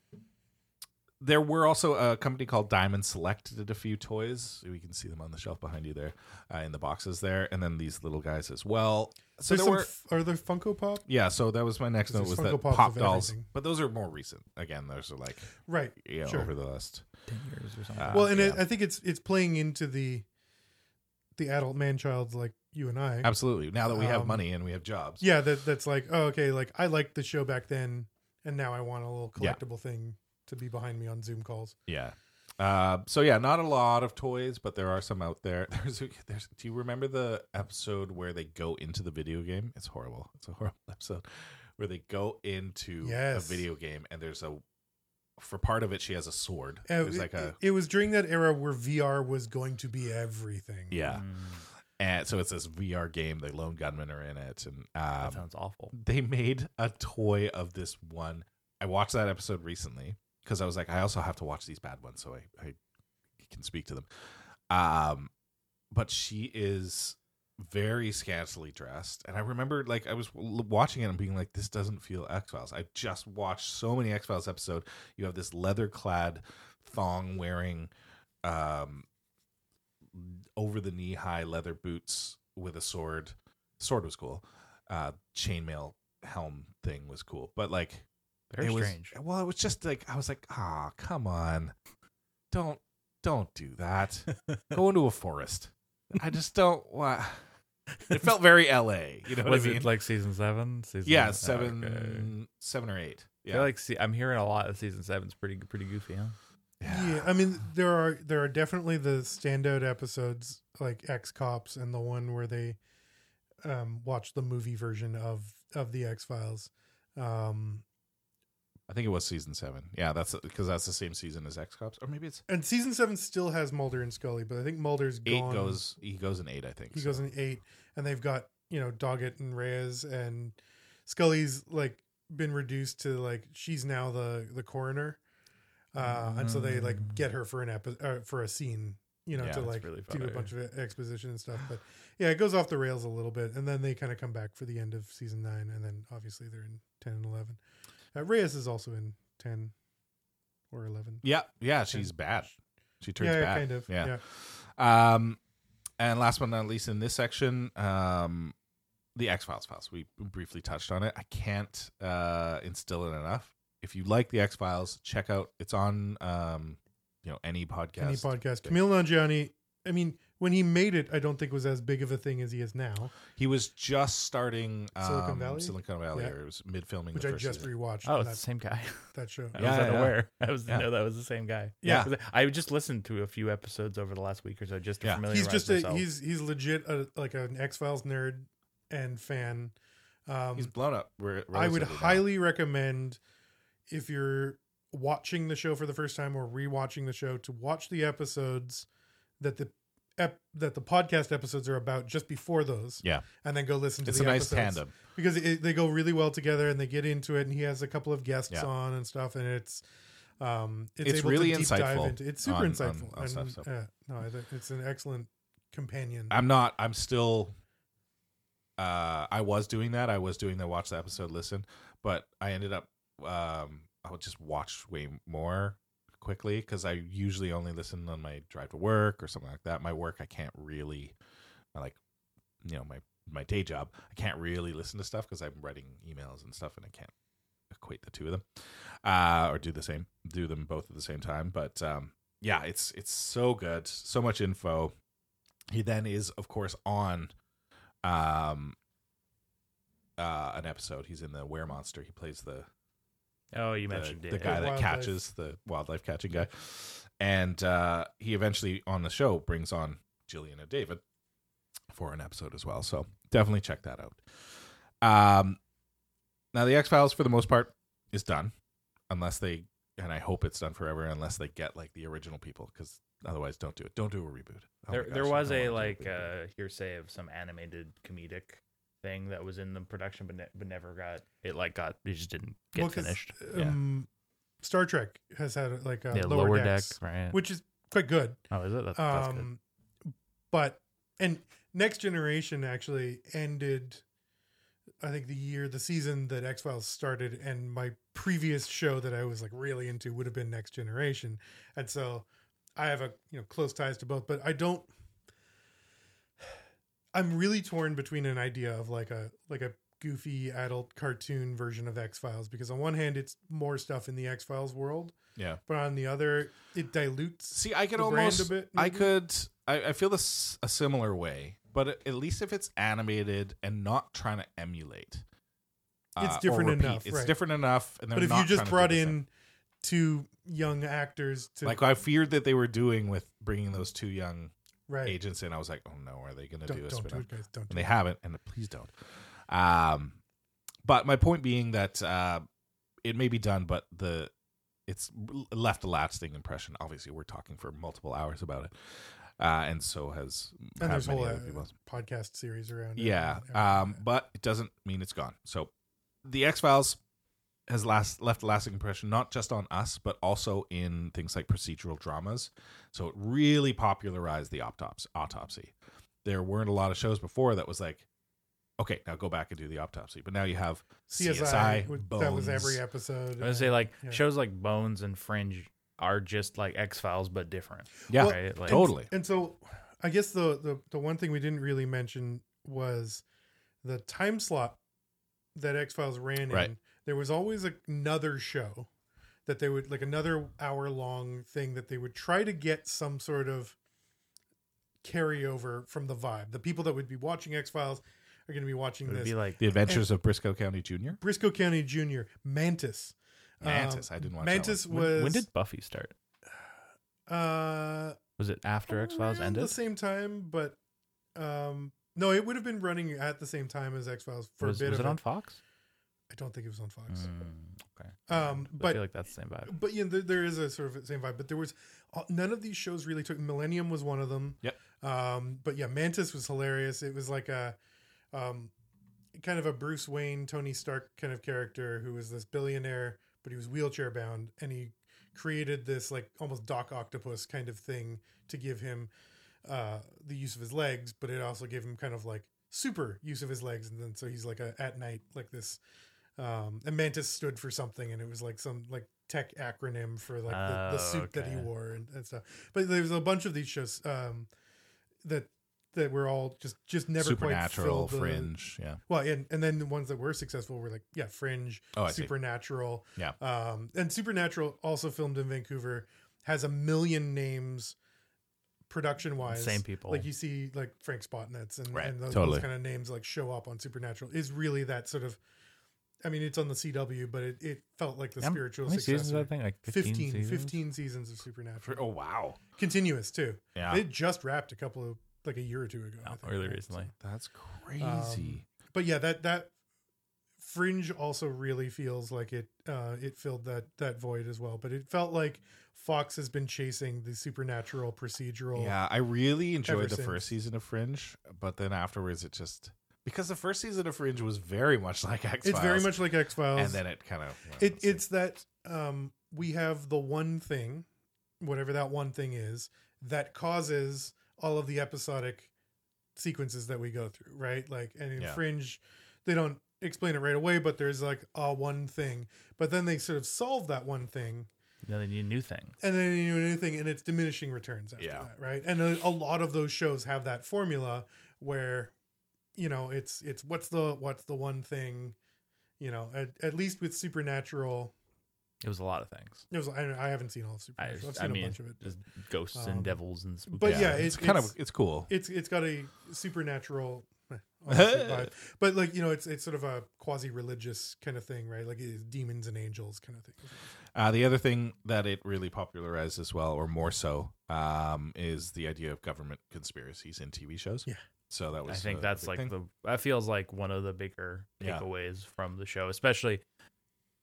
Speaker 1: there were also a company called Diamond Select did a few toys. We can see them on the shelf behind you there, uh, in the boxes there, and then these little guys as well. So there
Speaker 3: There's some
Speaker 1: were.
Speaker 3: f- are there Funko Pop?
Speaker 1: yeah, so that was my next
Speaker 3: There's
Speaker 1: note was
Speaker 3: Funko
Speaker 1: that
Speaker 3: Pops of
Speaker 1: pop dolls,
Speaker 3: everything.
Speaker 1: but those are more recent. Again, those are like
Speaker 3: Right.
Speaker 1: yeah
Speaker 3: Sure.
Speaker 1: over the last.
Speaker 2: 10 years or something.
Speaker 1: Uh,
Speaker 3: well, and
Speaker 1: yeah.
Speaker 3: it, I think it's it's playing into the the adult man child's like you and I.
Speaker 1: Absolutely. Now that we have
Speaker 3: Um,
Speaker 1: money and we have jobs,
Speaker 3: Yeah, that that's like, oh, okay, like I liked the show back then, and now I want a little
Speaker 1: Yeah.
Speaker 3: collectible thing to be behind me on Zoom calls.
Speaker 1: Yeah. Uh, so yeah, not a lot of toys, but there are some out there. *laughs* There's, there's. Do you remember the episode where they go into the video game? It's horrible. It's a horrible *laughs* episode where they go into
Speaker 3: Yes.
Speaker 1: a video game and there's a. For part of it, she has a sword.
Speaker 3: Uh,
Speaker 1: There's like a
Speaker 3: it, it was during that era where VR was going to be everything.
Speaker 1: yeah,
Speaker 2: Mm,
Speaker 1: and so it's this VR game. The lone gunmen are in it, and
Speaker 2: that
Speaker 1: um,
Speaker 2: sounds awful.
Speaker 1: they made a toy of this one. I watched that episode recently because I was like, I also have to watch these bad ones, so I, I can speak to them. Um, but she is very scantily dressed, and I remember like I was l- watching it and being like, this doesn't feel X Files. I just watched so many X Files episode. You have this leather clad, thong wearing, um, over the knee high leather boots with a sword. Sword was cool uh chainmail helm thing was cool but like
Speaker 2: Very
Speaker 1: it was- *laughs*
Speaker 2: strange. *laughs*
Speaker 1: well it was just like i was like ah come on don't don't do
Speaker 3: *laughs*
Speaker 1: that go into a forest i just don't want it felt very la you know what
Speaker 2: was
Speaker 1: i mean
Speaker 2: it like season seven? Season
Speaker 1: *laughs* yeah
Speaker 2: oh,
Speaker 1: seven
Speaker 2: okay.
Speaker 1: seven or eight
Speaker 2: I
Speaker 1: yeah
Speaker 2: feel like see, I'm hearing a lot of season seven's pretty pretty goofy, huh?
Speaker 3: Yeah, I mean there are there are definitely the standout episodes like X Cops and the one where they um watch the movie version of of the X Files. Um
Speaker 1: I think it was season seven. Yeah, that's because that's the same season as X Cops, or maybe it's
Speaker 3: and season 7 still has Mulder and Scully, but I think Mulder's
Speaker 1: eight
Speaker 3: gone.
Speaker 1: goes. He goes in eight, I think.
Speaker 3: he
Speaker 1: so.
Speaker 3: goes in 8 and they've got, you know, Doggett and Reyes and Scully's like been reduced to like she's now the the coroner. Uh, and so they like get her for an epi- uh, for a scene, you know,
Speaker 1: Mm. Yeah,
Speaker 3: to
Speaker 1: that's
Speaker 3: like
Speaker 2: really
Speaker 3: do a
Speaker 2: funny.
Speaker 3: bunch of e-, exposition and stuff. But yeah, it goes off the rails a little bit, and then they kind of come back for the end of season nine, and then obviously they're in ten and eleven. Uh, Reyes is also in ten or eleven.
Speaker 1: Yeah, yeah, she's bad. She turns
Speaker 3: yeah,
Speaker 1: bad.
Speaker 3: kind of.
Speaker 1: Yeah.
Speaker 3: yeah.
Speaker 1: Um, and last but not least, in this section, um, the X Files files. We briefly touched on it. I can't uh, instill it enough. If you like the X Files, check out. It's on, um, you know, any podcast.
Speaker 3: Any podcast. Camille Nanjiani. I mean, when he made it, I don't think was as big of a thing as he is now,
Speaker 1: He was just starting um,
Speaker 3: Silicon Valley?
Speaker 1: Silicon Valley,
Speaker 3: Yeah.
Speaker 1: or it was mid filming.
Speaker 3: which I just rewatched.
Speaker 2: Oh, it's the
Speaker 3: that,
Speaker 2: same guy. *laughs*
Speaker 3: that show.
Speaker 2: I
Speaker 1: Yeah,
Speaker 2: was
Speaker 1: yeah, yeah.
Speaker 2: unaware. I was
Speaker 1: Yeah.
Speaker 2: know that was the same guy.
Speaker 1: Yeah.
Speaker 2: 'cause I just listened to a few episodes over the last week or so just to
Speaker 1: Yeah.
Speaker 2: familiarize
Speaker 3: he's just a,
Speaker 2: myself.
Speaker 3: he's he's legit a, like an X Files nerd and fan. Um,
Speaker 1: He's blown up. re-
Speaker 3: I would
Speaker 1: relatively now.
Speaker 3: highly recommend if you're watching the show for the first time or rewatching the show to watch the episodes that the ep- that the podcast episodes are about just before those.
Speaker 1: Yeah.
Speaker 3: and then go listen to
Speaker 1: It's a
Speaker 3: the
Speaker 1: nice
Speaker 3: episodes
Speaker 1: tandem.
Speaker 3: because it, they go really well together and they get into it. And he has a couple of guests
Speaker 1: Yeah.
Speaker 3: on and stuff, and it's. Um, it's,
Speaker 1: It's
Speaker 3: able
Speaker 1: really
Speaker 3: to deep dive
Speaker 1: insightful
Speaker 3: into it's super
Speaker 1: on- on-
Speaker 3: insightful.
Speaker 1: on stuff,
Speaker 3: and,
Speaker 1: so.
Speaker 3: uh, no, I think it's an excellent companion.
Speaker 1: I'm not. I'm still. Uh, I was doing that. I was doing the watch the episode, listen, but I ended up. Um, I would just watch way more quickly because I usually only listen on my drive to work or something like that. My work, I can't really, I like, you know, my my day job, I can't really listen to stuff because I'm writing emails and stuff, and I can't equate the two of them, uh, or do the same, do them both at the same time. But um, yeah, it's it's so good, so much info he then is of course on um uh an episode he's in the were monster he plays the
Speaker 2: oh, you
Speaker 1: the,
Speaker 2: mentioned
Speaker 1: the
Speaker 2: it.
Speaker 1: guy that
Speaker 3: Wildlife.
Speaker 1: catches the wildlife catching guy and uh he eventually on the show brings on jillian and david for an episode as well so definitely check that out um now the x-files for the most part is done unless they and i hope it's done forever unless they get like the original people because otherwise don't do it don't do a reboot Oh my
Speaker 2: there, there
Speaker 1: gosh, I
Speaker 2: was
Speaker 1: don't wanna
Speaker 2: a
Speaker 1: do
Speaker 2: like
Speaker 1: reboot.
Speaker 2: uh, hearsay of some animated comedic thing that was in the production, but, ne- but never got it. Like got it just didn't get
Speaker 3: Well, 'cause,
Speaker 2: finished.
Speaker 1: Yeah.
Speaker 3: Um, Star Trek has had like a
Speaker 2: yeah,
Speaker 3: uh, lower, deck,
Speaker 2: right?
Speaker 3: which is quite good.
Speaker 2: oh, is it? That's, that's good.
Speaker 3: Um, but and Next Generation actually ended, I think the year, the season that X Files started, and my previous show that I was like really into would have been Next Generation, and so I have a you know close ties to both, but I don't. I'm really torn between an idea of like a like a goofy adult cartoon version of X Files because on one hand it's more stuff in the X Files world,
Speaker 1: yeah
Speaker 3: but on the other it dilutes
Speaker 1: See, I could
Speaker 3: the brand
Speaker 1: almost,
Speaker 3: a bit,
Speaker 1: I
Speaker 3: maybe?
Speaker 1: could, I, I feel this a similar way, but at least if it's animated and not trying to emulate, uh,
Speaker 3: It's
Speaker 1: or
Speaker 3: different
Speaker 1: repeat,
Speaker 3: enough,
Speaker 1: It's
Speaker 3: right.
Speaker 1: different enough, and they're
Speaker 3: but if you
Speaker 1: not
Speaker 3: just
Speaker 1: trying to do the
Speaker 3: brought
Speaker 1: same.
Speaker 3: in two young actors to
Speaker 1: like I feared that they were doing with bringing those two young
Speaker 3: right,
Speaker 1: agents in, I was like, oh no, are they going to
Speaker 3: don't,
Speaker 1: do a
Speaker 3: don't do
Speaker 1: spin-off?
Speaker 3: it, guys, don't
Speaker 1: and
Speaker 3: do
Speaker 1: they
Speaker 3: it.
Speaker 1: haven't, and please don't. Um, but my point being that uh, it may be done, but the it's left a lasting impression. Obviously, we're talking for multiple hours about it, uh, and so has
Speaker 3: And
Speaker 1: have
Speaker 3: there's
Speaker 1: many
Speaker 3: whole
Speaker 1: other
Speaker 3: uh,
Speaker 1: people.
Speaker 3: podcast series around. it
Speaker 1: Yeah,
Speaker 3: and uh, everything
Speaker 1: um,
Speaker 3: like that.
Speaker 1: but it doesn't mean it's gone. So the X Files has last left a lasting impression not just on us, but also in things like procedural dramas. So it really popularized the optops autopsy. There weren't a lot of shows before that was like, okay, now go back and do the autopsy. But now you have CSI,
Speaker 3: would-
Speaker 1: Bones,
Speaker 3: that was every episode.
Speaker 2: I would
Speaker 3: and-
Speaker 2: say like
Speaker 3: yeah.
Speaker 2: shows like Bones and Fringe are just like X Files but different.
Speaker 1: Yeah,
Speaker 2: right? Like,
Speaker 1: totally.
Speaker 3: And so, I guess the, the the one thing we didn't really mention was the time slot that X Files ran
Speaker 1: Right.
Speaker 3: in. There was always another show that they would like another hour long thing that they would try to get some sort of carryover from the vibe. The people that would be watching X Files are going to be watching
Speaker 2: It would
Speaker 3: this.
Speaker 2: be like
Speaker 1: The Adventures of Briscoe County Jr.
Speaker 3: Briscoe County Jr. Mantis. Um,
Speaker 1: Mantis, I didn't watch. that
Speaker 3: Mantis
Speaker 1: one.
Speaker 2: when,
Speaker 3: was
Speaker 2: when did Buffy start?
Speaker 3: Uh,
Speaker 2: Was it after X Files
Speaker 3: around
Speaker 2: ended?
Speaker 3: Mm, the same time, but um, no, it would have been running at the same time as X Files for
Speaker 2: was
Speaker 3: a bit
Speaker 2: was
Speaker 3: of
Speaker 2: it on Fox?
Speaker 3: I don't think it was on Fox.
Speaker 2: Mm, okay.
Speaker 3: Um,
Speaker 2: I
Speaker 3: but
Speaker 2: feel like that's the same vibe.
Speaker 3: but you know, there, there is a sort of same vibe. But there was uh, none of these shows really took. Millennium was one of them.
Speaker 1: Yep.
Speaker 3: Um, but yeah, Mantis was hilarious. It was like a, um, kind of a Bruce Wayne, Tony Stark kind of character who was this billionaire, but he was wheelchair bound, and he created this like almost Doc Octopus kind of thing to give him uh, the use of his legs, but it also gave him kind of like super use of his legs, and then so he's like a, at night like this. Um, and Mantis stood for something, and it was like some like tech acronym for like the,
Speaker 2: Oh,
Speaker 3: the suit that he
Speaker 2: okay.
Speaker 3: wore and, and stuff. But there was a bunch of these shows um, that that were all just just never quite
Speaker 1: Supernatural,
Speaker 3: filled the-
Speaker 1: Fringe. Yeah.
Speaker 3: well, and and then the ones that were successful were like yeah, Fringe,
Speaker 1: Oh, I see.
Speaker 3: Supernatural,
Speaker 1: Yeah.
Speaker 3: um, and Supernatural also filmed in Vancouver has a million names production wise.
Speaker 2: Same people.
Speaker 3: Like you see like Frank Spotnitz and,
Speaker 1: Right,
Speaker 3: and those,
Speaker 1: totally.
Speaker 3: those kind of names like show up on Supernatural is really that sort of I mean it's on the CW, but it, it felt like the
Speaker 2: How m-
Speaker 3: spiritual
Speaker 2: How many seasons is
Speaker 3: successor.
Speaker 2: that thing? Like 15,
Speaker 3: 15,
Speaker 2: seasons?
Speaker 3: 15 seasons of
Speaker 1: For-
Speaker 3: Supernatural.
Speaker 1: oh wow.
Speaker 3: Continuous too.
Speaker 1: Yeah.
Speaker 3: They just wrapped a couple of like a year or two ago. I
Speaker 2: No,
Speaker 3: think,
Speaker 2: Oh, really
Speaker 3: right?
Speaker 2: recently.
Speaker 3: Um,
Speaker 1: That's crazy.
Speaker 3: but yeah, that that Fringe also really feels like it uh, it filled that that void as well. But it felt like Fox has been chasing the supernatural procedural.
Speaker 1: Yeah, I really
Speaker 3: Ever
Speaker 1: enjoyed the
Speaker 3: since.
Speaker 1: first season of Fringe, but then afterwards it just because the first season of Fringe was very much *laughs* like X Files.
Speaker 3: it's very much like X Files.
Speaker 1: and then it kind of
Speaker 3: it it's that um, we have the one thing, whatever that one thing is, that causes all of the episodic sequences that we go through, right? Like, and in
Speaker 1: Yeah.
Speaker 3: Fringe, they don't explain it right away, but there's like a one thing, but then they sort of solve that one thing,
Speaker 2: Now they need a new thing.
Speaker 3: and then you know anything, and it's diminishing returns after
Speaker 1: Yeah.
Speaker 3: that, right? And a, a lot of those shows have that formula where, you know, it's it's what's the what's the one thing, you know, at, at least with Supernatural.
Speaker 2: It was a lot of things.
Speaker 3: It was. I, I haven't seen all of
Speaker 2: I,
Speaker 3: Supernatural. I, have
Speaker 2: I
Speaker 3: seen
Speaker 2: mean,
Speaker 3: a bunch of it.
Speaker 2: just ghosts and
Speaker 3: Um,
Speaker 2: devils and spooky
Speaker 3: but yeah,
Speaker 2: stuff.
Speaker 1: it's,
Speaker 3: it's-
Speaker 1: kind of
Speaker 3: it's-
Speaker 1: it's cool.
Speaker 3: It's it's got a supernatural, *laughs* eh,
Speaker 2: *laughs*
Speaker 3: obviously, vibe. but like you know, it's it's sort of a quasi religious kind of thing, right? Like it's demons and angels kind of thing.
Speaker 1: Uh, the other thing that it really popularized as well, or more so, um, is the idea of government conspiracies in TV shows.
Speaker 3: Yeah.
Speaker 1: So that
Speaker 2: I
Speaker 1: was.
Speaker 2: think
Speaker 1: a- a
Speaker 2: that's
Speaker 1: big
Speaker 2: like
Speaker 1: thing.
Speaker 2: the that feels like one of the bigger
Speaker 1: Yeah.
Speaker 2: takeaways from the show, especially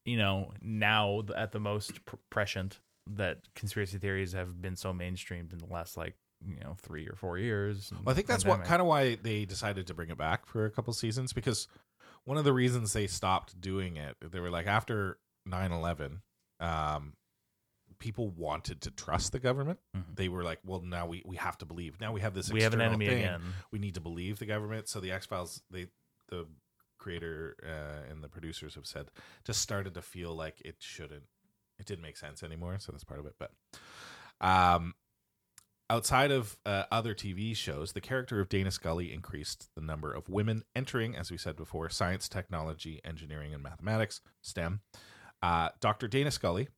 Speaker 2: you know now th- at the most pr- prescient that conspiracy theories have been so mainstreamed in the last like you know three or four years.
Speaker 1: Well, I think that's what kind of why they decided to bring it back for a couple seasons because one of the reasons they stopped doing it, they were like after 9/11, um, people wanted to trust the government.
Speaker 2: Mhm.
Speaker 1: They were like, well, now we we have to believe. Now we have this.
Speaker 2: we have an
Speaker 1: external
Speaker 2: enemy
Speaker 1: thing.
Speaker 2: again.
Speaker 1: We need to believe the government. So the X Files, they the creator uh, and the producers have said, just started to feel like it shouldn't. It didn't make sense anymore. So that's part of it. But um, outside of uh, other TV shows, the character of Dana Scully increased the number of women entering, as we said before, science, technology, engineering, and mathematics, STEM. Uh, Dr. Dana Scully,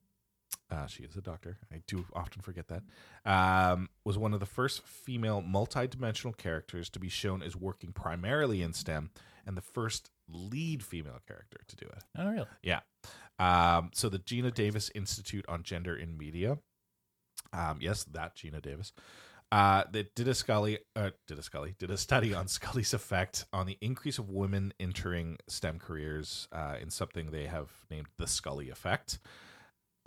Speaker 1: uh, she is a doctor. I do often forget that. Um, was one of the first female multidimensional characters to be shown as working primarily in STEM and the first lead female character to do it.
Speaker 2: Oh really?
Speaker 1: Yeah. Um, so the Gina Davis Institute on Gender in Media. Um, yes, that Gina Davis. Uh, that did a Scully, uh, did a Scully, did a study on *laughs* Scully's effect on the increase of women entering STEM careers uh, in something they have named the Scully effect.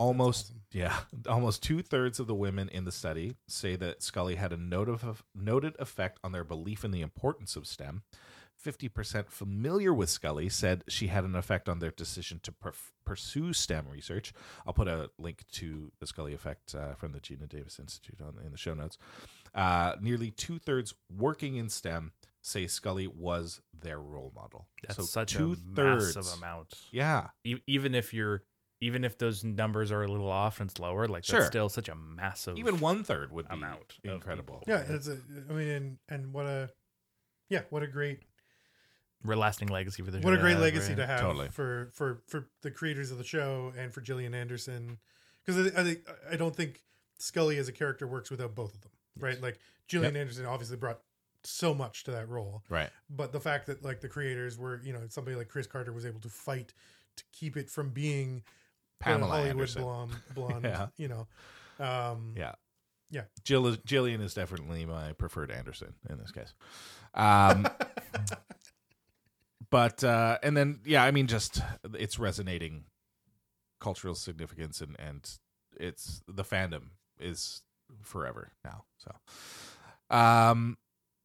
Speaker 1: Almost
Speaker 3: Awesome.
Speaker 1: yeah, almost two thirds of the women in the study say that Scully had a note of, noted effect on their belief in the importance of STEM. 50% familiar with Scully said she had an effect on their decision to per- pursue STEM research. I'll put a link to the Scully effect uh, from the Gina Davis Institute on, in the show notes. Uh, nearly two thirds working in STEM say Scully was their role model.
Speaker 2: That's
Speaker 1: so
Speaker 2: such a
Speaker 1: two-thirds.
Speaker 2: massive amount.
Speaker 1: Yeah.
Speaker 2: E- even if you're even if those numbers are a little off and it's lower, like
Speaker 1: Sure.
Speaker 2: that's still such a massive
Speaker 1: Even one third would be
Speaker 2: Amount of
Speaker 1: incredible.
Speaker 2: people.
Speaker 3: Yeah, it's a, I mean, and, and what a yeah, what a great
Speaker 2: re- lasting legacy for the
Speaker 3: what a
Speaker 2: show
Speaker 3: great
Speaker 2: have,
Speaker 3: legacy
Speaker 2: right?
Speaker 3: to have
Speaker 1: Totally.
Speaker 3: for for for the creators of the show and for Gillian Anderson because I, I think I don't think Scully as a character works without both of them right like Gillian Anderson obviously brought so much to that role
Speaker 1: Right.
Speaker 3: but the fact that like the creators were you know somebody like Chris Carter was able to fight to keep it from being the
Speaker 1: Pamela *laughs*
Speaker 3: Hollywood
Speaker 1: Anderson.
Speaker 3: blonde blonde
Speaker 1: Yeah.
Speaker 3: you know um
Speaker 1: Yeah.
Speaker 3: Yeah.
Speaker 1: Jill is, Jillian is definitely my preferred Anderson in this case. Um, but uh, and then yeah, I mean, just it's resonating cultural significance and and it's the fandom is forever now. So, um,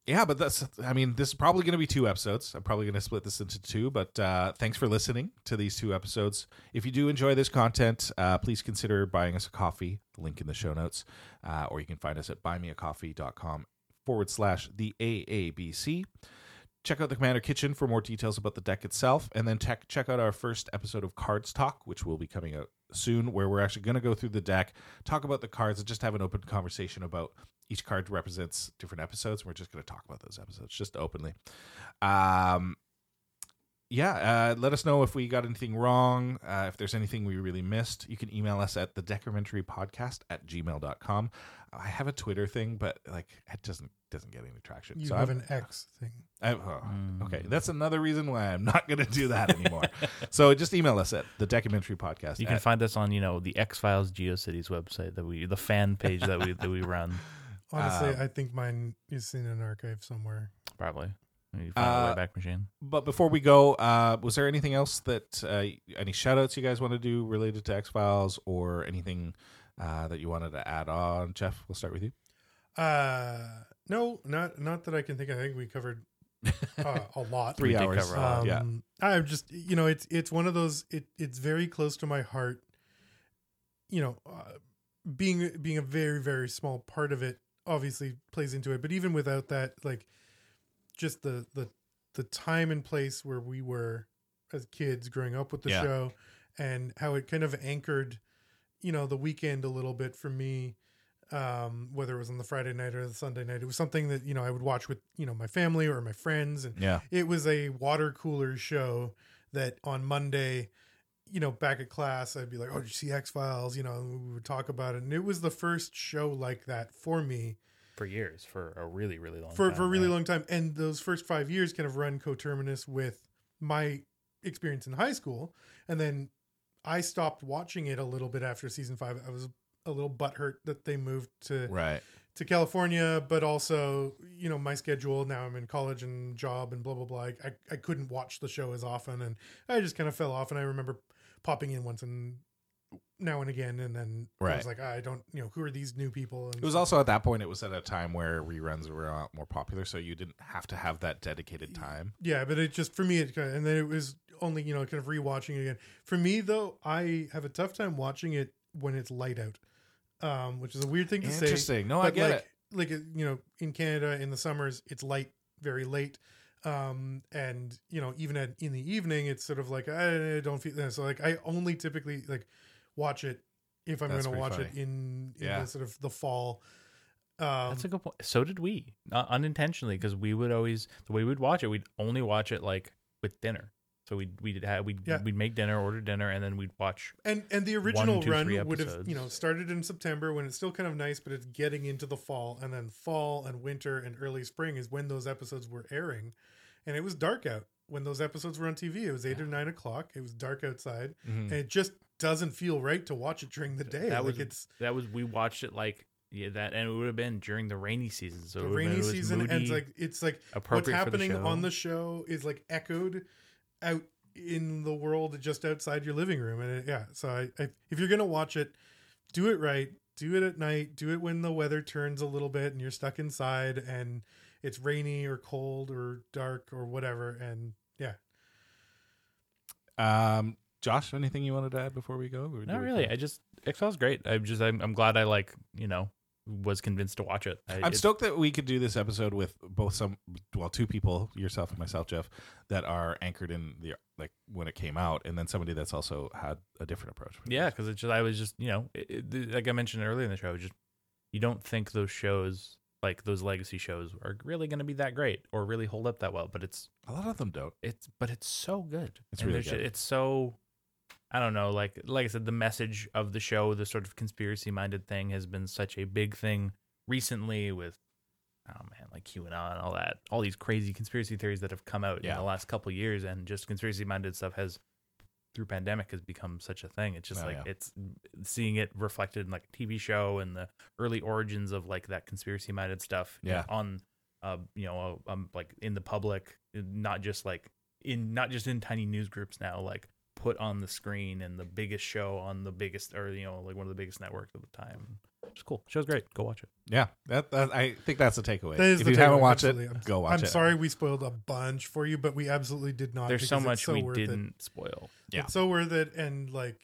Speaker 1: yeah, but that's I mean, this is probably going to be two episodes. I'm probably going to split this into two. But uh, thanks for listening to these two episodes. If you do enjoy this content, uh, please consider buying us a coffee. Link in the show notes, uh, or you can find us at buymeacoffee.com forward slash the AABC. Check out the Commander Kitchen for more details about the deck itself, and then tech, check out our first episode of Cards Talk, which will be coming out soon, where we're actually going to go through the deck, talk about the cards, and just have an open conversation about each card represents different episodes. and We're just going to talk about those episodes just openly. Um, yeah, uh, let us know if we got anything wrong, uh, if there's anything we really missed. You can email us at the decrementary podcast at gmail.com. I have a Twitter thing, but like it doesn't doesn't get any traction.
Speaker 3: You
Speaker 1: so
Speaker 3: have
Speaker 1: I'm-
Speaker 3: an X thing.
Speaker 1: I, oh, Okay,
Speaker 2: Mm.
Speaker 1: that's another reason why I'm not going to do that
Speaker 2: *laughs*
Speaker 1: anymore. so just email us at the documentary podcast.
Speaker 2: You can find us on, you know, the X Files GeoCities website that we, the fan page that we that we run, *laughs*
Speaker 3: Honestly,
Speaker 1: Um,
Speaker 3: I think mine is in an archive somewhere.
Speaker 2: probably. You find the
Speaker 1: Uh,
Speaker 2: Wayback Machine.
Speaker 1: but before we go, uh, was there anything else that uh, any shout outs you guys want to do related to X Files or anything uh, that you wanted to add on? Jeff, we'll start with you.
Speaker 3: Uh, no, not not that I can think. of. I think we covered uh, a lot.
Speaker 1: Three
Speaker 2: did
Speaker 1: hours.
Speaker 2: cover a lot,
Speaker 1: yeah.
Speaker 3: I'm Um, just you know it's it's one of those it it's very close to my heart. You know, uh, being being a very very small part of it obviously plays into it, but even without that, like just the the the time and place where we were as kids growing up with the
Speaker 1: Yeah.
Speaker 3: show and how it kind of anchored you know the weekend a little bit for me um whether it was on the friday night or the sunday night it was something that you know i would watch with you know my family or my friends and
Speaker 1: Yeah.
Speaker 3: it was a water cooler show that on Monday, you know, back at class, I'd be like, "Oh, did you see X Files?" You know, and we would talk about it, and it was the first show like that for me
Speaker 2: For years, for a really, really long
Speaker 3: for
Speaker 2: time.
Speaker 3: for a really
Speaker 2: right?
Speaker 3: long time. And those first five years kind of run coterminous with my experience in high school, and then I stopped watching it a little bit after season five. I was a little butthurt that they moved to
Speaker 1: Right.
Speaker 3: to California, but also, you know, my schedule now I'm in college and job and blah, blah, blah. I, I couldn't watch the show as often and I just kind of fell off. And I remember popping in once and now and again. And then I
Speaker 1: Right.
Speaker 3: was like, I don't, you know, who are these new people? And
Speaker 1: It was also at that point, it was at a time where reruns were a lot more popular. So you didn't have to have that dedicated time.
Speaker 3: yeah, but it just, for me, it kind of, and then it was only, you know, kind of rewatching it again. For me, though, I have a tough time watching it when it's light out, um, which is a weird thing to say.
Speaker 1: Interesting. No, I
Speaker 3: But,
Speaker 1: get
Speaker 3: like,
Speaker 1: it.
Speaker 3: Like uh, you know, in Canada in the summers, it's light, very late, um, and you know, even at, in the evening, it's sort of like I don't feel. So like, I only typically like watch it if I'm going
Speaker 1: That's
Speaker 3: to
Speaker 1: pretty
Speaker 3: watch it
Speaker 1: funny.
Speaker 3: in, in
Speaker 1: Yeah.
Speaker 3: the sort of the fall. Um,
Speaker 2: That's a good point. So did we, uh, unintentionally, because we would always the way we'd watch it, we'd only watch it like with dinner. So we'd we'd have, we'd
Speaker 3: Yeah.
Speaker 2: we'd make dinner, order dinner, and then we'd watch.
Speaker 3: and and the original
Speaker 2: two, three
Speaker 3: run would have
Speaker 2: episodes.
Speaker 3: you know started in September when it's still kind of nice, but it's getting into the fall, and then fall and winter and early spring is when those episodes were airing, and it was dark out when those episodes were on TV. It was eight or nine o'clock. It was dark outside,
Speaker 1: Mhm.
Speaker 3: and it just doesn't feel right to watch it during the day.
Speaker 2: Mm-hmm. That
Speaker 3: like
Speaker 2: was
Speaker 3: it's
Speaker 2: That was we watched it like yeah that, and it would have been during the rainy season. So
Speaker 3: the
Speaker 2: it would've been-
Speaker 3: rainy
Speaker 2: it was
Speaker 3: season, and it's
Speaker 2: moody,
Speaker 3: like it's like what's
Speaker 2: appropriate for
Speaker 3: happening
Speaker 2: the show.
Speaker 3: on the show is like echoed out in the world just outside your living room and it, yeah so I, I if you're gonna watch it do it right do it at night do it when the weather turns a little bit and you're stuck inside and it's rainy or cold or dark or whatever and yeah
Speaker 1: Um, Josh, anything you wanted to add before we go? Or do
Speaker 2: Not
Speaker 1: we
Speaker 2: really.
Speaker 1: kinda-
Speaker 2: I just X Files great. I'm just I'm, I'm glad I like you know was convinced to watch it. I,
Speaker 1: I'm
Speaker 2: it-
Speaker 1: stoked that we could do this episode with both some, well, two people, yourself and myself, Jeff, that are anchored in the like when it came out, and then somebody that's also had a different approach.
Speaker 2: Yeah, because it's just I was just you know it, it- th- like I mentioned earlier in the show, it just you don't think those shows like those legacy shows are really going to be that great or really hold up that well, but it's
Speaker 1: a lot of them don't.
Speaker 2: it's but it's so good.
Speaker 1: It's really
Speaker 2: there's ju-
Speaker 1: good.
Speaker 2: It's so I don't know, like like I said, the message of the show, the sort of conspiracy minded thing, has been such a big thing recently with oh man, like QAnon and all that, all these crazy conspiracy theories that have come out
Speaker 1: Yeah.
Speaker 2: in the last couple years, and just conspiracy minded stuff has through pandemic has become such a thing. It's just
Speaker 1: Oh,
Speaker 2: like
Speaker 1: yeah.
Speaker 2: it's seeing it reflected in like a TV show and the early origins of like that conspiracy minded stuff. you know,
Speaker 1: Yeah.
Speaker 2: on uh, you know, uh, um, like in the public, not just like in not just in tiny news groups now, like put on the screen and the biggest show on the biggest or you know like one of the biggest networks at the time. It's cool. Show's great. Go watch it.
Speaker 1: Yeah, that, that I think that's the takeaway.
Speaker 3: That is
Speaker 1: if
Speaker 3: the
Speaker 1: you haven't
Speaker 3: takeaway,
Speaker 1: watched
Speaker 3: absolutely. I'm-
Speaker 1: it, go watch
Speaker 3: I'm
Speaker 1: it.
Speaker 3: sorry we spoiled a bunch for you, but we absolutely did not.
Speaker 2: There's so
Speaker 3: because it's
Speaker 2: much we
Speaker 3: worth it.
Speaker 1: *laughs*
Speaker 2: didn't spoil.
Speaker 1: Yeah.
Speaker 3: It's so worth it, and like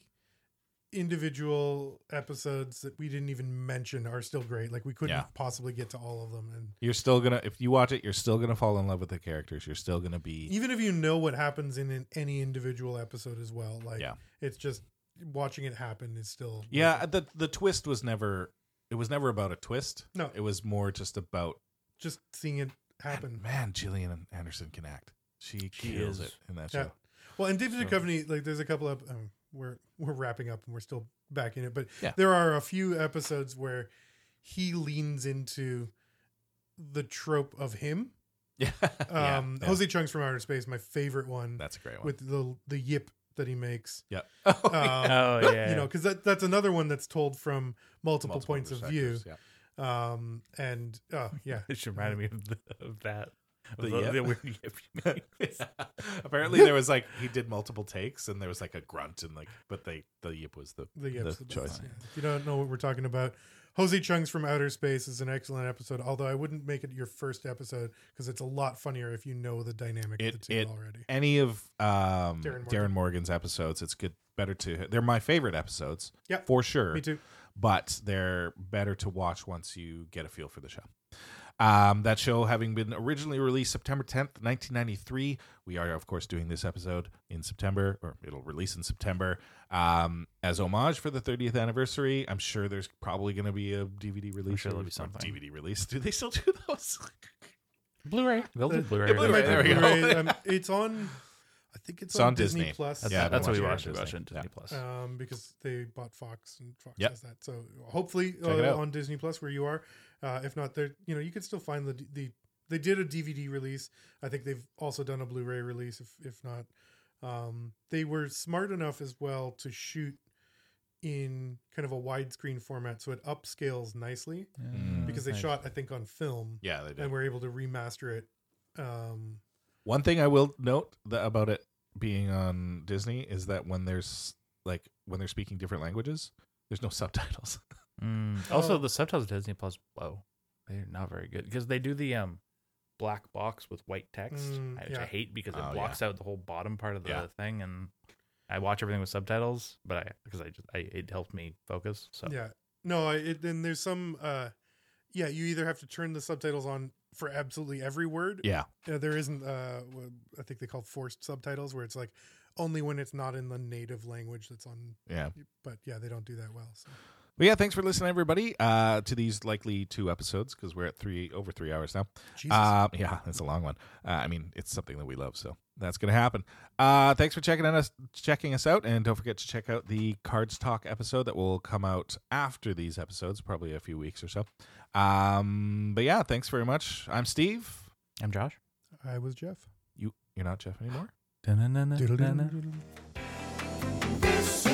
Speaker 3: individual episodes that we didn't even mention are still great. Like we couldn't
Speaker 1: Yeah.
Speaker 3: possibly get to all of them, and
Speaker 1: You're still gonna if you watch it, you're still gonna fall in love with the characters. You're still gonna be
Speaker 3: even if you know what happens in an, any individual episode as well, like
Speaker 1: Yeah.
Speaker 3: it's just watching it happen is still
Speaker 1: yeah. The the twist was never it was never about a twist.
Speaker 3: No.
Speaker 1: it was more just about
Speaker 3: just seeing it happen.
Speaker 1: man. Gillian Anderson can act. She
Speaker 2: She
Speaker 1: kills
Speaker 2: is.
Speaker 1: it in that
Speaker 3: Yeah.
Speaker 1: show. *laughs*
Speaker 3: Well, and David
Speaker 2: So-
Speaker 3: Duchovny, like, there's a couple of um, we're we're wrapping up and we're still back in it, but
Speaker 1: Yeah.
Speaker 3: there are a few episodes where he leans into the trope of him.
Speaker 1: Yeah, Yeah.
Speaker 3: Um,
Speaker 1: Yeah.
Speaker 3: Jose Chung's from Outer Space, my favorite one,
Speaker 1: that's a great one.
Speaker 3: with the the yip that
Speaker 1: *laughs*
Speaker 3: he makes.
Speaker 1: yeah,
Speaker 3: *laughs* Um,
Speaker 2: Oh yeah.
Speaker 3: You know, because that, that's another one that's told from multiple,
Speaker 1: Multiple
Speaker 3: points of view. *laughs*
Speaker 1: perspectives, yeah. *laughs*
Speaker 3: Um, and oh yeah,
Speaker 2: It should remind me of, the, of that. Of
Speaker 1: The
Speaker 2: the,
Speaker 1: yip.
Speaker 2: the weird *laughs* yip you make.
Speaker 1: Apparently, there was like he did multiple takes, and there was like a grunt, and like but they the yip was the
Speaker 3: the yips.
Speaker 1: the
Speaker 3: the best,
Speaker 1: choice.
Speaker 3: yeah. If you don't know what we're talking about, Jose Chung's from Outer Space is an excellent episode. Although I wouldn't make it your first episode because it's a lot funnier if you know the dynamic
Speaker 1: It-
Speaker 3: of the two
Speaker 1: it- *laughs*
Speaker 3: already.
Speaker 1: any of um, Darren,
Speaker 3: Darren Morgan.
Speaker 1: Morgan's episodes. It's good, better to. They're my favorite episodes,
Speaker 3: Yep.
Speaker 1: for sure.
Speaker 3: Me too.
Speaker 1: But they're better to watch once you get a feel for the show. Um, that show having been originally released September 10th, 1993. We are, of course, doing this episode in September, or it'll release in September um, as homage for the 30th anniversary. I'm sure there's probably going to be a DVD release.
Speaker 2: sure there'll be
Speaker 1: or
Speaker 2: something.
Speaker 1: DVD release. *laughs* Do they still do those? *laughs*
Speaker 2: Blu-ray. They'll do Blu-ray.
Speaker 1: Yeah, Blu-ray, there we go. *laughs*
Speaker 3: Blu-ray, um, it's on. I think it's,
Speaker 1: It's
Speaker 3: on,
Speaker 1: on
Speaker 3: Disney,
Speaker 1: Disney.
Speaker 3: Plus.
Speaker 2: That's,
Speaker 1: Yeah, I've
Speaker 2: that's
Speaker 1: been
Speaker 2: what we
Speaker 1: watching
Speaker 2: watched.
Speaker 1: it
Speaker 2: We
Speaker 1: on
Speaker 2: watched it
Speaker 1: Disney.
Speaker 2: on Disney Plus.
Speaker 3: um, because they bought Fox and Fox
Speaker 1: Yep.
Speaker 3: has that. So hopefully
Speaker 1: Check it
Speaker 3: uh,
Speaker 1: out.
Speaker 3: on Disney Plus where you are. Uh, if not, there you know you can still find the the they did a DVD release. I think they've also done a Blu-ray release. If if not, um, they were smart enough as well to shoot in kind of a widescreen format, so it upscales nicely
Speaker 1: Mm.
Speaker 3: because they shot I think on film
Speaker 1: yeah, they did.
Speaker 3: and were able to remaster it. Um,
Speaker 1: One thing I will note tha- about it being on Disney is that when there's like when they're speaking different languages, there's no subtitles. *laughs*
Speaker 2: Mm. Also,
Speaker 3: Oh.
Speaker 2: the subtitles of Disney Plus blow. They're not very good because they do the um black box with white text,
Speaker 3: Mm,
Speaker 2: I- which
Speaker 3: yeah.
Speaker 2: I hate because
Speaker 1: Oh,
Speaker 2: it blocks out the whole bottom part of the
Speaker 1: Yeah.
Speaker 2: thing, and I watch everything with subtitles. But I because I just I, it helped me focus. So
Speaker 3: Yeah. No, I- it, then there's some. Uh, yeah, you either have to turn the subtitles on for absolutely every word.
Speaker 1: Yeah.
Speaker 3: Uh, there isn't. Uh, what I think they call forced subtitles, where it's like only when it's not in the native language that's on.
Speaker 1: Yeah.
Speaker 3: But yeah, they don't do that well. So.
Speaker 1: But yeah, thanks for listening, everybody, uh, to these likely two episodes because we're at three over three hours now.
Speaker 3: Jesus.
Speaker 1: Uh, yeah, it's a long one. Uh, I mean, it's something that we love, so that's gonna happen. Uh, thanks for checking on us, checking us out, and don't forget to check out the Cards Talk episode that will come out after these episodes, probably a few weeks or so. Um, but yeah, thanks very much. I'm Steve.
Speaker 2: I'm Josh.
Speaker 3: I was Jeff.
Speaker 1: You you're not Jeff anymore.
Speaker 2: Dun-dun-dun-dun-dun-dun.
Speaker 4: This